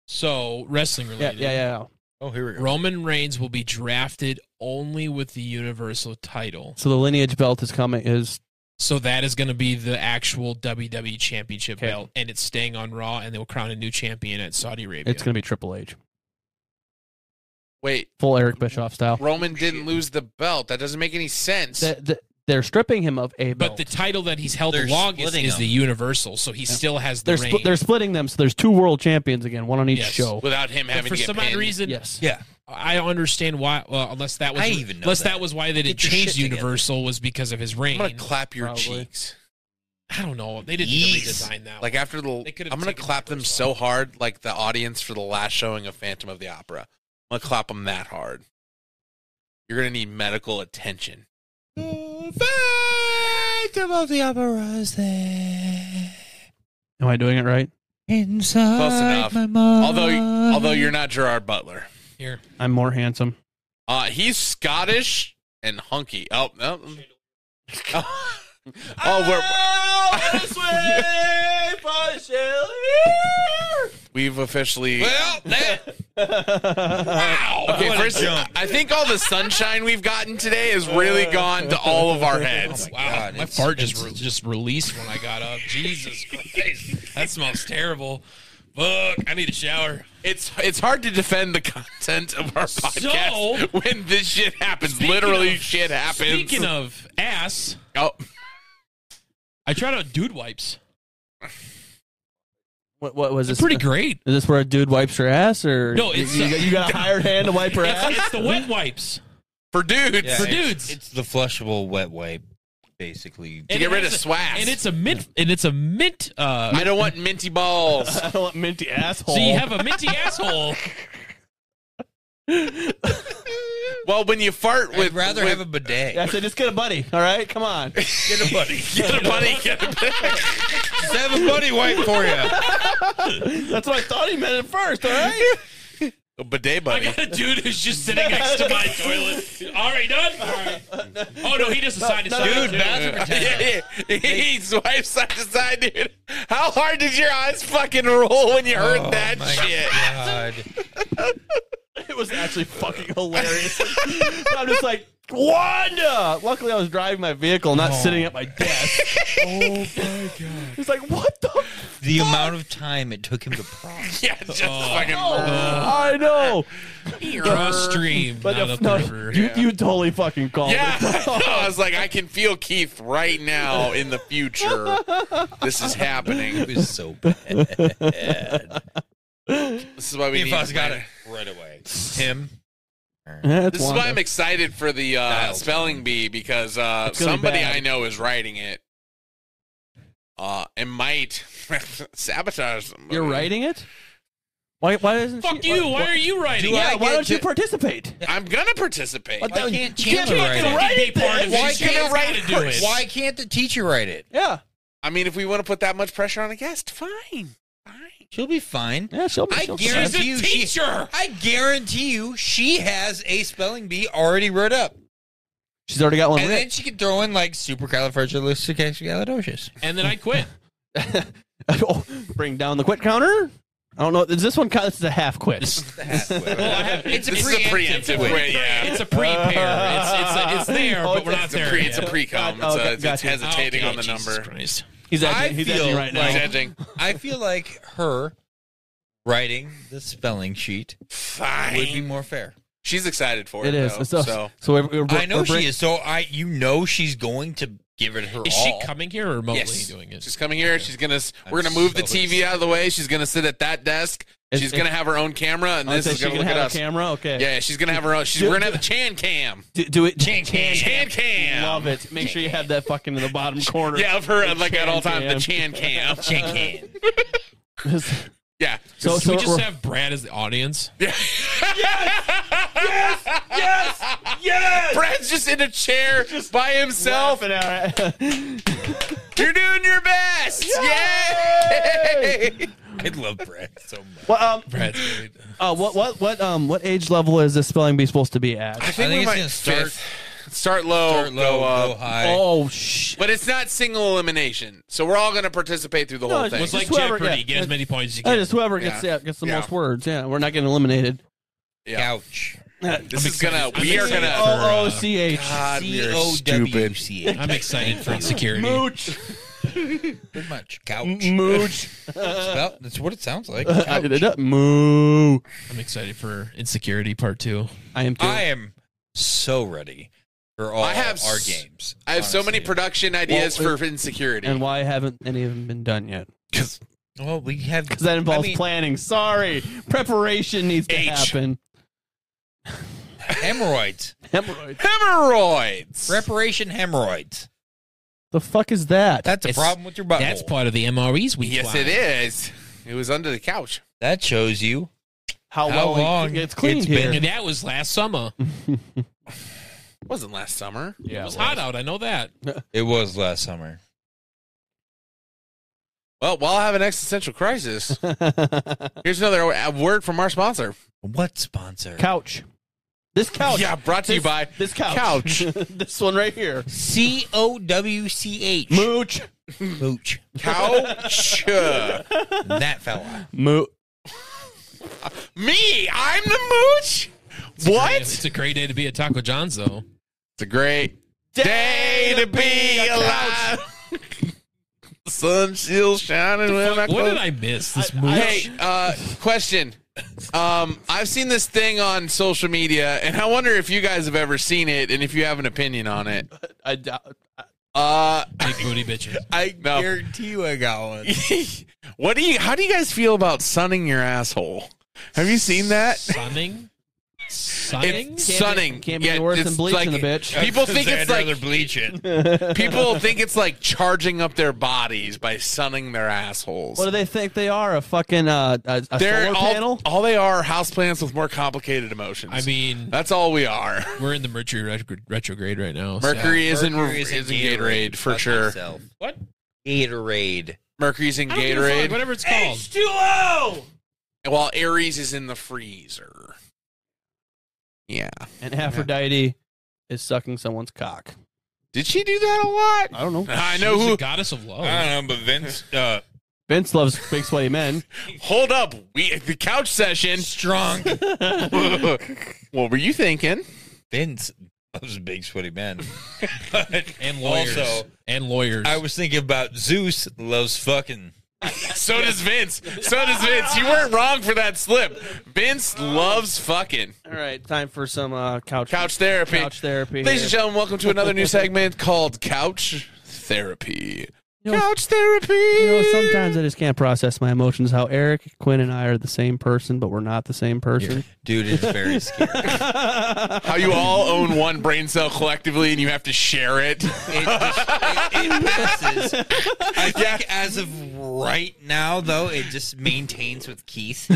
[SPEAKER 1] So wrestling
[SPEAKER 2] Yeah,
[SPEAKER 1] related.
[SPEAKER 2] yeah, yeah.
[SPEAKER 3] Oh, here we go.
[SPEAKER 1] Roman Reigns will be drafted only with the Universal title.
[SPEAKER 2] So the lineage belt is coming. Is
[SPEAKER 1] So that is going to be the actual WWE Championship
[SPEAKER 2] Okay.
[SPEAKER 1] belt, and it's staying on Raw, and they will crown a new champion at Saudi Arabia.
[SPEAKER 2] it's going to be Triple H,
[SPEAKER 4] wait,
[SPEAKER 2] full Eric Bischoff style.
[SPEAKER 1] Oh,
[SPEAKER 4] Roman didn't lose the belt. That doesn't make any sense.
[SPEAKER 2] Th- th- they're stripping him of a
[SPEAKER 1] but
[SPEAKER 2] belt.
[SPEAKER 1] the title that he's held
[SPEAKER 3] They're
[SPEAKER 1] the longest
[SPEAKER 3] splitting
[SPEAKER 1] is the
[SPEAKER 3] them.
[SPEAKER 1] Universal, so he still has the
[SPEAKER 2] they're
[SPEAKER 1] reign.
[SPEAKER 2] spl- they're splitting them. So there's two world champions again, one on each
[SPEAKER 1] Yes.
[SPEAKER 2] show.
[SPEAKER 4] Without him
[SPEAKER 1] But
[SPEAKER 4] having
[SPEAKER 1] for
[SPEAKER 4] to get
[SPEAKER 1] some
[SPEAKER 4] pinned.
[SPEAKER 1] odd reason,
[SPEAKER 2] Yes.
[SPEAKER 3] Yeah.
[SPEAKER 1] I don't understand why. Well, unless that was
[SPEAKER 3] I even know
[SPEAKER 1] unless that.
[SPEAKER 3] that.
[SPEAKER 1] was why they didn't
[SPEAKER 3] Get your
[SPEAKER 1] change
[SPEAKER 3] shit together.
[SPEAKER 1] Universal was because of his
[SPEAKER 4] I'm
[SPEAKER 1] reign.
[SPEAKER 4] gonna clap your
[SPEAKER 2] Probably.
[SPEAKER 4] cheeks.
[SPEAKER 1] I don't know. They didn't
[SPEAKER 3] Yeez.
[SPEAKER 1] need to redesign that.
[SPEAKER 4] Like after the,
[SPEAKER 1] They could've
[SPEAKER 4] I'm gonna
[SPEAKER 1] taken
[SPEAKER 4] clap them
[SPEAKER 1] Universal
[SPEAKER 4] so
[SPEAKER 1] out.
[SPEAKER 4] hard, like the audience for the last showing of Phantom of the Opera. I'm gonna clap them that hard. You're gonna need medical attention.
[SPEAKER 3] Phantom of the Opera's there.
[SPEAKER 2] Am I doing it right?
[SPEAKER 3] Inside
[SPEAKER 4] Close enough.
[SPEAKER 3] my mind.
[SPEAKER 4] Although, although you're not Gerard Butler.
[SPEAKER 1] here,
[SPEAKER 2] I'm more handsome.
[SPEAKER 4] Uh, he's Scottish and hunky. Oh no. Oh, we're
[SPEAKER 3] This way
[SPEAKER 4] We've officially.
[SPEAKER 3] Well, that
[SPEAKER 4] Wow. Okay,
[SPEAKER 3] What a
[SPEAKER 4] first,
[SPEAKER 3] jump.
[SPEAKER 4] I think all the sunshine we've gotten today has really gone to all of our heads.
[SPEAKER 1] Wow,
[SPEAKER 3] God,
[SPEAKER 1] my
[SPEAKER 3] it's-
[SPEAKER 1] fart just re- just released when I got up. Jesus Christ, that smells terrible. Fuck, I need a shower.
[SPEAKER 4] It's it's hard to defend the content of our podcast
[SPEAKER 1] So-
[SPEAKER 4] when this shit happens.
[SPEAKER 1] Speaking
[SPEAKER 4] Literally,
[SPEAKER 1] of-
[SPEAKER 4] shit happens.
[SPEAKER 1] Speaking of ass,
[SPEAKER 4] oh,
[SPEAKER 1] I tried out dude wipes.
[SPEAKER 2] What, what was this?
[SPEAKER 1] Pretty great.
[SPEAKER 2] Is this where a dude wipes your ass, or
[SPEAKER 1] No, it's,
[SPEAKER 2] you,
[SPEAKER 1] uh,
[SPEAKER 2] you, got- you got a hired hand to wipe her ass?
[SPEAKER 1] It's, it's the wet wipes.
[SPEAKER 4] for dudes,
[SPEAKER 3] Yeah,
[SPEAKER 1] For
[SPEAKER 3] it's-
[SPEAKER 1] dudes.
[SPEAKER 3] it's the flushable wet wipe, basically.
[SPEAKER 4] to
[SPEAKER 1] And
[SPEAKER 4] get
[SPEAKER 1] it
[SPEAKER 4] rid of
[SPEAKER 1] has a-
[SPEAKER 4] swag.
[SPEAKER 1] And it's a mint. And it's a mint. Uh,
[SPEAKER 4] I don't want minty balls.
[SPEAKER 2] I don't want minty asshole.
[SPEAKER 1] so you have a minty asshole.
[SPEAKER 4] well, when you fart with,
[SPEAKER 3] I'd rather
[SPEAKER 4] with-
[SPEAKER 3] have a bidet.
[SPEAKER 2] I said, just get a buddy. All right, come on.
[SPEAKER 3] Get a buddy.
[SPEAKER 4] get a buddy, get a
[SPEAKER 3] Just have a buddy wipe for you.
[SPEAKER 2] That's what I thought he meant at first. All right.
[SPEAKER 4] a Oh, bidet
[SPEAKER 1] I
[SPEAKER 4] buddy.
[SPEAKER 1] got a dude who's just sitting next to my toilet. All right, done. All right. Oh no, he just decided.
[SPEAKER 2] No,
[SPEAKER 1] to
[SPEAKER 2] no,
[SPEAKER 1] sign it,
[SPEAKER 2] no,
[SPEAKER 3] Dude,
[SPEAKER 1] too.
[SPEAKER 3] bathroom attendant.
[SPEAKER 4] Yeah, yeah. he swipes side to side, dude. How hard did your eyes fucking roll when you heard
[SPEAKER 3] Oh,
[SPEAKER 4] that
[SPEAKER 3] my
[SPEAKER 4] shit?
[SPEAKER 3] God.
[SPEAKER 2] It was actually fucking hilarious. I'm just like, Wanda! Luckily, I was driving my vehicle,
[SPEAKER 1] Oh
[SPEAKER 2] not sitting at my desk. oh my god. He's like, what the? F-?
[SPEAKER 3] The amount of time it took him to process.
[SPEAKER 4] Yeah, just
[SPEAKER 3] Oh.
[SPEAKER 4] fucking.
[SPEAKER 2] I know.
[SPEAKER 1] Cross stream,
[SPEAKER 2] But
[SPEAKER 1] Uh, not
[SPEAKER 2] no,
[SPEAKER 1] up
[SPEAKER 2] no,
[SPEAKER 1] river.
[SPEAKER 2] you, you totally fucking called
[SPEAKER 4] Yeah,
[SPEAKER 2] it.
[SPEAKER 4] I was like, I can feel Keith right now in the future. This is happening.
[SPEAKER 3] It was so bad.
[SPEAKER 4] This is why we
[SPEAKER 3] If
[SPEAKER 4] need.
[SPEAKER 3] I got it right away. Him.
[SPEAKER 2] That's
[SPEAKER 4] This is why I'm excited for the uh,
[SPEAKER 3] Dial
[SPEAKER 4] spelling bee because uh,
[SPEAKER 2] It's gonna be
[SPEAKER 4] somebody
[SPEAKER 2] bad.
[SPEAKER 4] I know is writing it. Uh, and might sabotage somebody.
[SPEAKER 2] You're writing it? Why, why isn't
[SPEAKER 1] Fuck
[SPEAKER 2] she,
[SPEAKER 1] you.
[SPEAKER 2] Why,
[SPEAKER 1] Why are you writing?
[SPEAKER 3] Do
[SPEAKER 1] it?
[SPEAKER 2] yeah,
[SPEAKER 3] I
[SPEAKER 2] why
[SPEAKER 3] get
[SPEAKER 2] don't you
[SPEAKER 3] to-
[SPEAKER 2] participate?
[SPEAKER 4] I'm gonna participate.
[SPEAKER 2] What the-
[SPEAKER 3] Why can't
[SPEAKER 2] you
[SPEAKER 3] Chandler write
[SPEAKER 2] fucking
[SPEAKER 3] it?
[SPEAKER 2] write
[SPEAKER 1] Be part
[SPEAKER 2] it.
[SPEAKER 1] of
[SPEAKER 2] then.
[SPEAKER 1] it.
[SPEAKER 3] Why
[SPEAKER 1] She's
[SPEAKER 3] can't
[SPEAKER 1] gotta
[SPEAKER 4] write
[SPEAKER 1] do it.
[SPEAKER 3] Why can't the teacher write it?
[SPEAKER 2] Yeah.
[SPEAKER 4] I mean, if we want to put that much pressure on a guest, fine, fine.
[SPEAKER 3] She'll be fine.
[SPEAKER 2] Yeah, she'll be.
[SPEAKER 3] I
[SPEAKER 2] she'll
[SPEAKER 1] She's
[SPEAKER 3] guarantee-
[SPEAKER 1] a
[SPEAKER 3] You- she-
[SPEAKER 1] teacher.
[SPEAKER 3] I guarantee you, she has a spelling bee already wrote up,
[SPEAKER 2] She's already got one.
[SPEAKER 3] and
[SPEAKER 2] writ.
[SPEAKER 3] then she can throw in like supercalifragilisticexpialidocious.
[SPEAKER 1] And then I quit.
[SPEAKER 2] oh, bring down the quit counter. I don't know. Is this one? count? This is a half quit.
[SPEAKER 1] Well, I have, it's,
[SPEAKER 3] It's a
[SPEAKER 4] This is a
[SPEAKER 3] preemptive
[SPEAKER 4] preemptive
[SPEAKER 3] way.
[SPEAKER 4] way. Yeah,
[SPEAKER 1] it's a pre-pair. It's, it's, it's there,
[SPEAKER 2] Oh,
[SPEAKER 1] but we're
[SPEAKER 2] it's-
[SPEAKER 1] not
[SPEAKER 2] it's
[SPEAKER 4] It's a
[SPEAKER 1] there
[SPEAKER 4] pre,
[SPEAKER 1] yet.
[SPEAKER 4] it's a
[SPEAKER 2] Got-
[SPEAKER 4] pre-com. it's, a,
[SPEAKER 2] okay,
[SPEAKER 4] it's
[SPEAKER 2] gotcha.
[SPEAKER 4] hesitating
[SPEAKER 1] Okay,
[SPEAKER 4] on the
[SPEAKER 1] Jesus
[SPEAKER 4] number.
[SPEAKER 1] Christ.
[SPEAKER 2] He's
[SPEAKER 3] I
[SPEAKER 2] edging, he's edging
[SPEAKER 3] feel
[SPEAKER 2] right
[SPEAKER 4] He's
[SPEAKER 2] now.
[SPEAKER 3] like-
[SPEAKER 4] edging.
[SPEAKER 3] I feel like her writing the spelling sheet
[SPEAKER 4] Fine.
[SPEAKER 3] would be more fair.
[SPEAKER 4] She's excited for it.
[SPEAKER 2] It is.
[SPEAKER 4] Though,
[SPEAKER 2] so,
[SPEAKER 4] so
[SPEAKER 2] so we're, we're,
[SPEAKER 3] I know
[SPEAKER 2] we're
[SPEAKER 3] she is, so I you know she's going to give it her
[SPEAKER 1] Is she
[SPEAKER 3] all.
[SPEAKER 1] coming here or remotely
[SPEAKER 4] yes,
[SPEAKER 1] doing it?
[SPEAKER 4] she's coming here. She's gonna. s-
[SPEAKER 3] I'm
[SPEAKER 4] We're gonna move the
[SPEAKER 3] so
[SPEAKER 4] TV out of the way. She's gonna sit at that desk.
[SPEAKER 2] It's-
[SPEAKER 4] She's gonna have her own camera, and
[SPEAKER 2] Oh,
[SPEAKER 4] this
[SPEAKER 2] so
[SPEAKER 4] is
[SPEAKER 2] she
[SPEAKER 4] gonna
[SPEAKER 2] can
[SPEAKER 4] look at
[SPEAKER 2] have a
[SPEAKER 4] us.
[SPEAKER 2] camera. Okay.
[SPEAKER 4] Yeah, she's gonna have her own. She's,
[SPEAKER 2] Do-
[SPEAKER 4] we're gonna have the Chan Cam.
[SPEAKER 2] Do, do it.
[SPEAKER 4] Chan Cam.
[SPEAKER 2] Love it. Make sure you have that fucking in the bottom corner.
[SPEAKER 4] Yeah, of her like at
[SPEAKER 2] Chan
[SPEAKER 4] all times the Chan Cam. Chan Cam. Yeah.
[SPEAKER 2] so
[SPEAKER 1] Should
[SPEAKER 2] so
[SPEAKER 1] we
[SPEAKER 2] we're-
[SPEAKER 1] Uh, just have Brad as the audience?
[SPEAKER 4] Brad's just in a chair by himself.
[SPEAKER 2] laughing at it.
[SPEAKER 4] You're doing your best. Yay!
[SPEAKER 3] I love Brad so much.
[SPEAKER 2] Well, um,
[SPEAKER 1] Brad's great.
[SPEAKER 2] uh, what what what um what age level is this spelling bee supposed to be
[SPEAKER 4] I
[SPEAKER 2] at?
[SPEAKER 4] think, we
[SPEAKER 3] it's
[SPEAKER 4] might
[SPEAKER 3] gonna start-
[SPEAKER 4] fifth. start low,
[SPEAKER 3] Start low,
[SPEAKER 4] go up.
[SPEAKER 3] go high.
[SPEAKER 2] Oh shit.
[SPEAKER 4] But it's not single elimination, so we're all going to participate through the
[SPEAKER 2] No,
[SPEAKER 4] whole
[SPEAKER 2] it's
[SPEAKER 4] thing.
[SPEAKER 1] It's
[SPEAKER 2] just
[SPEAKER 1] like
[SPEAKER 2] whoever-
[SPEAKER 1] Jeopardy.
[SPEAKER 2] yeah.
[SPEAKER 1] Get as many points as you
[SPEAKER 2] That
[SPEAKER 1] can.
[SPEAKER 2] is whoever gets
[SPEAKER 4] Yeah.
[SPEAKER 2] yeah, gets the
[SPEAKER 4] Yeah.
[SPEAKER 2] most words. Yeah, we're not getting eliminated.
[SPEAKER 4] yeah.
[SPEAKER 3] Couch.
[SPEAKER 4] This is gonna.
[SPEAKER 1] excited.
[SPEAKER 4] We
[SPEAKER 1] I'm
[SPEAKER 4] are
[SPEAKER 1] excited.
[SPEAKER 4] gonna.
[SPEAKER 1] Oh.
[SPEAKER 2] O O C H.
[SPEAKER 4] God, we are stupid.
[SPEAKER 3] C-O-W-C-H.
[SPEAKER 1] I'm excited for insecurity.
[SPEAKER 2] Mooch.
[SPEAKER 3] Pretty much. Couch.
[SPEAKER 2] Mooch.
[SPEAKER 3] Well, that's what it sounds like.
[SPEAKER 2] I did it up. Moo.
[SPEAKER 1] I'm excited for insecurity part two.
[SPEAKER 2] I am too.
[SPEAKER 3] I am so ready for all
[SPEAKER 4] I have
[SPEAKER 3] our
[SPEAKER 4] s-
[SPEAKER 3] games.
[SPEAKER 4] I have so many
[SPEAKER 3] honestly.
[SPEAKER 4] production ideas
[SPEAKER 2] Well,
[SPEAKER 4] for insecurity.
[SPEAKER 2] and why haven't any of them been done yet?
[SPEAKER 3] Well, we have
[SPEAKER 2] Because that involves
[SPEAKER 3] I mean,
[SPEAKER 2] planning. Sorry, preparation needs to
[SPEAKER 4] H.
[SPEAKER 2] happen.
[SPEAKER 3] hemorrhoids.
[SPEAKER 2] Hemorrhoids.
[SPEAKER 4] Hemorrhoids.
[SPEAKER 3] Preparation hemorrhoids.
[SPEAKER 2] The fuck is that?
[SPEAKER 3] That's a
[SPEAKER 1] It's-
[SPEAKER 3] problem with your butthole.
[SPEAKER 1] That's part of the MREs we
[SPEAKER 4] yes, it is. It was under the couch.
[SPEAKER 3] that shows you.
[SPEAKER 2] how,
[SPEAKER 3] how
[SPEAKER 2] well we-
[SPEAKER 3] long
[SPEAKER 2] it's cleaned
[SPEAKER 3] it's
[SPEAKER 2] here.
[SPEAKER 1] And that was last summer.
[SPEAKER 4] It wasn't last summer.
[SPEAKER 1] It was hot out. I know that.
[SPEAKER 3] It was last summer.
[SPEAKER 4] Well, while I have an existential crisis, here's another uh, word from our sponsor.
[SPEAKER 3] What sponsor?
[SPEAKER 2] Couch. This couch.
[SPEAKER 4] Yeah, brought to you
[SPEAKER 2] This-
[SPEAKER 4] by
[SPEAKER 2] this couch.
[SPEAKER 4] Couch.
[SPEAKER 2] this one right here.
[SPEAKER 3] C O W C H.
[SPEAKER 2] Mooch.
[SPEAKER 3] Mooch.
[SPEAKER 4] Couch.
[SPEAKER 3] That fella.
[SPEAKER 2] Mooch.
[SPEAKER 4] Me, I'm the mooch. What?
[SPEAKER 1] It's a great day to be at Taco John's, though.
[SPEAKER 4] It's a great day to be alive. The Sun still shining when I
[SPEAKER 1] What
[SPEAKER 4] close-
[SPEAKER 1] did I miss? This movie.
[SPEAKER 4] Hey, uh, question. Um, I've seen this thing on social media, and I wonder if you guys have ever seen it, and if you have an opinion on it.
[SPEAKER 2] I doubt.
[SPEAKER 4] Uh,
[SPEAKER 1] Big booty bitches.
[SPEAKER 3] I
[SPEAKER 4] No.
[SPEAKER 3] guarantee you I got one.
[SPEAKER 4] what do you? How do you guys feel about sunning your asshole? Have you seen
[SPEAKER 1] Uh,
[SPEAKER 4] that?
[SPEAKER 1] Sunning? Sunning?
[SPEAKER 4] It's sunning.
[SPEAKER 2] can't be
[SPEAKER 4] Yeah,
[SPEAKER 2] worse
[SPEAKER 4] it's
[SPEAKER 2] than bleaching
[SPEAKER 4] like-
[SPEAKER 2] the bitch.
[SPEAKER 4] People think
[SPEAKER 5] I'd
[SPEAKER 4] it's like
[SPEAKER 5] rather bleach it.
[SPEAKER 4] people think it's like charging up their bodies by sunning their assholes.
[SPEAKER 2] What do they think they are? A fucking uh, a, a solar
[SPEAKER 4] all,
[SPEAKER 2] panel?
[SPEAKER 4] all they are houseplants with more complicated emotions.
[SPEAKER 1] I mean,
[SPEAKER 4] that's all we are.
[SPEAKER 1] we're in the Mercury retro- retrograde right now. so-
[SPEAKER 4] Mercury is in,
[SPEAKER 3] Mercury
[SPEAKER 4] is in Gatorade, for
[SPEAKER 3] Fuck
[SPEAKER 4] sure.
[SPEAKER 3] myself.
[SPEAKER 1] What?
[SPEAKER 3] Gatorade.
[SPEAKER 4] Mercury's in
[SPEAKER 1] I don't give a fuck,
[SPEAKER 4] Gatorade,
[SPEAKER 1] whatever it's called.
[SPEAKER 4] while Aries is in the freezer. Yeah.
[SPEAKER 2] And Aphrodite is sucking someone's cock.
[SPEAKER 4] Did she do that a lot?
[SPEAKER 2] I don't know.
[SPEAKER 4] I
[SPEAKER 1] She
[SPEAKER 4] know
[SPEAKER 1] was
[SPEAKER 4] who.
[SPEAKER 1] the goddess of love.
[SPEAKER 5] I don't know, but Vince, uh,
[SPEAKER 2] Vince loves big sweaty men.
[SPEAKER 4] Hold up, we the couch session. Strong. what were you thinking?
[SPEAKER 3] Vince loves big sweaty men.
[SPEAKER 1] and lawyers.
[SPEAKER 3] Also,
[SPEAKER 1] and lawyers.
[SPEAKER 3] I was thinking about Zeus loves fucking.
[SPEAKER 4] So does Vince. So does Vince. You weren't wrong for that slip. Vince loves fucking
[SPEAKER 2] All right, time for some uh, couch
[SPEAKER 4] couch therapy.
[SPEAKER 2] couch therapy.
[SPEAKER 4] Ladies and
[SPEAKER 2] here.
[SPEAKER 4] gentlemen, welcome to another new segment called Couch Therapy.
[SPEAKER 2] You know-
[SPEAKER 4] couch therapy.
[SPEAKER 2] You know, sometimes I just can't process my emotions. How Eric, Quinn, and I are the same person, but we're not the same person.
[SPEAKER 3] Dude is very scary.
[SPEAKER 4] how you all own one brain cell collectively and you have to share it.
[SPEAKER 3] It, just, it, it passes. I think as of right now, though, it just maintains with Keith.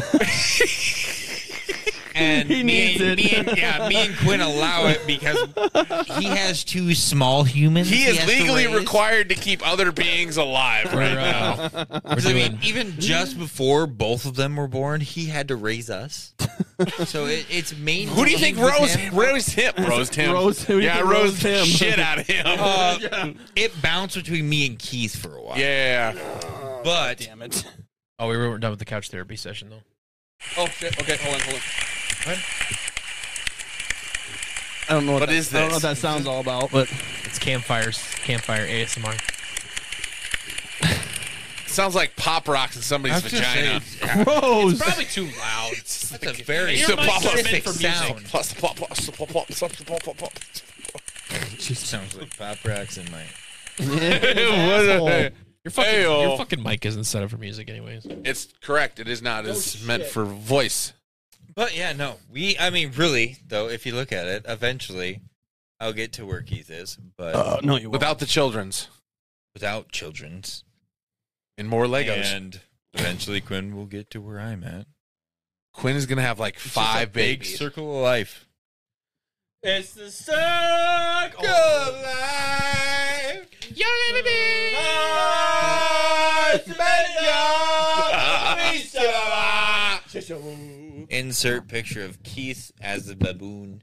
[SPEAKER 3] and
[SPEAKER 2] He needs
[SPEAKER 3] me,
[SPEAKER 2] it.
[SPEAKER 3] and- me and yeah, me and Quinn allow it because he has two small humans.
[SPEAKER 4] He is
[SPEAKER 3] has to
[SPEAKER 4] legally
[SPEAKER 3] raise.
[SPEAKER 4] required to keep other beings alive
[SPEAKER 1] we're,
[SPEAKER 4] right now.
[SPEAKER 1] uh, we're
[SPEAKER 3] 'Cause I mean,
[SPEAKER 1] doing
[SPEAKER 3] even just before both of them were born, he had to raise us. So it, it's main.
[SPEAKER 4] Who do you think rose rose him? Rose him.
[SPEAKER 2] Rose- who do you
[SPEAKER 4] yeah, I
[SPEAKER 2] think
[SPEAKER 4] rose
[SPEAKER 2] rose him?
[SPEAKER 4] shit out of him.
[SPEAKER 3] Uh, It bounced between me and Keith for a while.
[SPEAKER 4] yeah.
[SPEAKER 3] but
[SPEAKER 2] Damn it.
[SPEAKER 1] Oh, we weren't done with the couch therapy session though.
[SPEAKER 4] Oh shit. Okay, hold on, hold on.
[SPEAKER 2] I don't know what,
[SPEAKER 4] What
[SPEAKER 2] that,
[SPEAKER 4] is
[SPEAKER 2] I don't know what
[SPEAKER 4] this?
[SPEAKER 2] that sounds all about, but
[SPEAKER 1] It's campfires, campfire ASMR.
[SPEAKER 4] Sounds like pop rocks in somebody's
[SPEAKER 3] was gonna
[SPEAKER 4] vagina.
[SPEAKER 2] gross.
[SPEAKER 1] Probably too loud. It's
[SPEAKER 3] that's a very
[SPEAKER 4] Your mics are meant
[SPEAKER 3] specific
[SPEAKER 1] for music.
[SPEAKER 3] sound.
[SPEAKER 4] Plus the pop, plus the pop, pop, plus the pop, pop, pop.
[SPEAKER 3] Sounds like pop rocks in my.
[SPEAKER 2] Asshole.
[SPEAKER 1] your fucking
[SPEAKER 4] Ayo.
[SPEAKER 1] your fucking mic isn't set up for music, anyways.
[SPEAKER 4] It's correct. It is not. It's meant for voice.
[SPEAKER 3] But yeah, no, we. I mean, really though, if you look at it, eventually, I'll get to where Keith is, but
[SPEAKER 2] Uh, no, you won't.
[SPEAKER 4] Without the children's
[SPEAKER 3] without childrens,
[SPEAKER 4] and more Legos.
[SPEAKER 5] and eventually Quinn will get to where I'm at.
[SPEAKER 4] Quinn is gonna have like
[SPEAKER 3] It's just
[SPEAKER 4] five
[SPEAKER 3] a big
[SPEAKER 4] babies.
[SPEAKER 3] circle of life.
[SPEAKER 2] it's the circle.
[SPEAKER 3] Insert picture of Keith as the baboon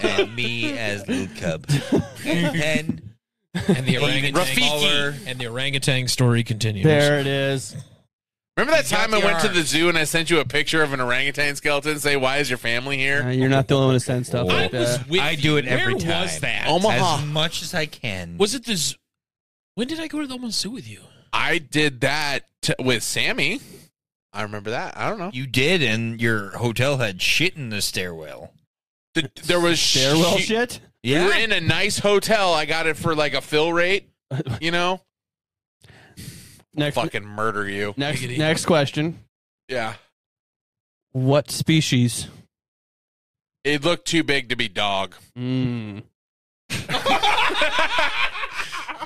[SPEAKER 3] and me as little cub, and then
[SPEAKER 1] And the
[SPEAKER 3] Even
[SPEAKER 1] orangutan
[SPEAKER 3] Rafiki.
[SPEAKER 1] and the orangutan story continues.
[SPEAKER 2] There it is.
[SPEAKER 4] Remember that
[SPEAKER 3] He's got
[SPEAKER 4] time I
[SPEAKER 3] the
[SPEAKER 4] went to
[SPEAKER 3] arm.
[SPEAKER 4] the zoo and I sent you a picture of an orangutan skeleton? and Say, why is your family
[SPEAKER 2] Uh,
[SPEAKER 4] here?
[SPEAKER 2] you're not the only one who sends stuff
[SPEAKER 1] I
[SPEAKER 2] like
[SPEAKER 1] was
[SPEAKER 2] that.
[SPEAKER 1] with
[SPEAKER 3] I
[SPEAKER 1] you.
[SPEAKER 3] do it every
[SPEAKER 1] Where
[SPEAKER 3] time.
[SPEAKER 1] was that?
[SPEAKER 4] Omaha.
[SPEAKER 3] as much as I can.
[SPEAKER 1] Was it the zoo? When did I go to the Omaha Zoo with you?
[SPEAKER 4] I did that t- with Sammy. I remember that. I don't know.
[SPEAKER 3] you did, and your hotel had shit in the stairwell.
[SPEAKER 4] The, there was
[SPEAKER 2] Stairwell
[SPEAKER 4] she-
[SPEAKER 2] shit.
[SPEAKER 4] We were in a nice hotel. I got it for like a fill rate. You know,
[SPEAKER 2] Next,
[SPEAKER 4] fucking murder you.
[SPEAKER 2] next,
[SPEAKER 1] Giggity.
[SPEAKER 2] next question.
[SPEAKER 4] Yeah,
[SPEAKER 2] What species?
[SPEAKER 4] it looked too big to be dog.
[SPEAKER 2] Mm.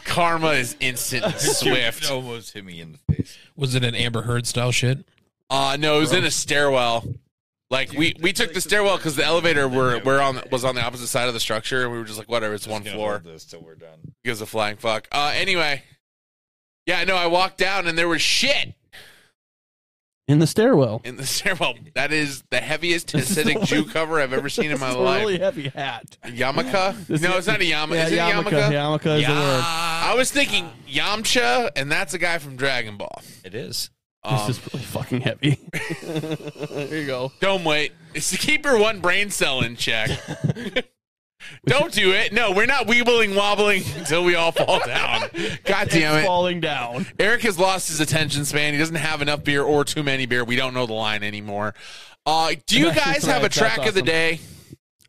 [SPEAKER 4] Karma is instant and swift.
[SPEAKER 5] almost hit me in the face.
[SPEAKER 1] Was it an Amber Heard style shit?
[SPEAKER 4] Uh no, it was in a stairwell. Like we, we took the stairwell because the elevator were we're on was on the opposite side of the structure, and we were just like, whatever, it's one floor.
[SPEAKER 5] This till we're done.
[SPEAKER 4] Gives a flying fuck. Uh, anyway, yeah, no, I walked down and there was shit.
[SPEAKER 2] in the stairwell.
[SPEAKER 4] in the stairwell. That is the heaviest Hasidic Jew cover I've ever seen in my
[SPEAKER 2] It's a
[SPEAKER 4] life.
[SPEAKER 2] really heavy hat.
[SPEAKER 4] Yamaka? No, it's not a yama.
[SPEAKER 2] Yeah,
[SPEAKER 4] is it
[SPEAKER 2] yarmulke.
[SPEAKER 4] yamaka?
[SPEAKER 2] Yarmulke is the word.
[SPEAKER 4] I was thinking Yamcha, and that's a guy from Dragon Ball.
[SPEAKER 3] It is.
[SPEAKER 4] Um,
[SPEAKER 2] this is really fucking heavy. there you go.
[SPEAKER 4] Don't wait. It's to keep your one brain cell in check. Don't do it. No, we're not weebling wobbling until we all fall down. God damn
[SPEAKER 2] It's
[SPEAKER 4] it.
[SPEAKER 2] falling down.
[SPEAKER 4] Eric has lost his attention span. He doesn't have enough beer or too many beer. We don't know the line anymore. Uh, do you
[SPEAKER 2] That's
[SPEAKER 4] guys have
[SPEAKER 2] right.
[SPEAKER 4] a
[SPEAKER 2] That's
[SPEAKER 4] track of the
[SPEAKER 2] awesome.
[SPEAKER 4] day?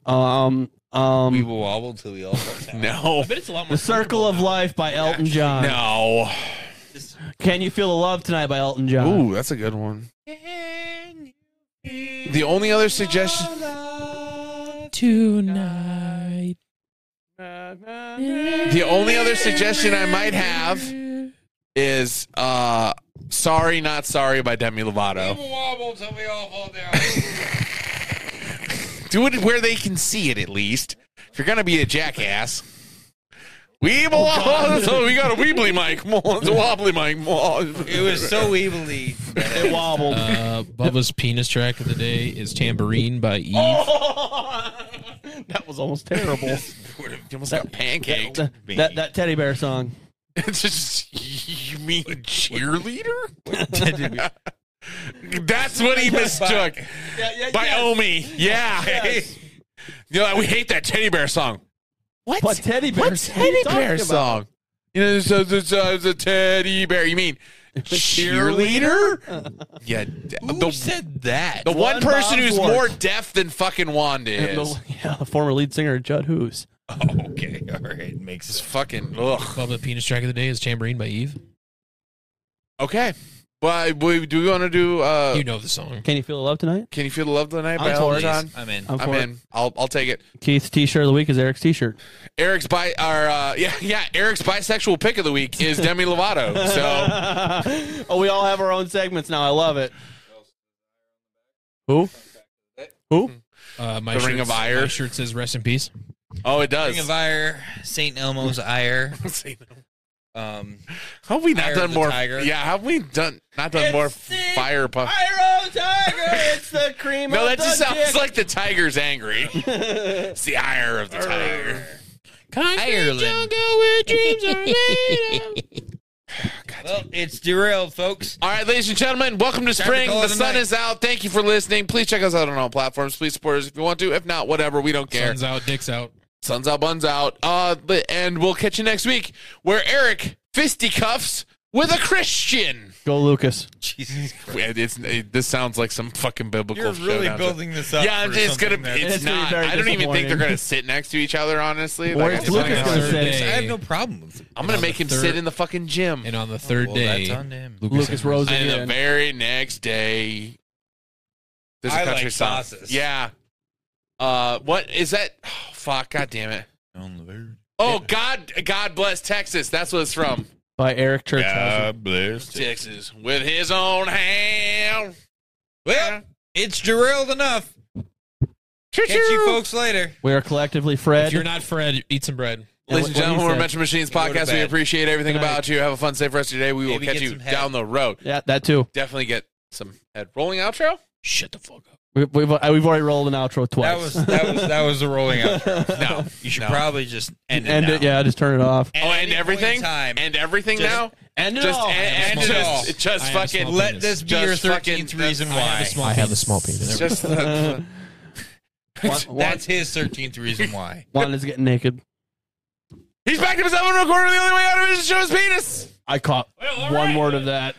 [SPEAKER 2] Um,
[SPEAKER 3] We
[SPEAKER 2] um,
[SPEAKER 3] will wobble till we all fall down.
[SPEAKER 4] No.
[SPEAKER 1] I bet it's a lot more.
[SPEAKER 2] the Circle of Life by Elton John.
[SPEAKER 4] No.
[SPEAKER 2] Can you feel the love tonight by Elton John?
[SPEAKER 4] Ooh, that's a good one. The only other suggestion.
[SPEAKER 7] Tonight.
[SPEAKER 4] The only other suggestion I might have is uh Sorry Not Sorry by Demi Lovato.
[SPEAKER 3] wobble till we all fall down.
[SPEAKER 4] Do it where they can see it at least. If you're gonna be a jackass.
[SPEAKER 2] Oh,
[SPEAKER 4] Weeble so we got a weebly mic. It's a wobbly mic.
[SPEAKER 3] it was so evilly.
[SPEAKER 2] It wobbled.
[SPEAKER 1] Uh, Bubba's penis track of the day is "Tambourine" by Eve.
[SPEAKER 2] that was almost terrible.
[SPEAKER 4] You almost got pancaked.
[SPEAKER 2] that, that that teddy bear song.
[SPEAKER 4] It's just you mean cheerleader? That's what he mistook. By
[SPEAKER 2] oh,
[SPEAKER 4] Omi. Yeah. You know, we hate that teddy bear song. What?
[SPEAKER 2] What teddy bear?
[SPEAKER 4] What teddy bear song? You know, so it's a teddy bear. You mean cheerleader? yeah. d-
[SPEAKER 3] Who Oh,
[SPEAKER 4] The,
[SPEAKER 3] said that?
[SPEAKER 4] the one
[SPEAKER 2] One
[SPEAKER 4] person
[SPEAKER 2] Bob
[SPEAKER 4] who's
[SPEAKER 2] Dwart.
[SPEAKER 4] more deaf than fucking Wanda
[SPEAKER 2] And
[SPEAKER 4] is.
[SPEAKER 2] the, yeah, the former lead singer Judd Hoos.
[SPEAKER 3] okay, all right, makes
[SPEAKER 4] It's
[SPEAKER 3] us.
[SPEAKER 4] fucking ugh.
[SPEAKER 1] Bubba penis track of the day is "Tambourine" by Eve.
[SPEAKER 4] Okay. Well, we, do we want to do? Uh,
[SPEAKER 1] You know the song.
[SPEAKER 2] Can you feel the love tonight?
[SPEAKER 4] Can you feel the love of the night by
[SPEAKER 2] I'm for it.
[SPEAKER 4] Elton John?
[SPEAKER 3] I'm in.
[SPEAKER 2] I'm,
[SPEAKER 4] I'm
[SPEAKER 2] for it.
[SPEAKER 4] in. I'll I'll take it.
[SPEAKER 2] Keith's T-shirt of the week is Eric's T-shirt.
[SPEAKER 4] Eric's bi or uh, yeah yeah Eric's bisexual pick of the week is Demi Lovato. So
[SPEAKER 2] oh, we all have our own segments now. I love it. Who?
[SPEAKER 4] Hmm.
[SPEAKER 2] Who?
[SPEAKER 1] Uh, my
[SPEAKER 4] The Ring
[SPEAKER 1] shirt's-
[SPEAKER 4] of Ire.
[SPEAKER 1] My shirt says "Rest in Peace."
[SPEAKER 4] oh it
[SPEAKER 3] Ring of
[SPEAKER 4] does.
[SPEAKER 3] Ire, Saint Elmo's Ire. Um,
[SPEAKER 4] How have we not
[SPEAKER 3] Ire
[SPEAKER 4] done
[SPEAKER 3] of the
[SPEAKER 4] more?
[SPEAKER 3] Tiger.
[SPEAKER 4] Yeah, how have we done not done more fire punk?
[SPEAKER 2] Pyro Tiger, it's the cream.
[SPEAKER 4] No, that just sounds like the tiger's angry. it's the ire of the tiger.
[SPEAKER 3] Ireland. Well, it's derailed, folks.
[SPEAKER 4] All right, ladies and gentlemen, welcome to
[SPEAKER 3] Time to
[SPEAKER 4] spring.
[SPEAKER 3] call
[SPEAKER 4] The
[SPEAKER 3] it a
[SPEAKER 4] sun
[SPEAKER 3] night.
[SPEAKER 4] is out. Thank you for listening. Please check us out on all platforms. Please support us if you want to. If not, whatever. We don't care.
[SPEAKER 1] Guns out, dicks out.
[SPEAKER 4] Suns out, buns out. Uh, li- and we'll catch you next week where Eric fisticuffs with a Christian.
[SPEAKER 2] Go Lucas.
[SPEAKER 3] Jesus, Christ.
[SPEAKER 4] Wait, It's, it, this sounds like some fucking biblical.
[SPEAKER 3] you're really
[SPEAKER 4] showdown.
[SPEAKER 3] building this up.
[SPEAKER 4] Yeah,
[SPEAKER 3] for
[SPEAKER 4] it's gonna.
[SPEAKER 3] something that-
[SPEAKER 4] It's,
[SPEAKER 2] It's gonna be
[SPEAKER 4] not.
[SPEAKER 2] very
[SPEAKER 4] I don't even think they're
[SPEAKER 2] disappointing.
[SPEAKER 4] gonna sit next to each other. Honestly,
[SPEAKER 2] Where's
[SPEAKER 4] Like,
[SPEAKER 2] Lucas
[SPEAKER 4] depending on-
[SPEAKER 2] gonna sit?
[SPEAKER 3] I have no problem with.
[SPEAKER 4] I'm gonna make him
[SPEAKER 1] Third-
[SPEAKER 4] sit in the fucking gym.
[SPEAKER 1] And on the third
[SPEAKER 3] well,
[SPEAKER 1] day,
[SPEAKER 3] that's on him.
[SPEAKER 2] Lucas Rose
[SPEAKER 4] And the
[SPEAKER 2] again.
[SPEAKER 4] very next day, there's a
[SPEAKER 3] I
[SPEAKER 4] country
[SPEAKER 3] like
[SPEAKER 4] song.
[SPEAKER 3] sauces.
[SPEAKER 4] Yeah. Uh, what is that? Oh, fuck! God damn it!
[SPEAKER 3] On the verge.
[SPEAKER 4] Oh God! God bless Texas. That's what it's from.
[SPEAKER 2] by Eric Churchhouse.
[SPEAKER 5] God bless. you.
[SPEAKER 4] Texas with his own hand.
[SPEAKER 3] Well, it's derailed enough. Catch you folks later.
[SPEAKER 2] We are collectively Fred.
[SPEAKER 1] if you're not Fred, eat some bread.
[SPEAKER 2] and
[SPEAKER 4] Ladies and
[SPEAKER 2] what- what
[SPEAKER 4] gentlemen,
[SPEAKER 2] he
[SPEAKER 4] we're
[SPEAKER 2] said.
[SPEAKER 4] Metro Machines
[SPEAKER 3] Go to
[SPEAKER 4] Podcast. We
[SPEAKER 3] bed.
[SPEAKER 4] appreciate everything
[SPEAKER 2] Good night.
[SPEAKER 4] about you. Have a fun, safe rest of your day. We will
[SPEAKER 3] Maybe
[SPEAKER 4] catch
[SPEAKER 3] get
[SPEAKER 4] you
[SPEAKER 3] some head.
[SPEAKER 4] down the road.
[SPEAKER 2] Yeah, that too.
[SPEAKER 4] Definitely get some head. Rolling outro? Oh,
[SPEAKER 1] Shut the fuck up.
[SPEAKER 2] We, we've uh, we've already rolled an outro
[SPEAKER 3] That
[SPEAKER 2] twice.
[SPEAKER 3] was that was that was the rolling out.
[SPEAKER 4] No.
[SPEAKER 3] You should
[SPEAKER 4] No.
[SPEAKER 3] probably just end it.
[SPEAKER 2] End
[SPEAKER 3] now.
[SPEAKER 2] it. Yeah, just turn it off.
[SPEAKER 4] Oh,
[SPEAKER 3] At
[SPEAKER 4] and
[SPEAKER 3] any point in
[SPEAKER 4] everything?
[SPEAKER 3] Time.
[SPEAKER 4] And everything
[SPEAKER 3] Just-
[SPEAKER 4] now?
[SPEAKER 2] End it
[SPEAKER 4] Just
[SPEAKER 2] all.
[SPEAKER 4] and, and
[SPEAKER 3] small
[SPEAKER 4] just,
[SPEAKER 3] penis.
[SPEAKER 1] I
[SPEAKER 4] just
[SPEAKER 1] have a
[SPEAKER 4] fucking
[SPEAKER 1] small
[SPEAKER 3] Let this be
[SPEAKER 4] Just
[SPEAKER 3] your
[SPEAKER 4] fucking-
[SPEAKER 3] thirteenth reason
[SPEAKER 4] I
[SPEAKER 3] why.
[SPEAKER 4] have a
[SPEAKER 1] I have a small penis.
[SPEAKER 4] Just
[SPEAKER 2] Uh,
[SPEAKER 4] the,
[SPEAKER 2] Juan- Juan-
[SPEAKER 3] That's his thirteenth reason why.
[SPEAKER 2] Juan is getting naked.
[SPEAKER 4] he's back to himself in a corner. The only way out of it is to show his penis.
[SPEAKER 2] I caught one word of that.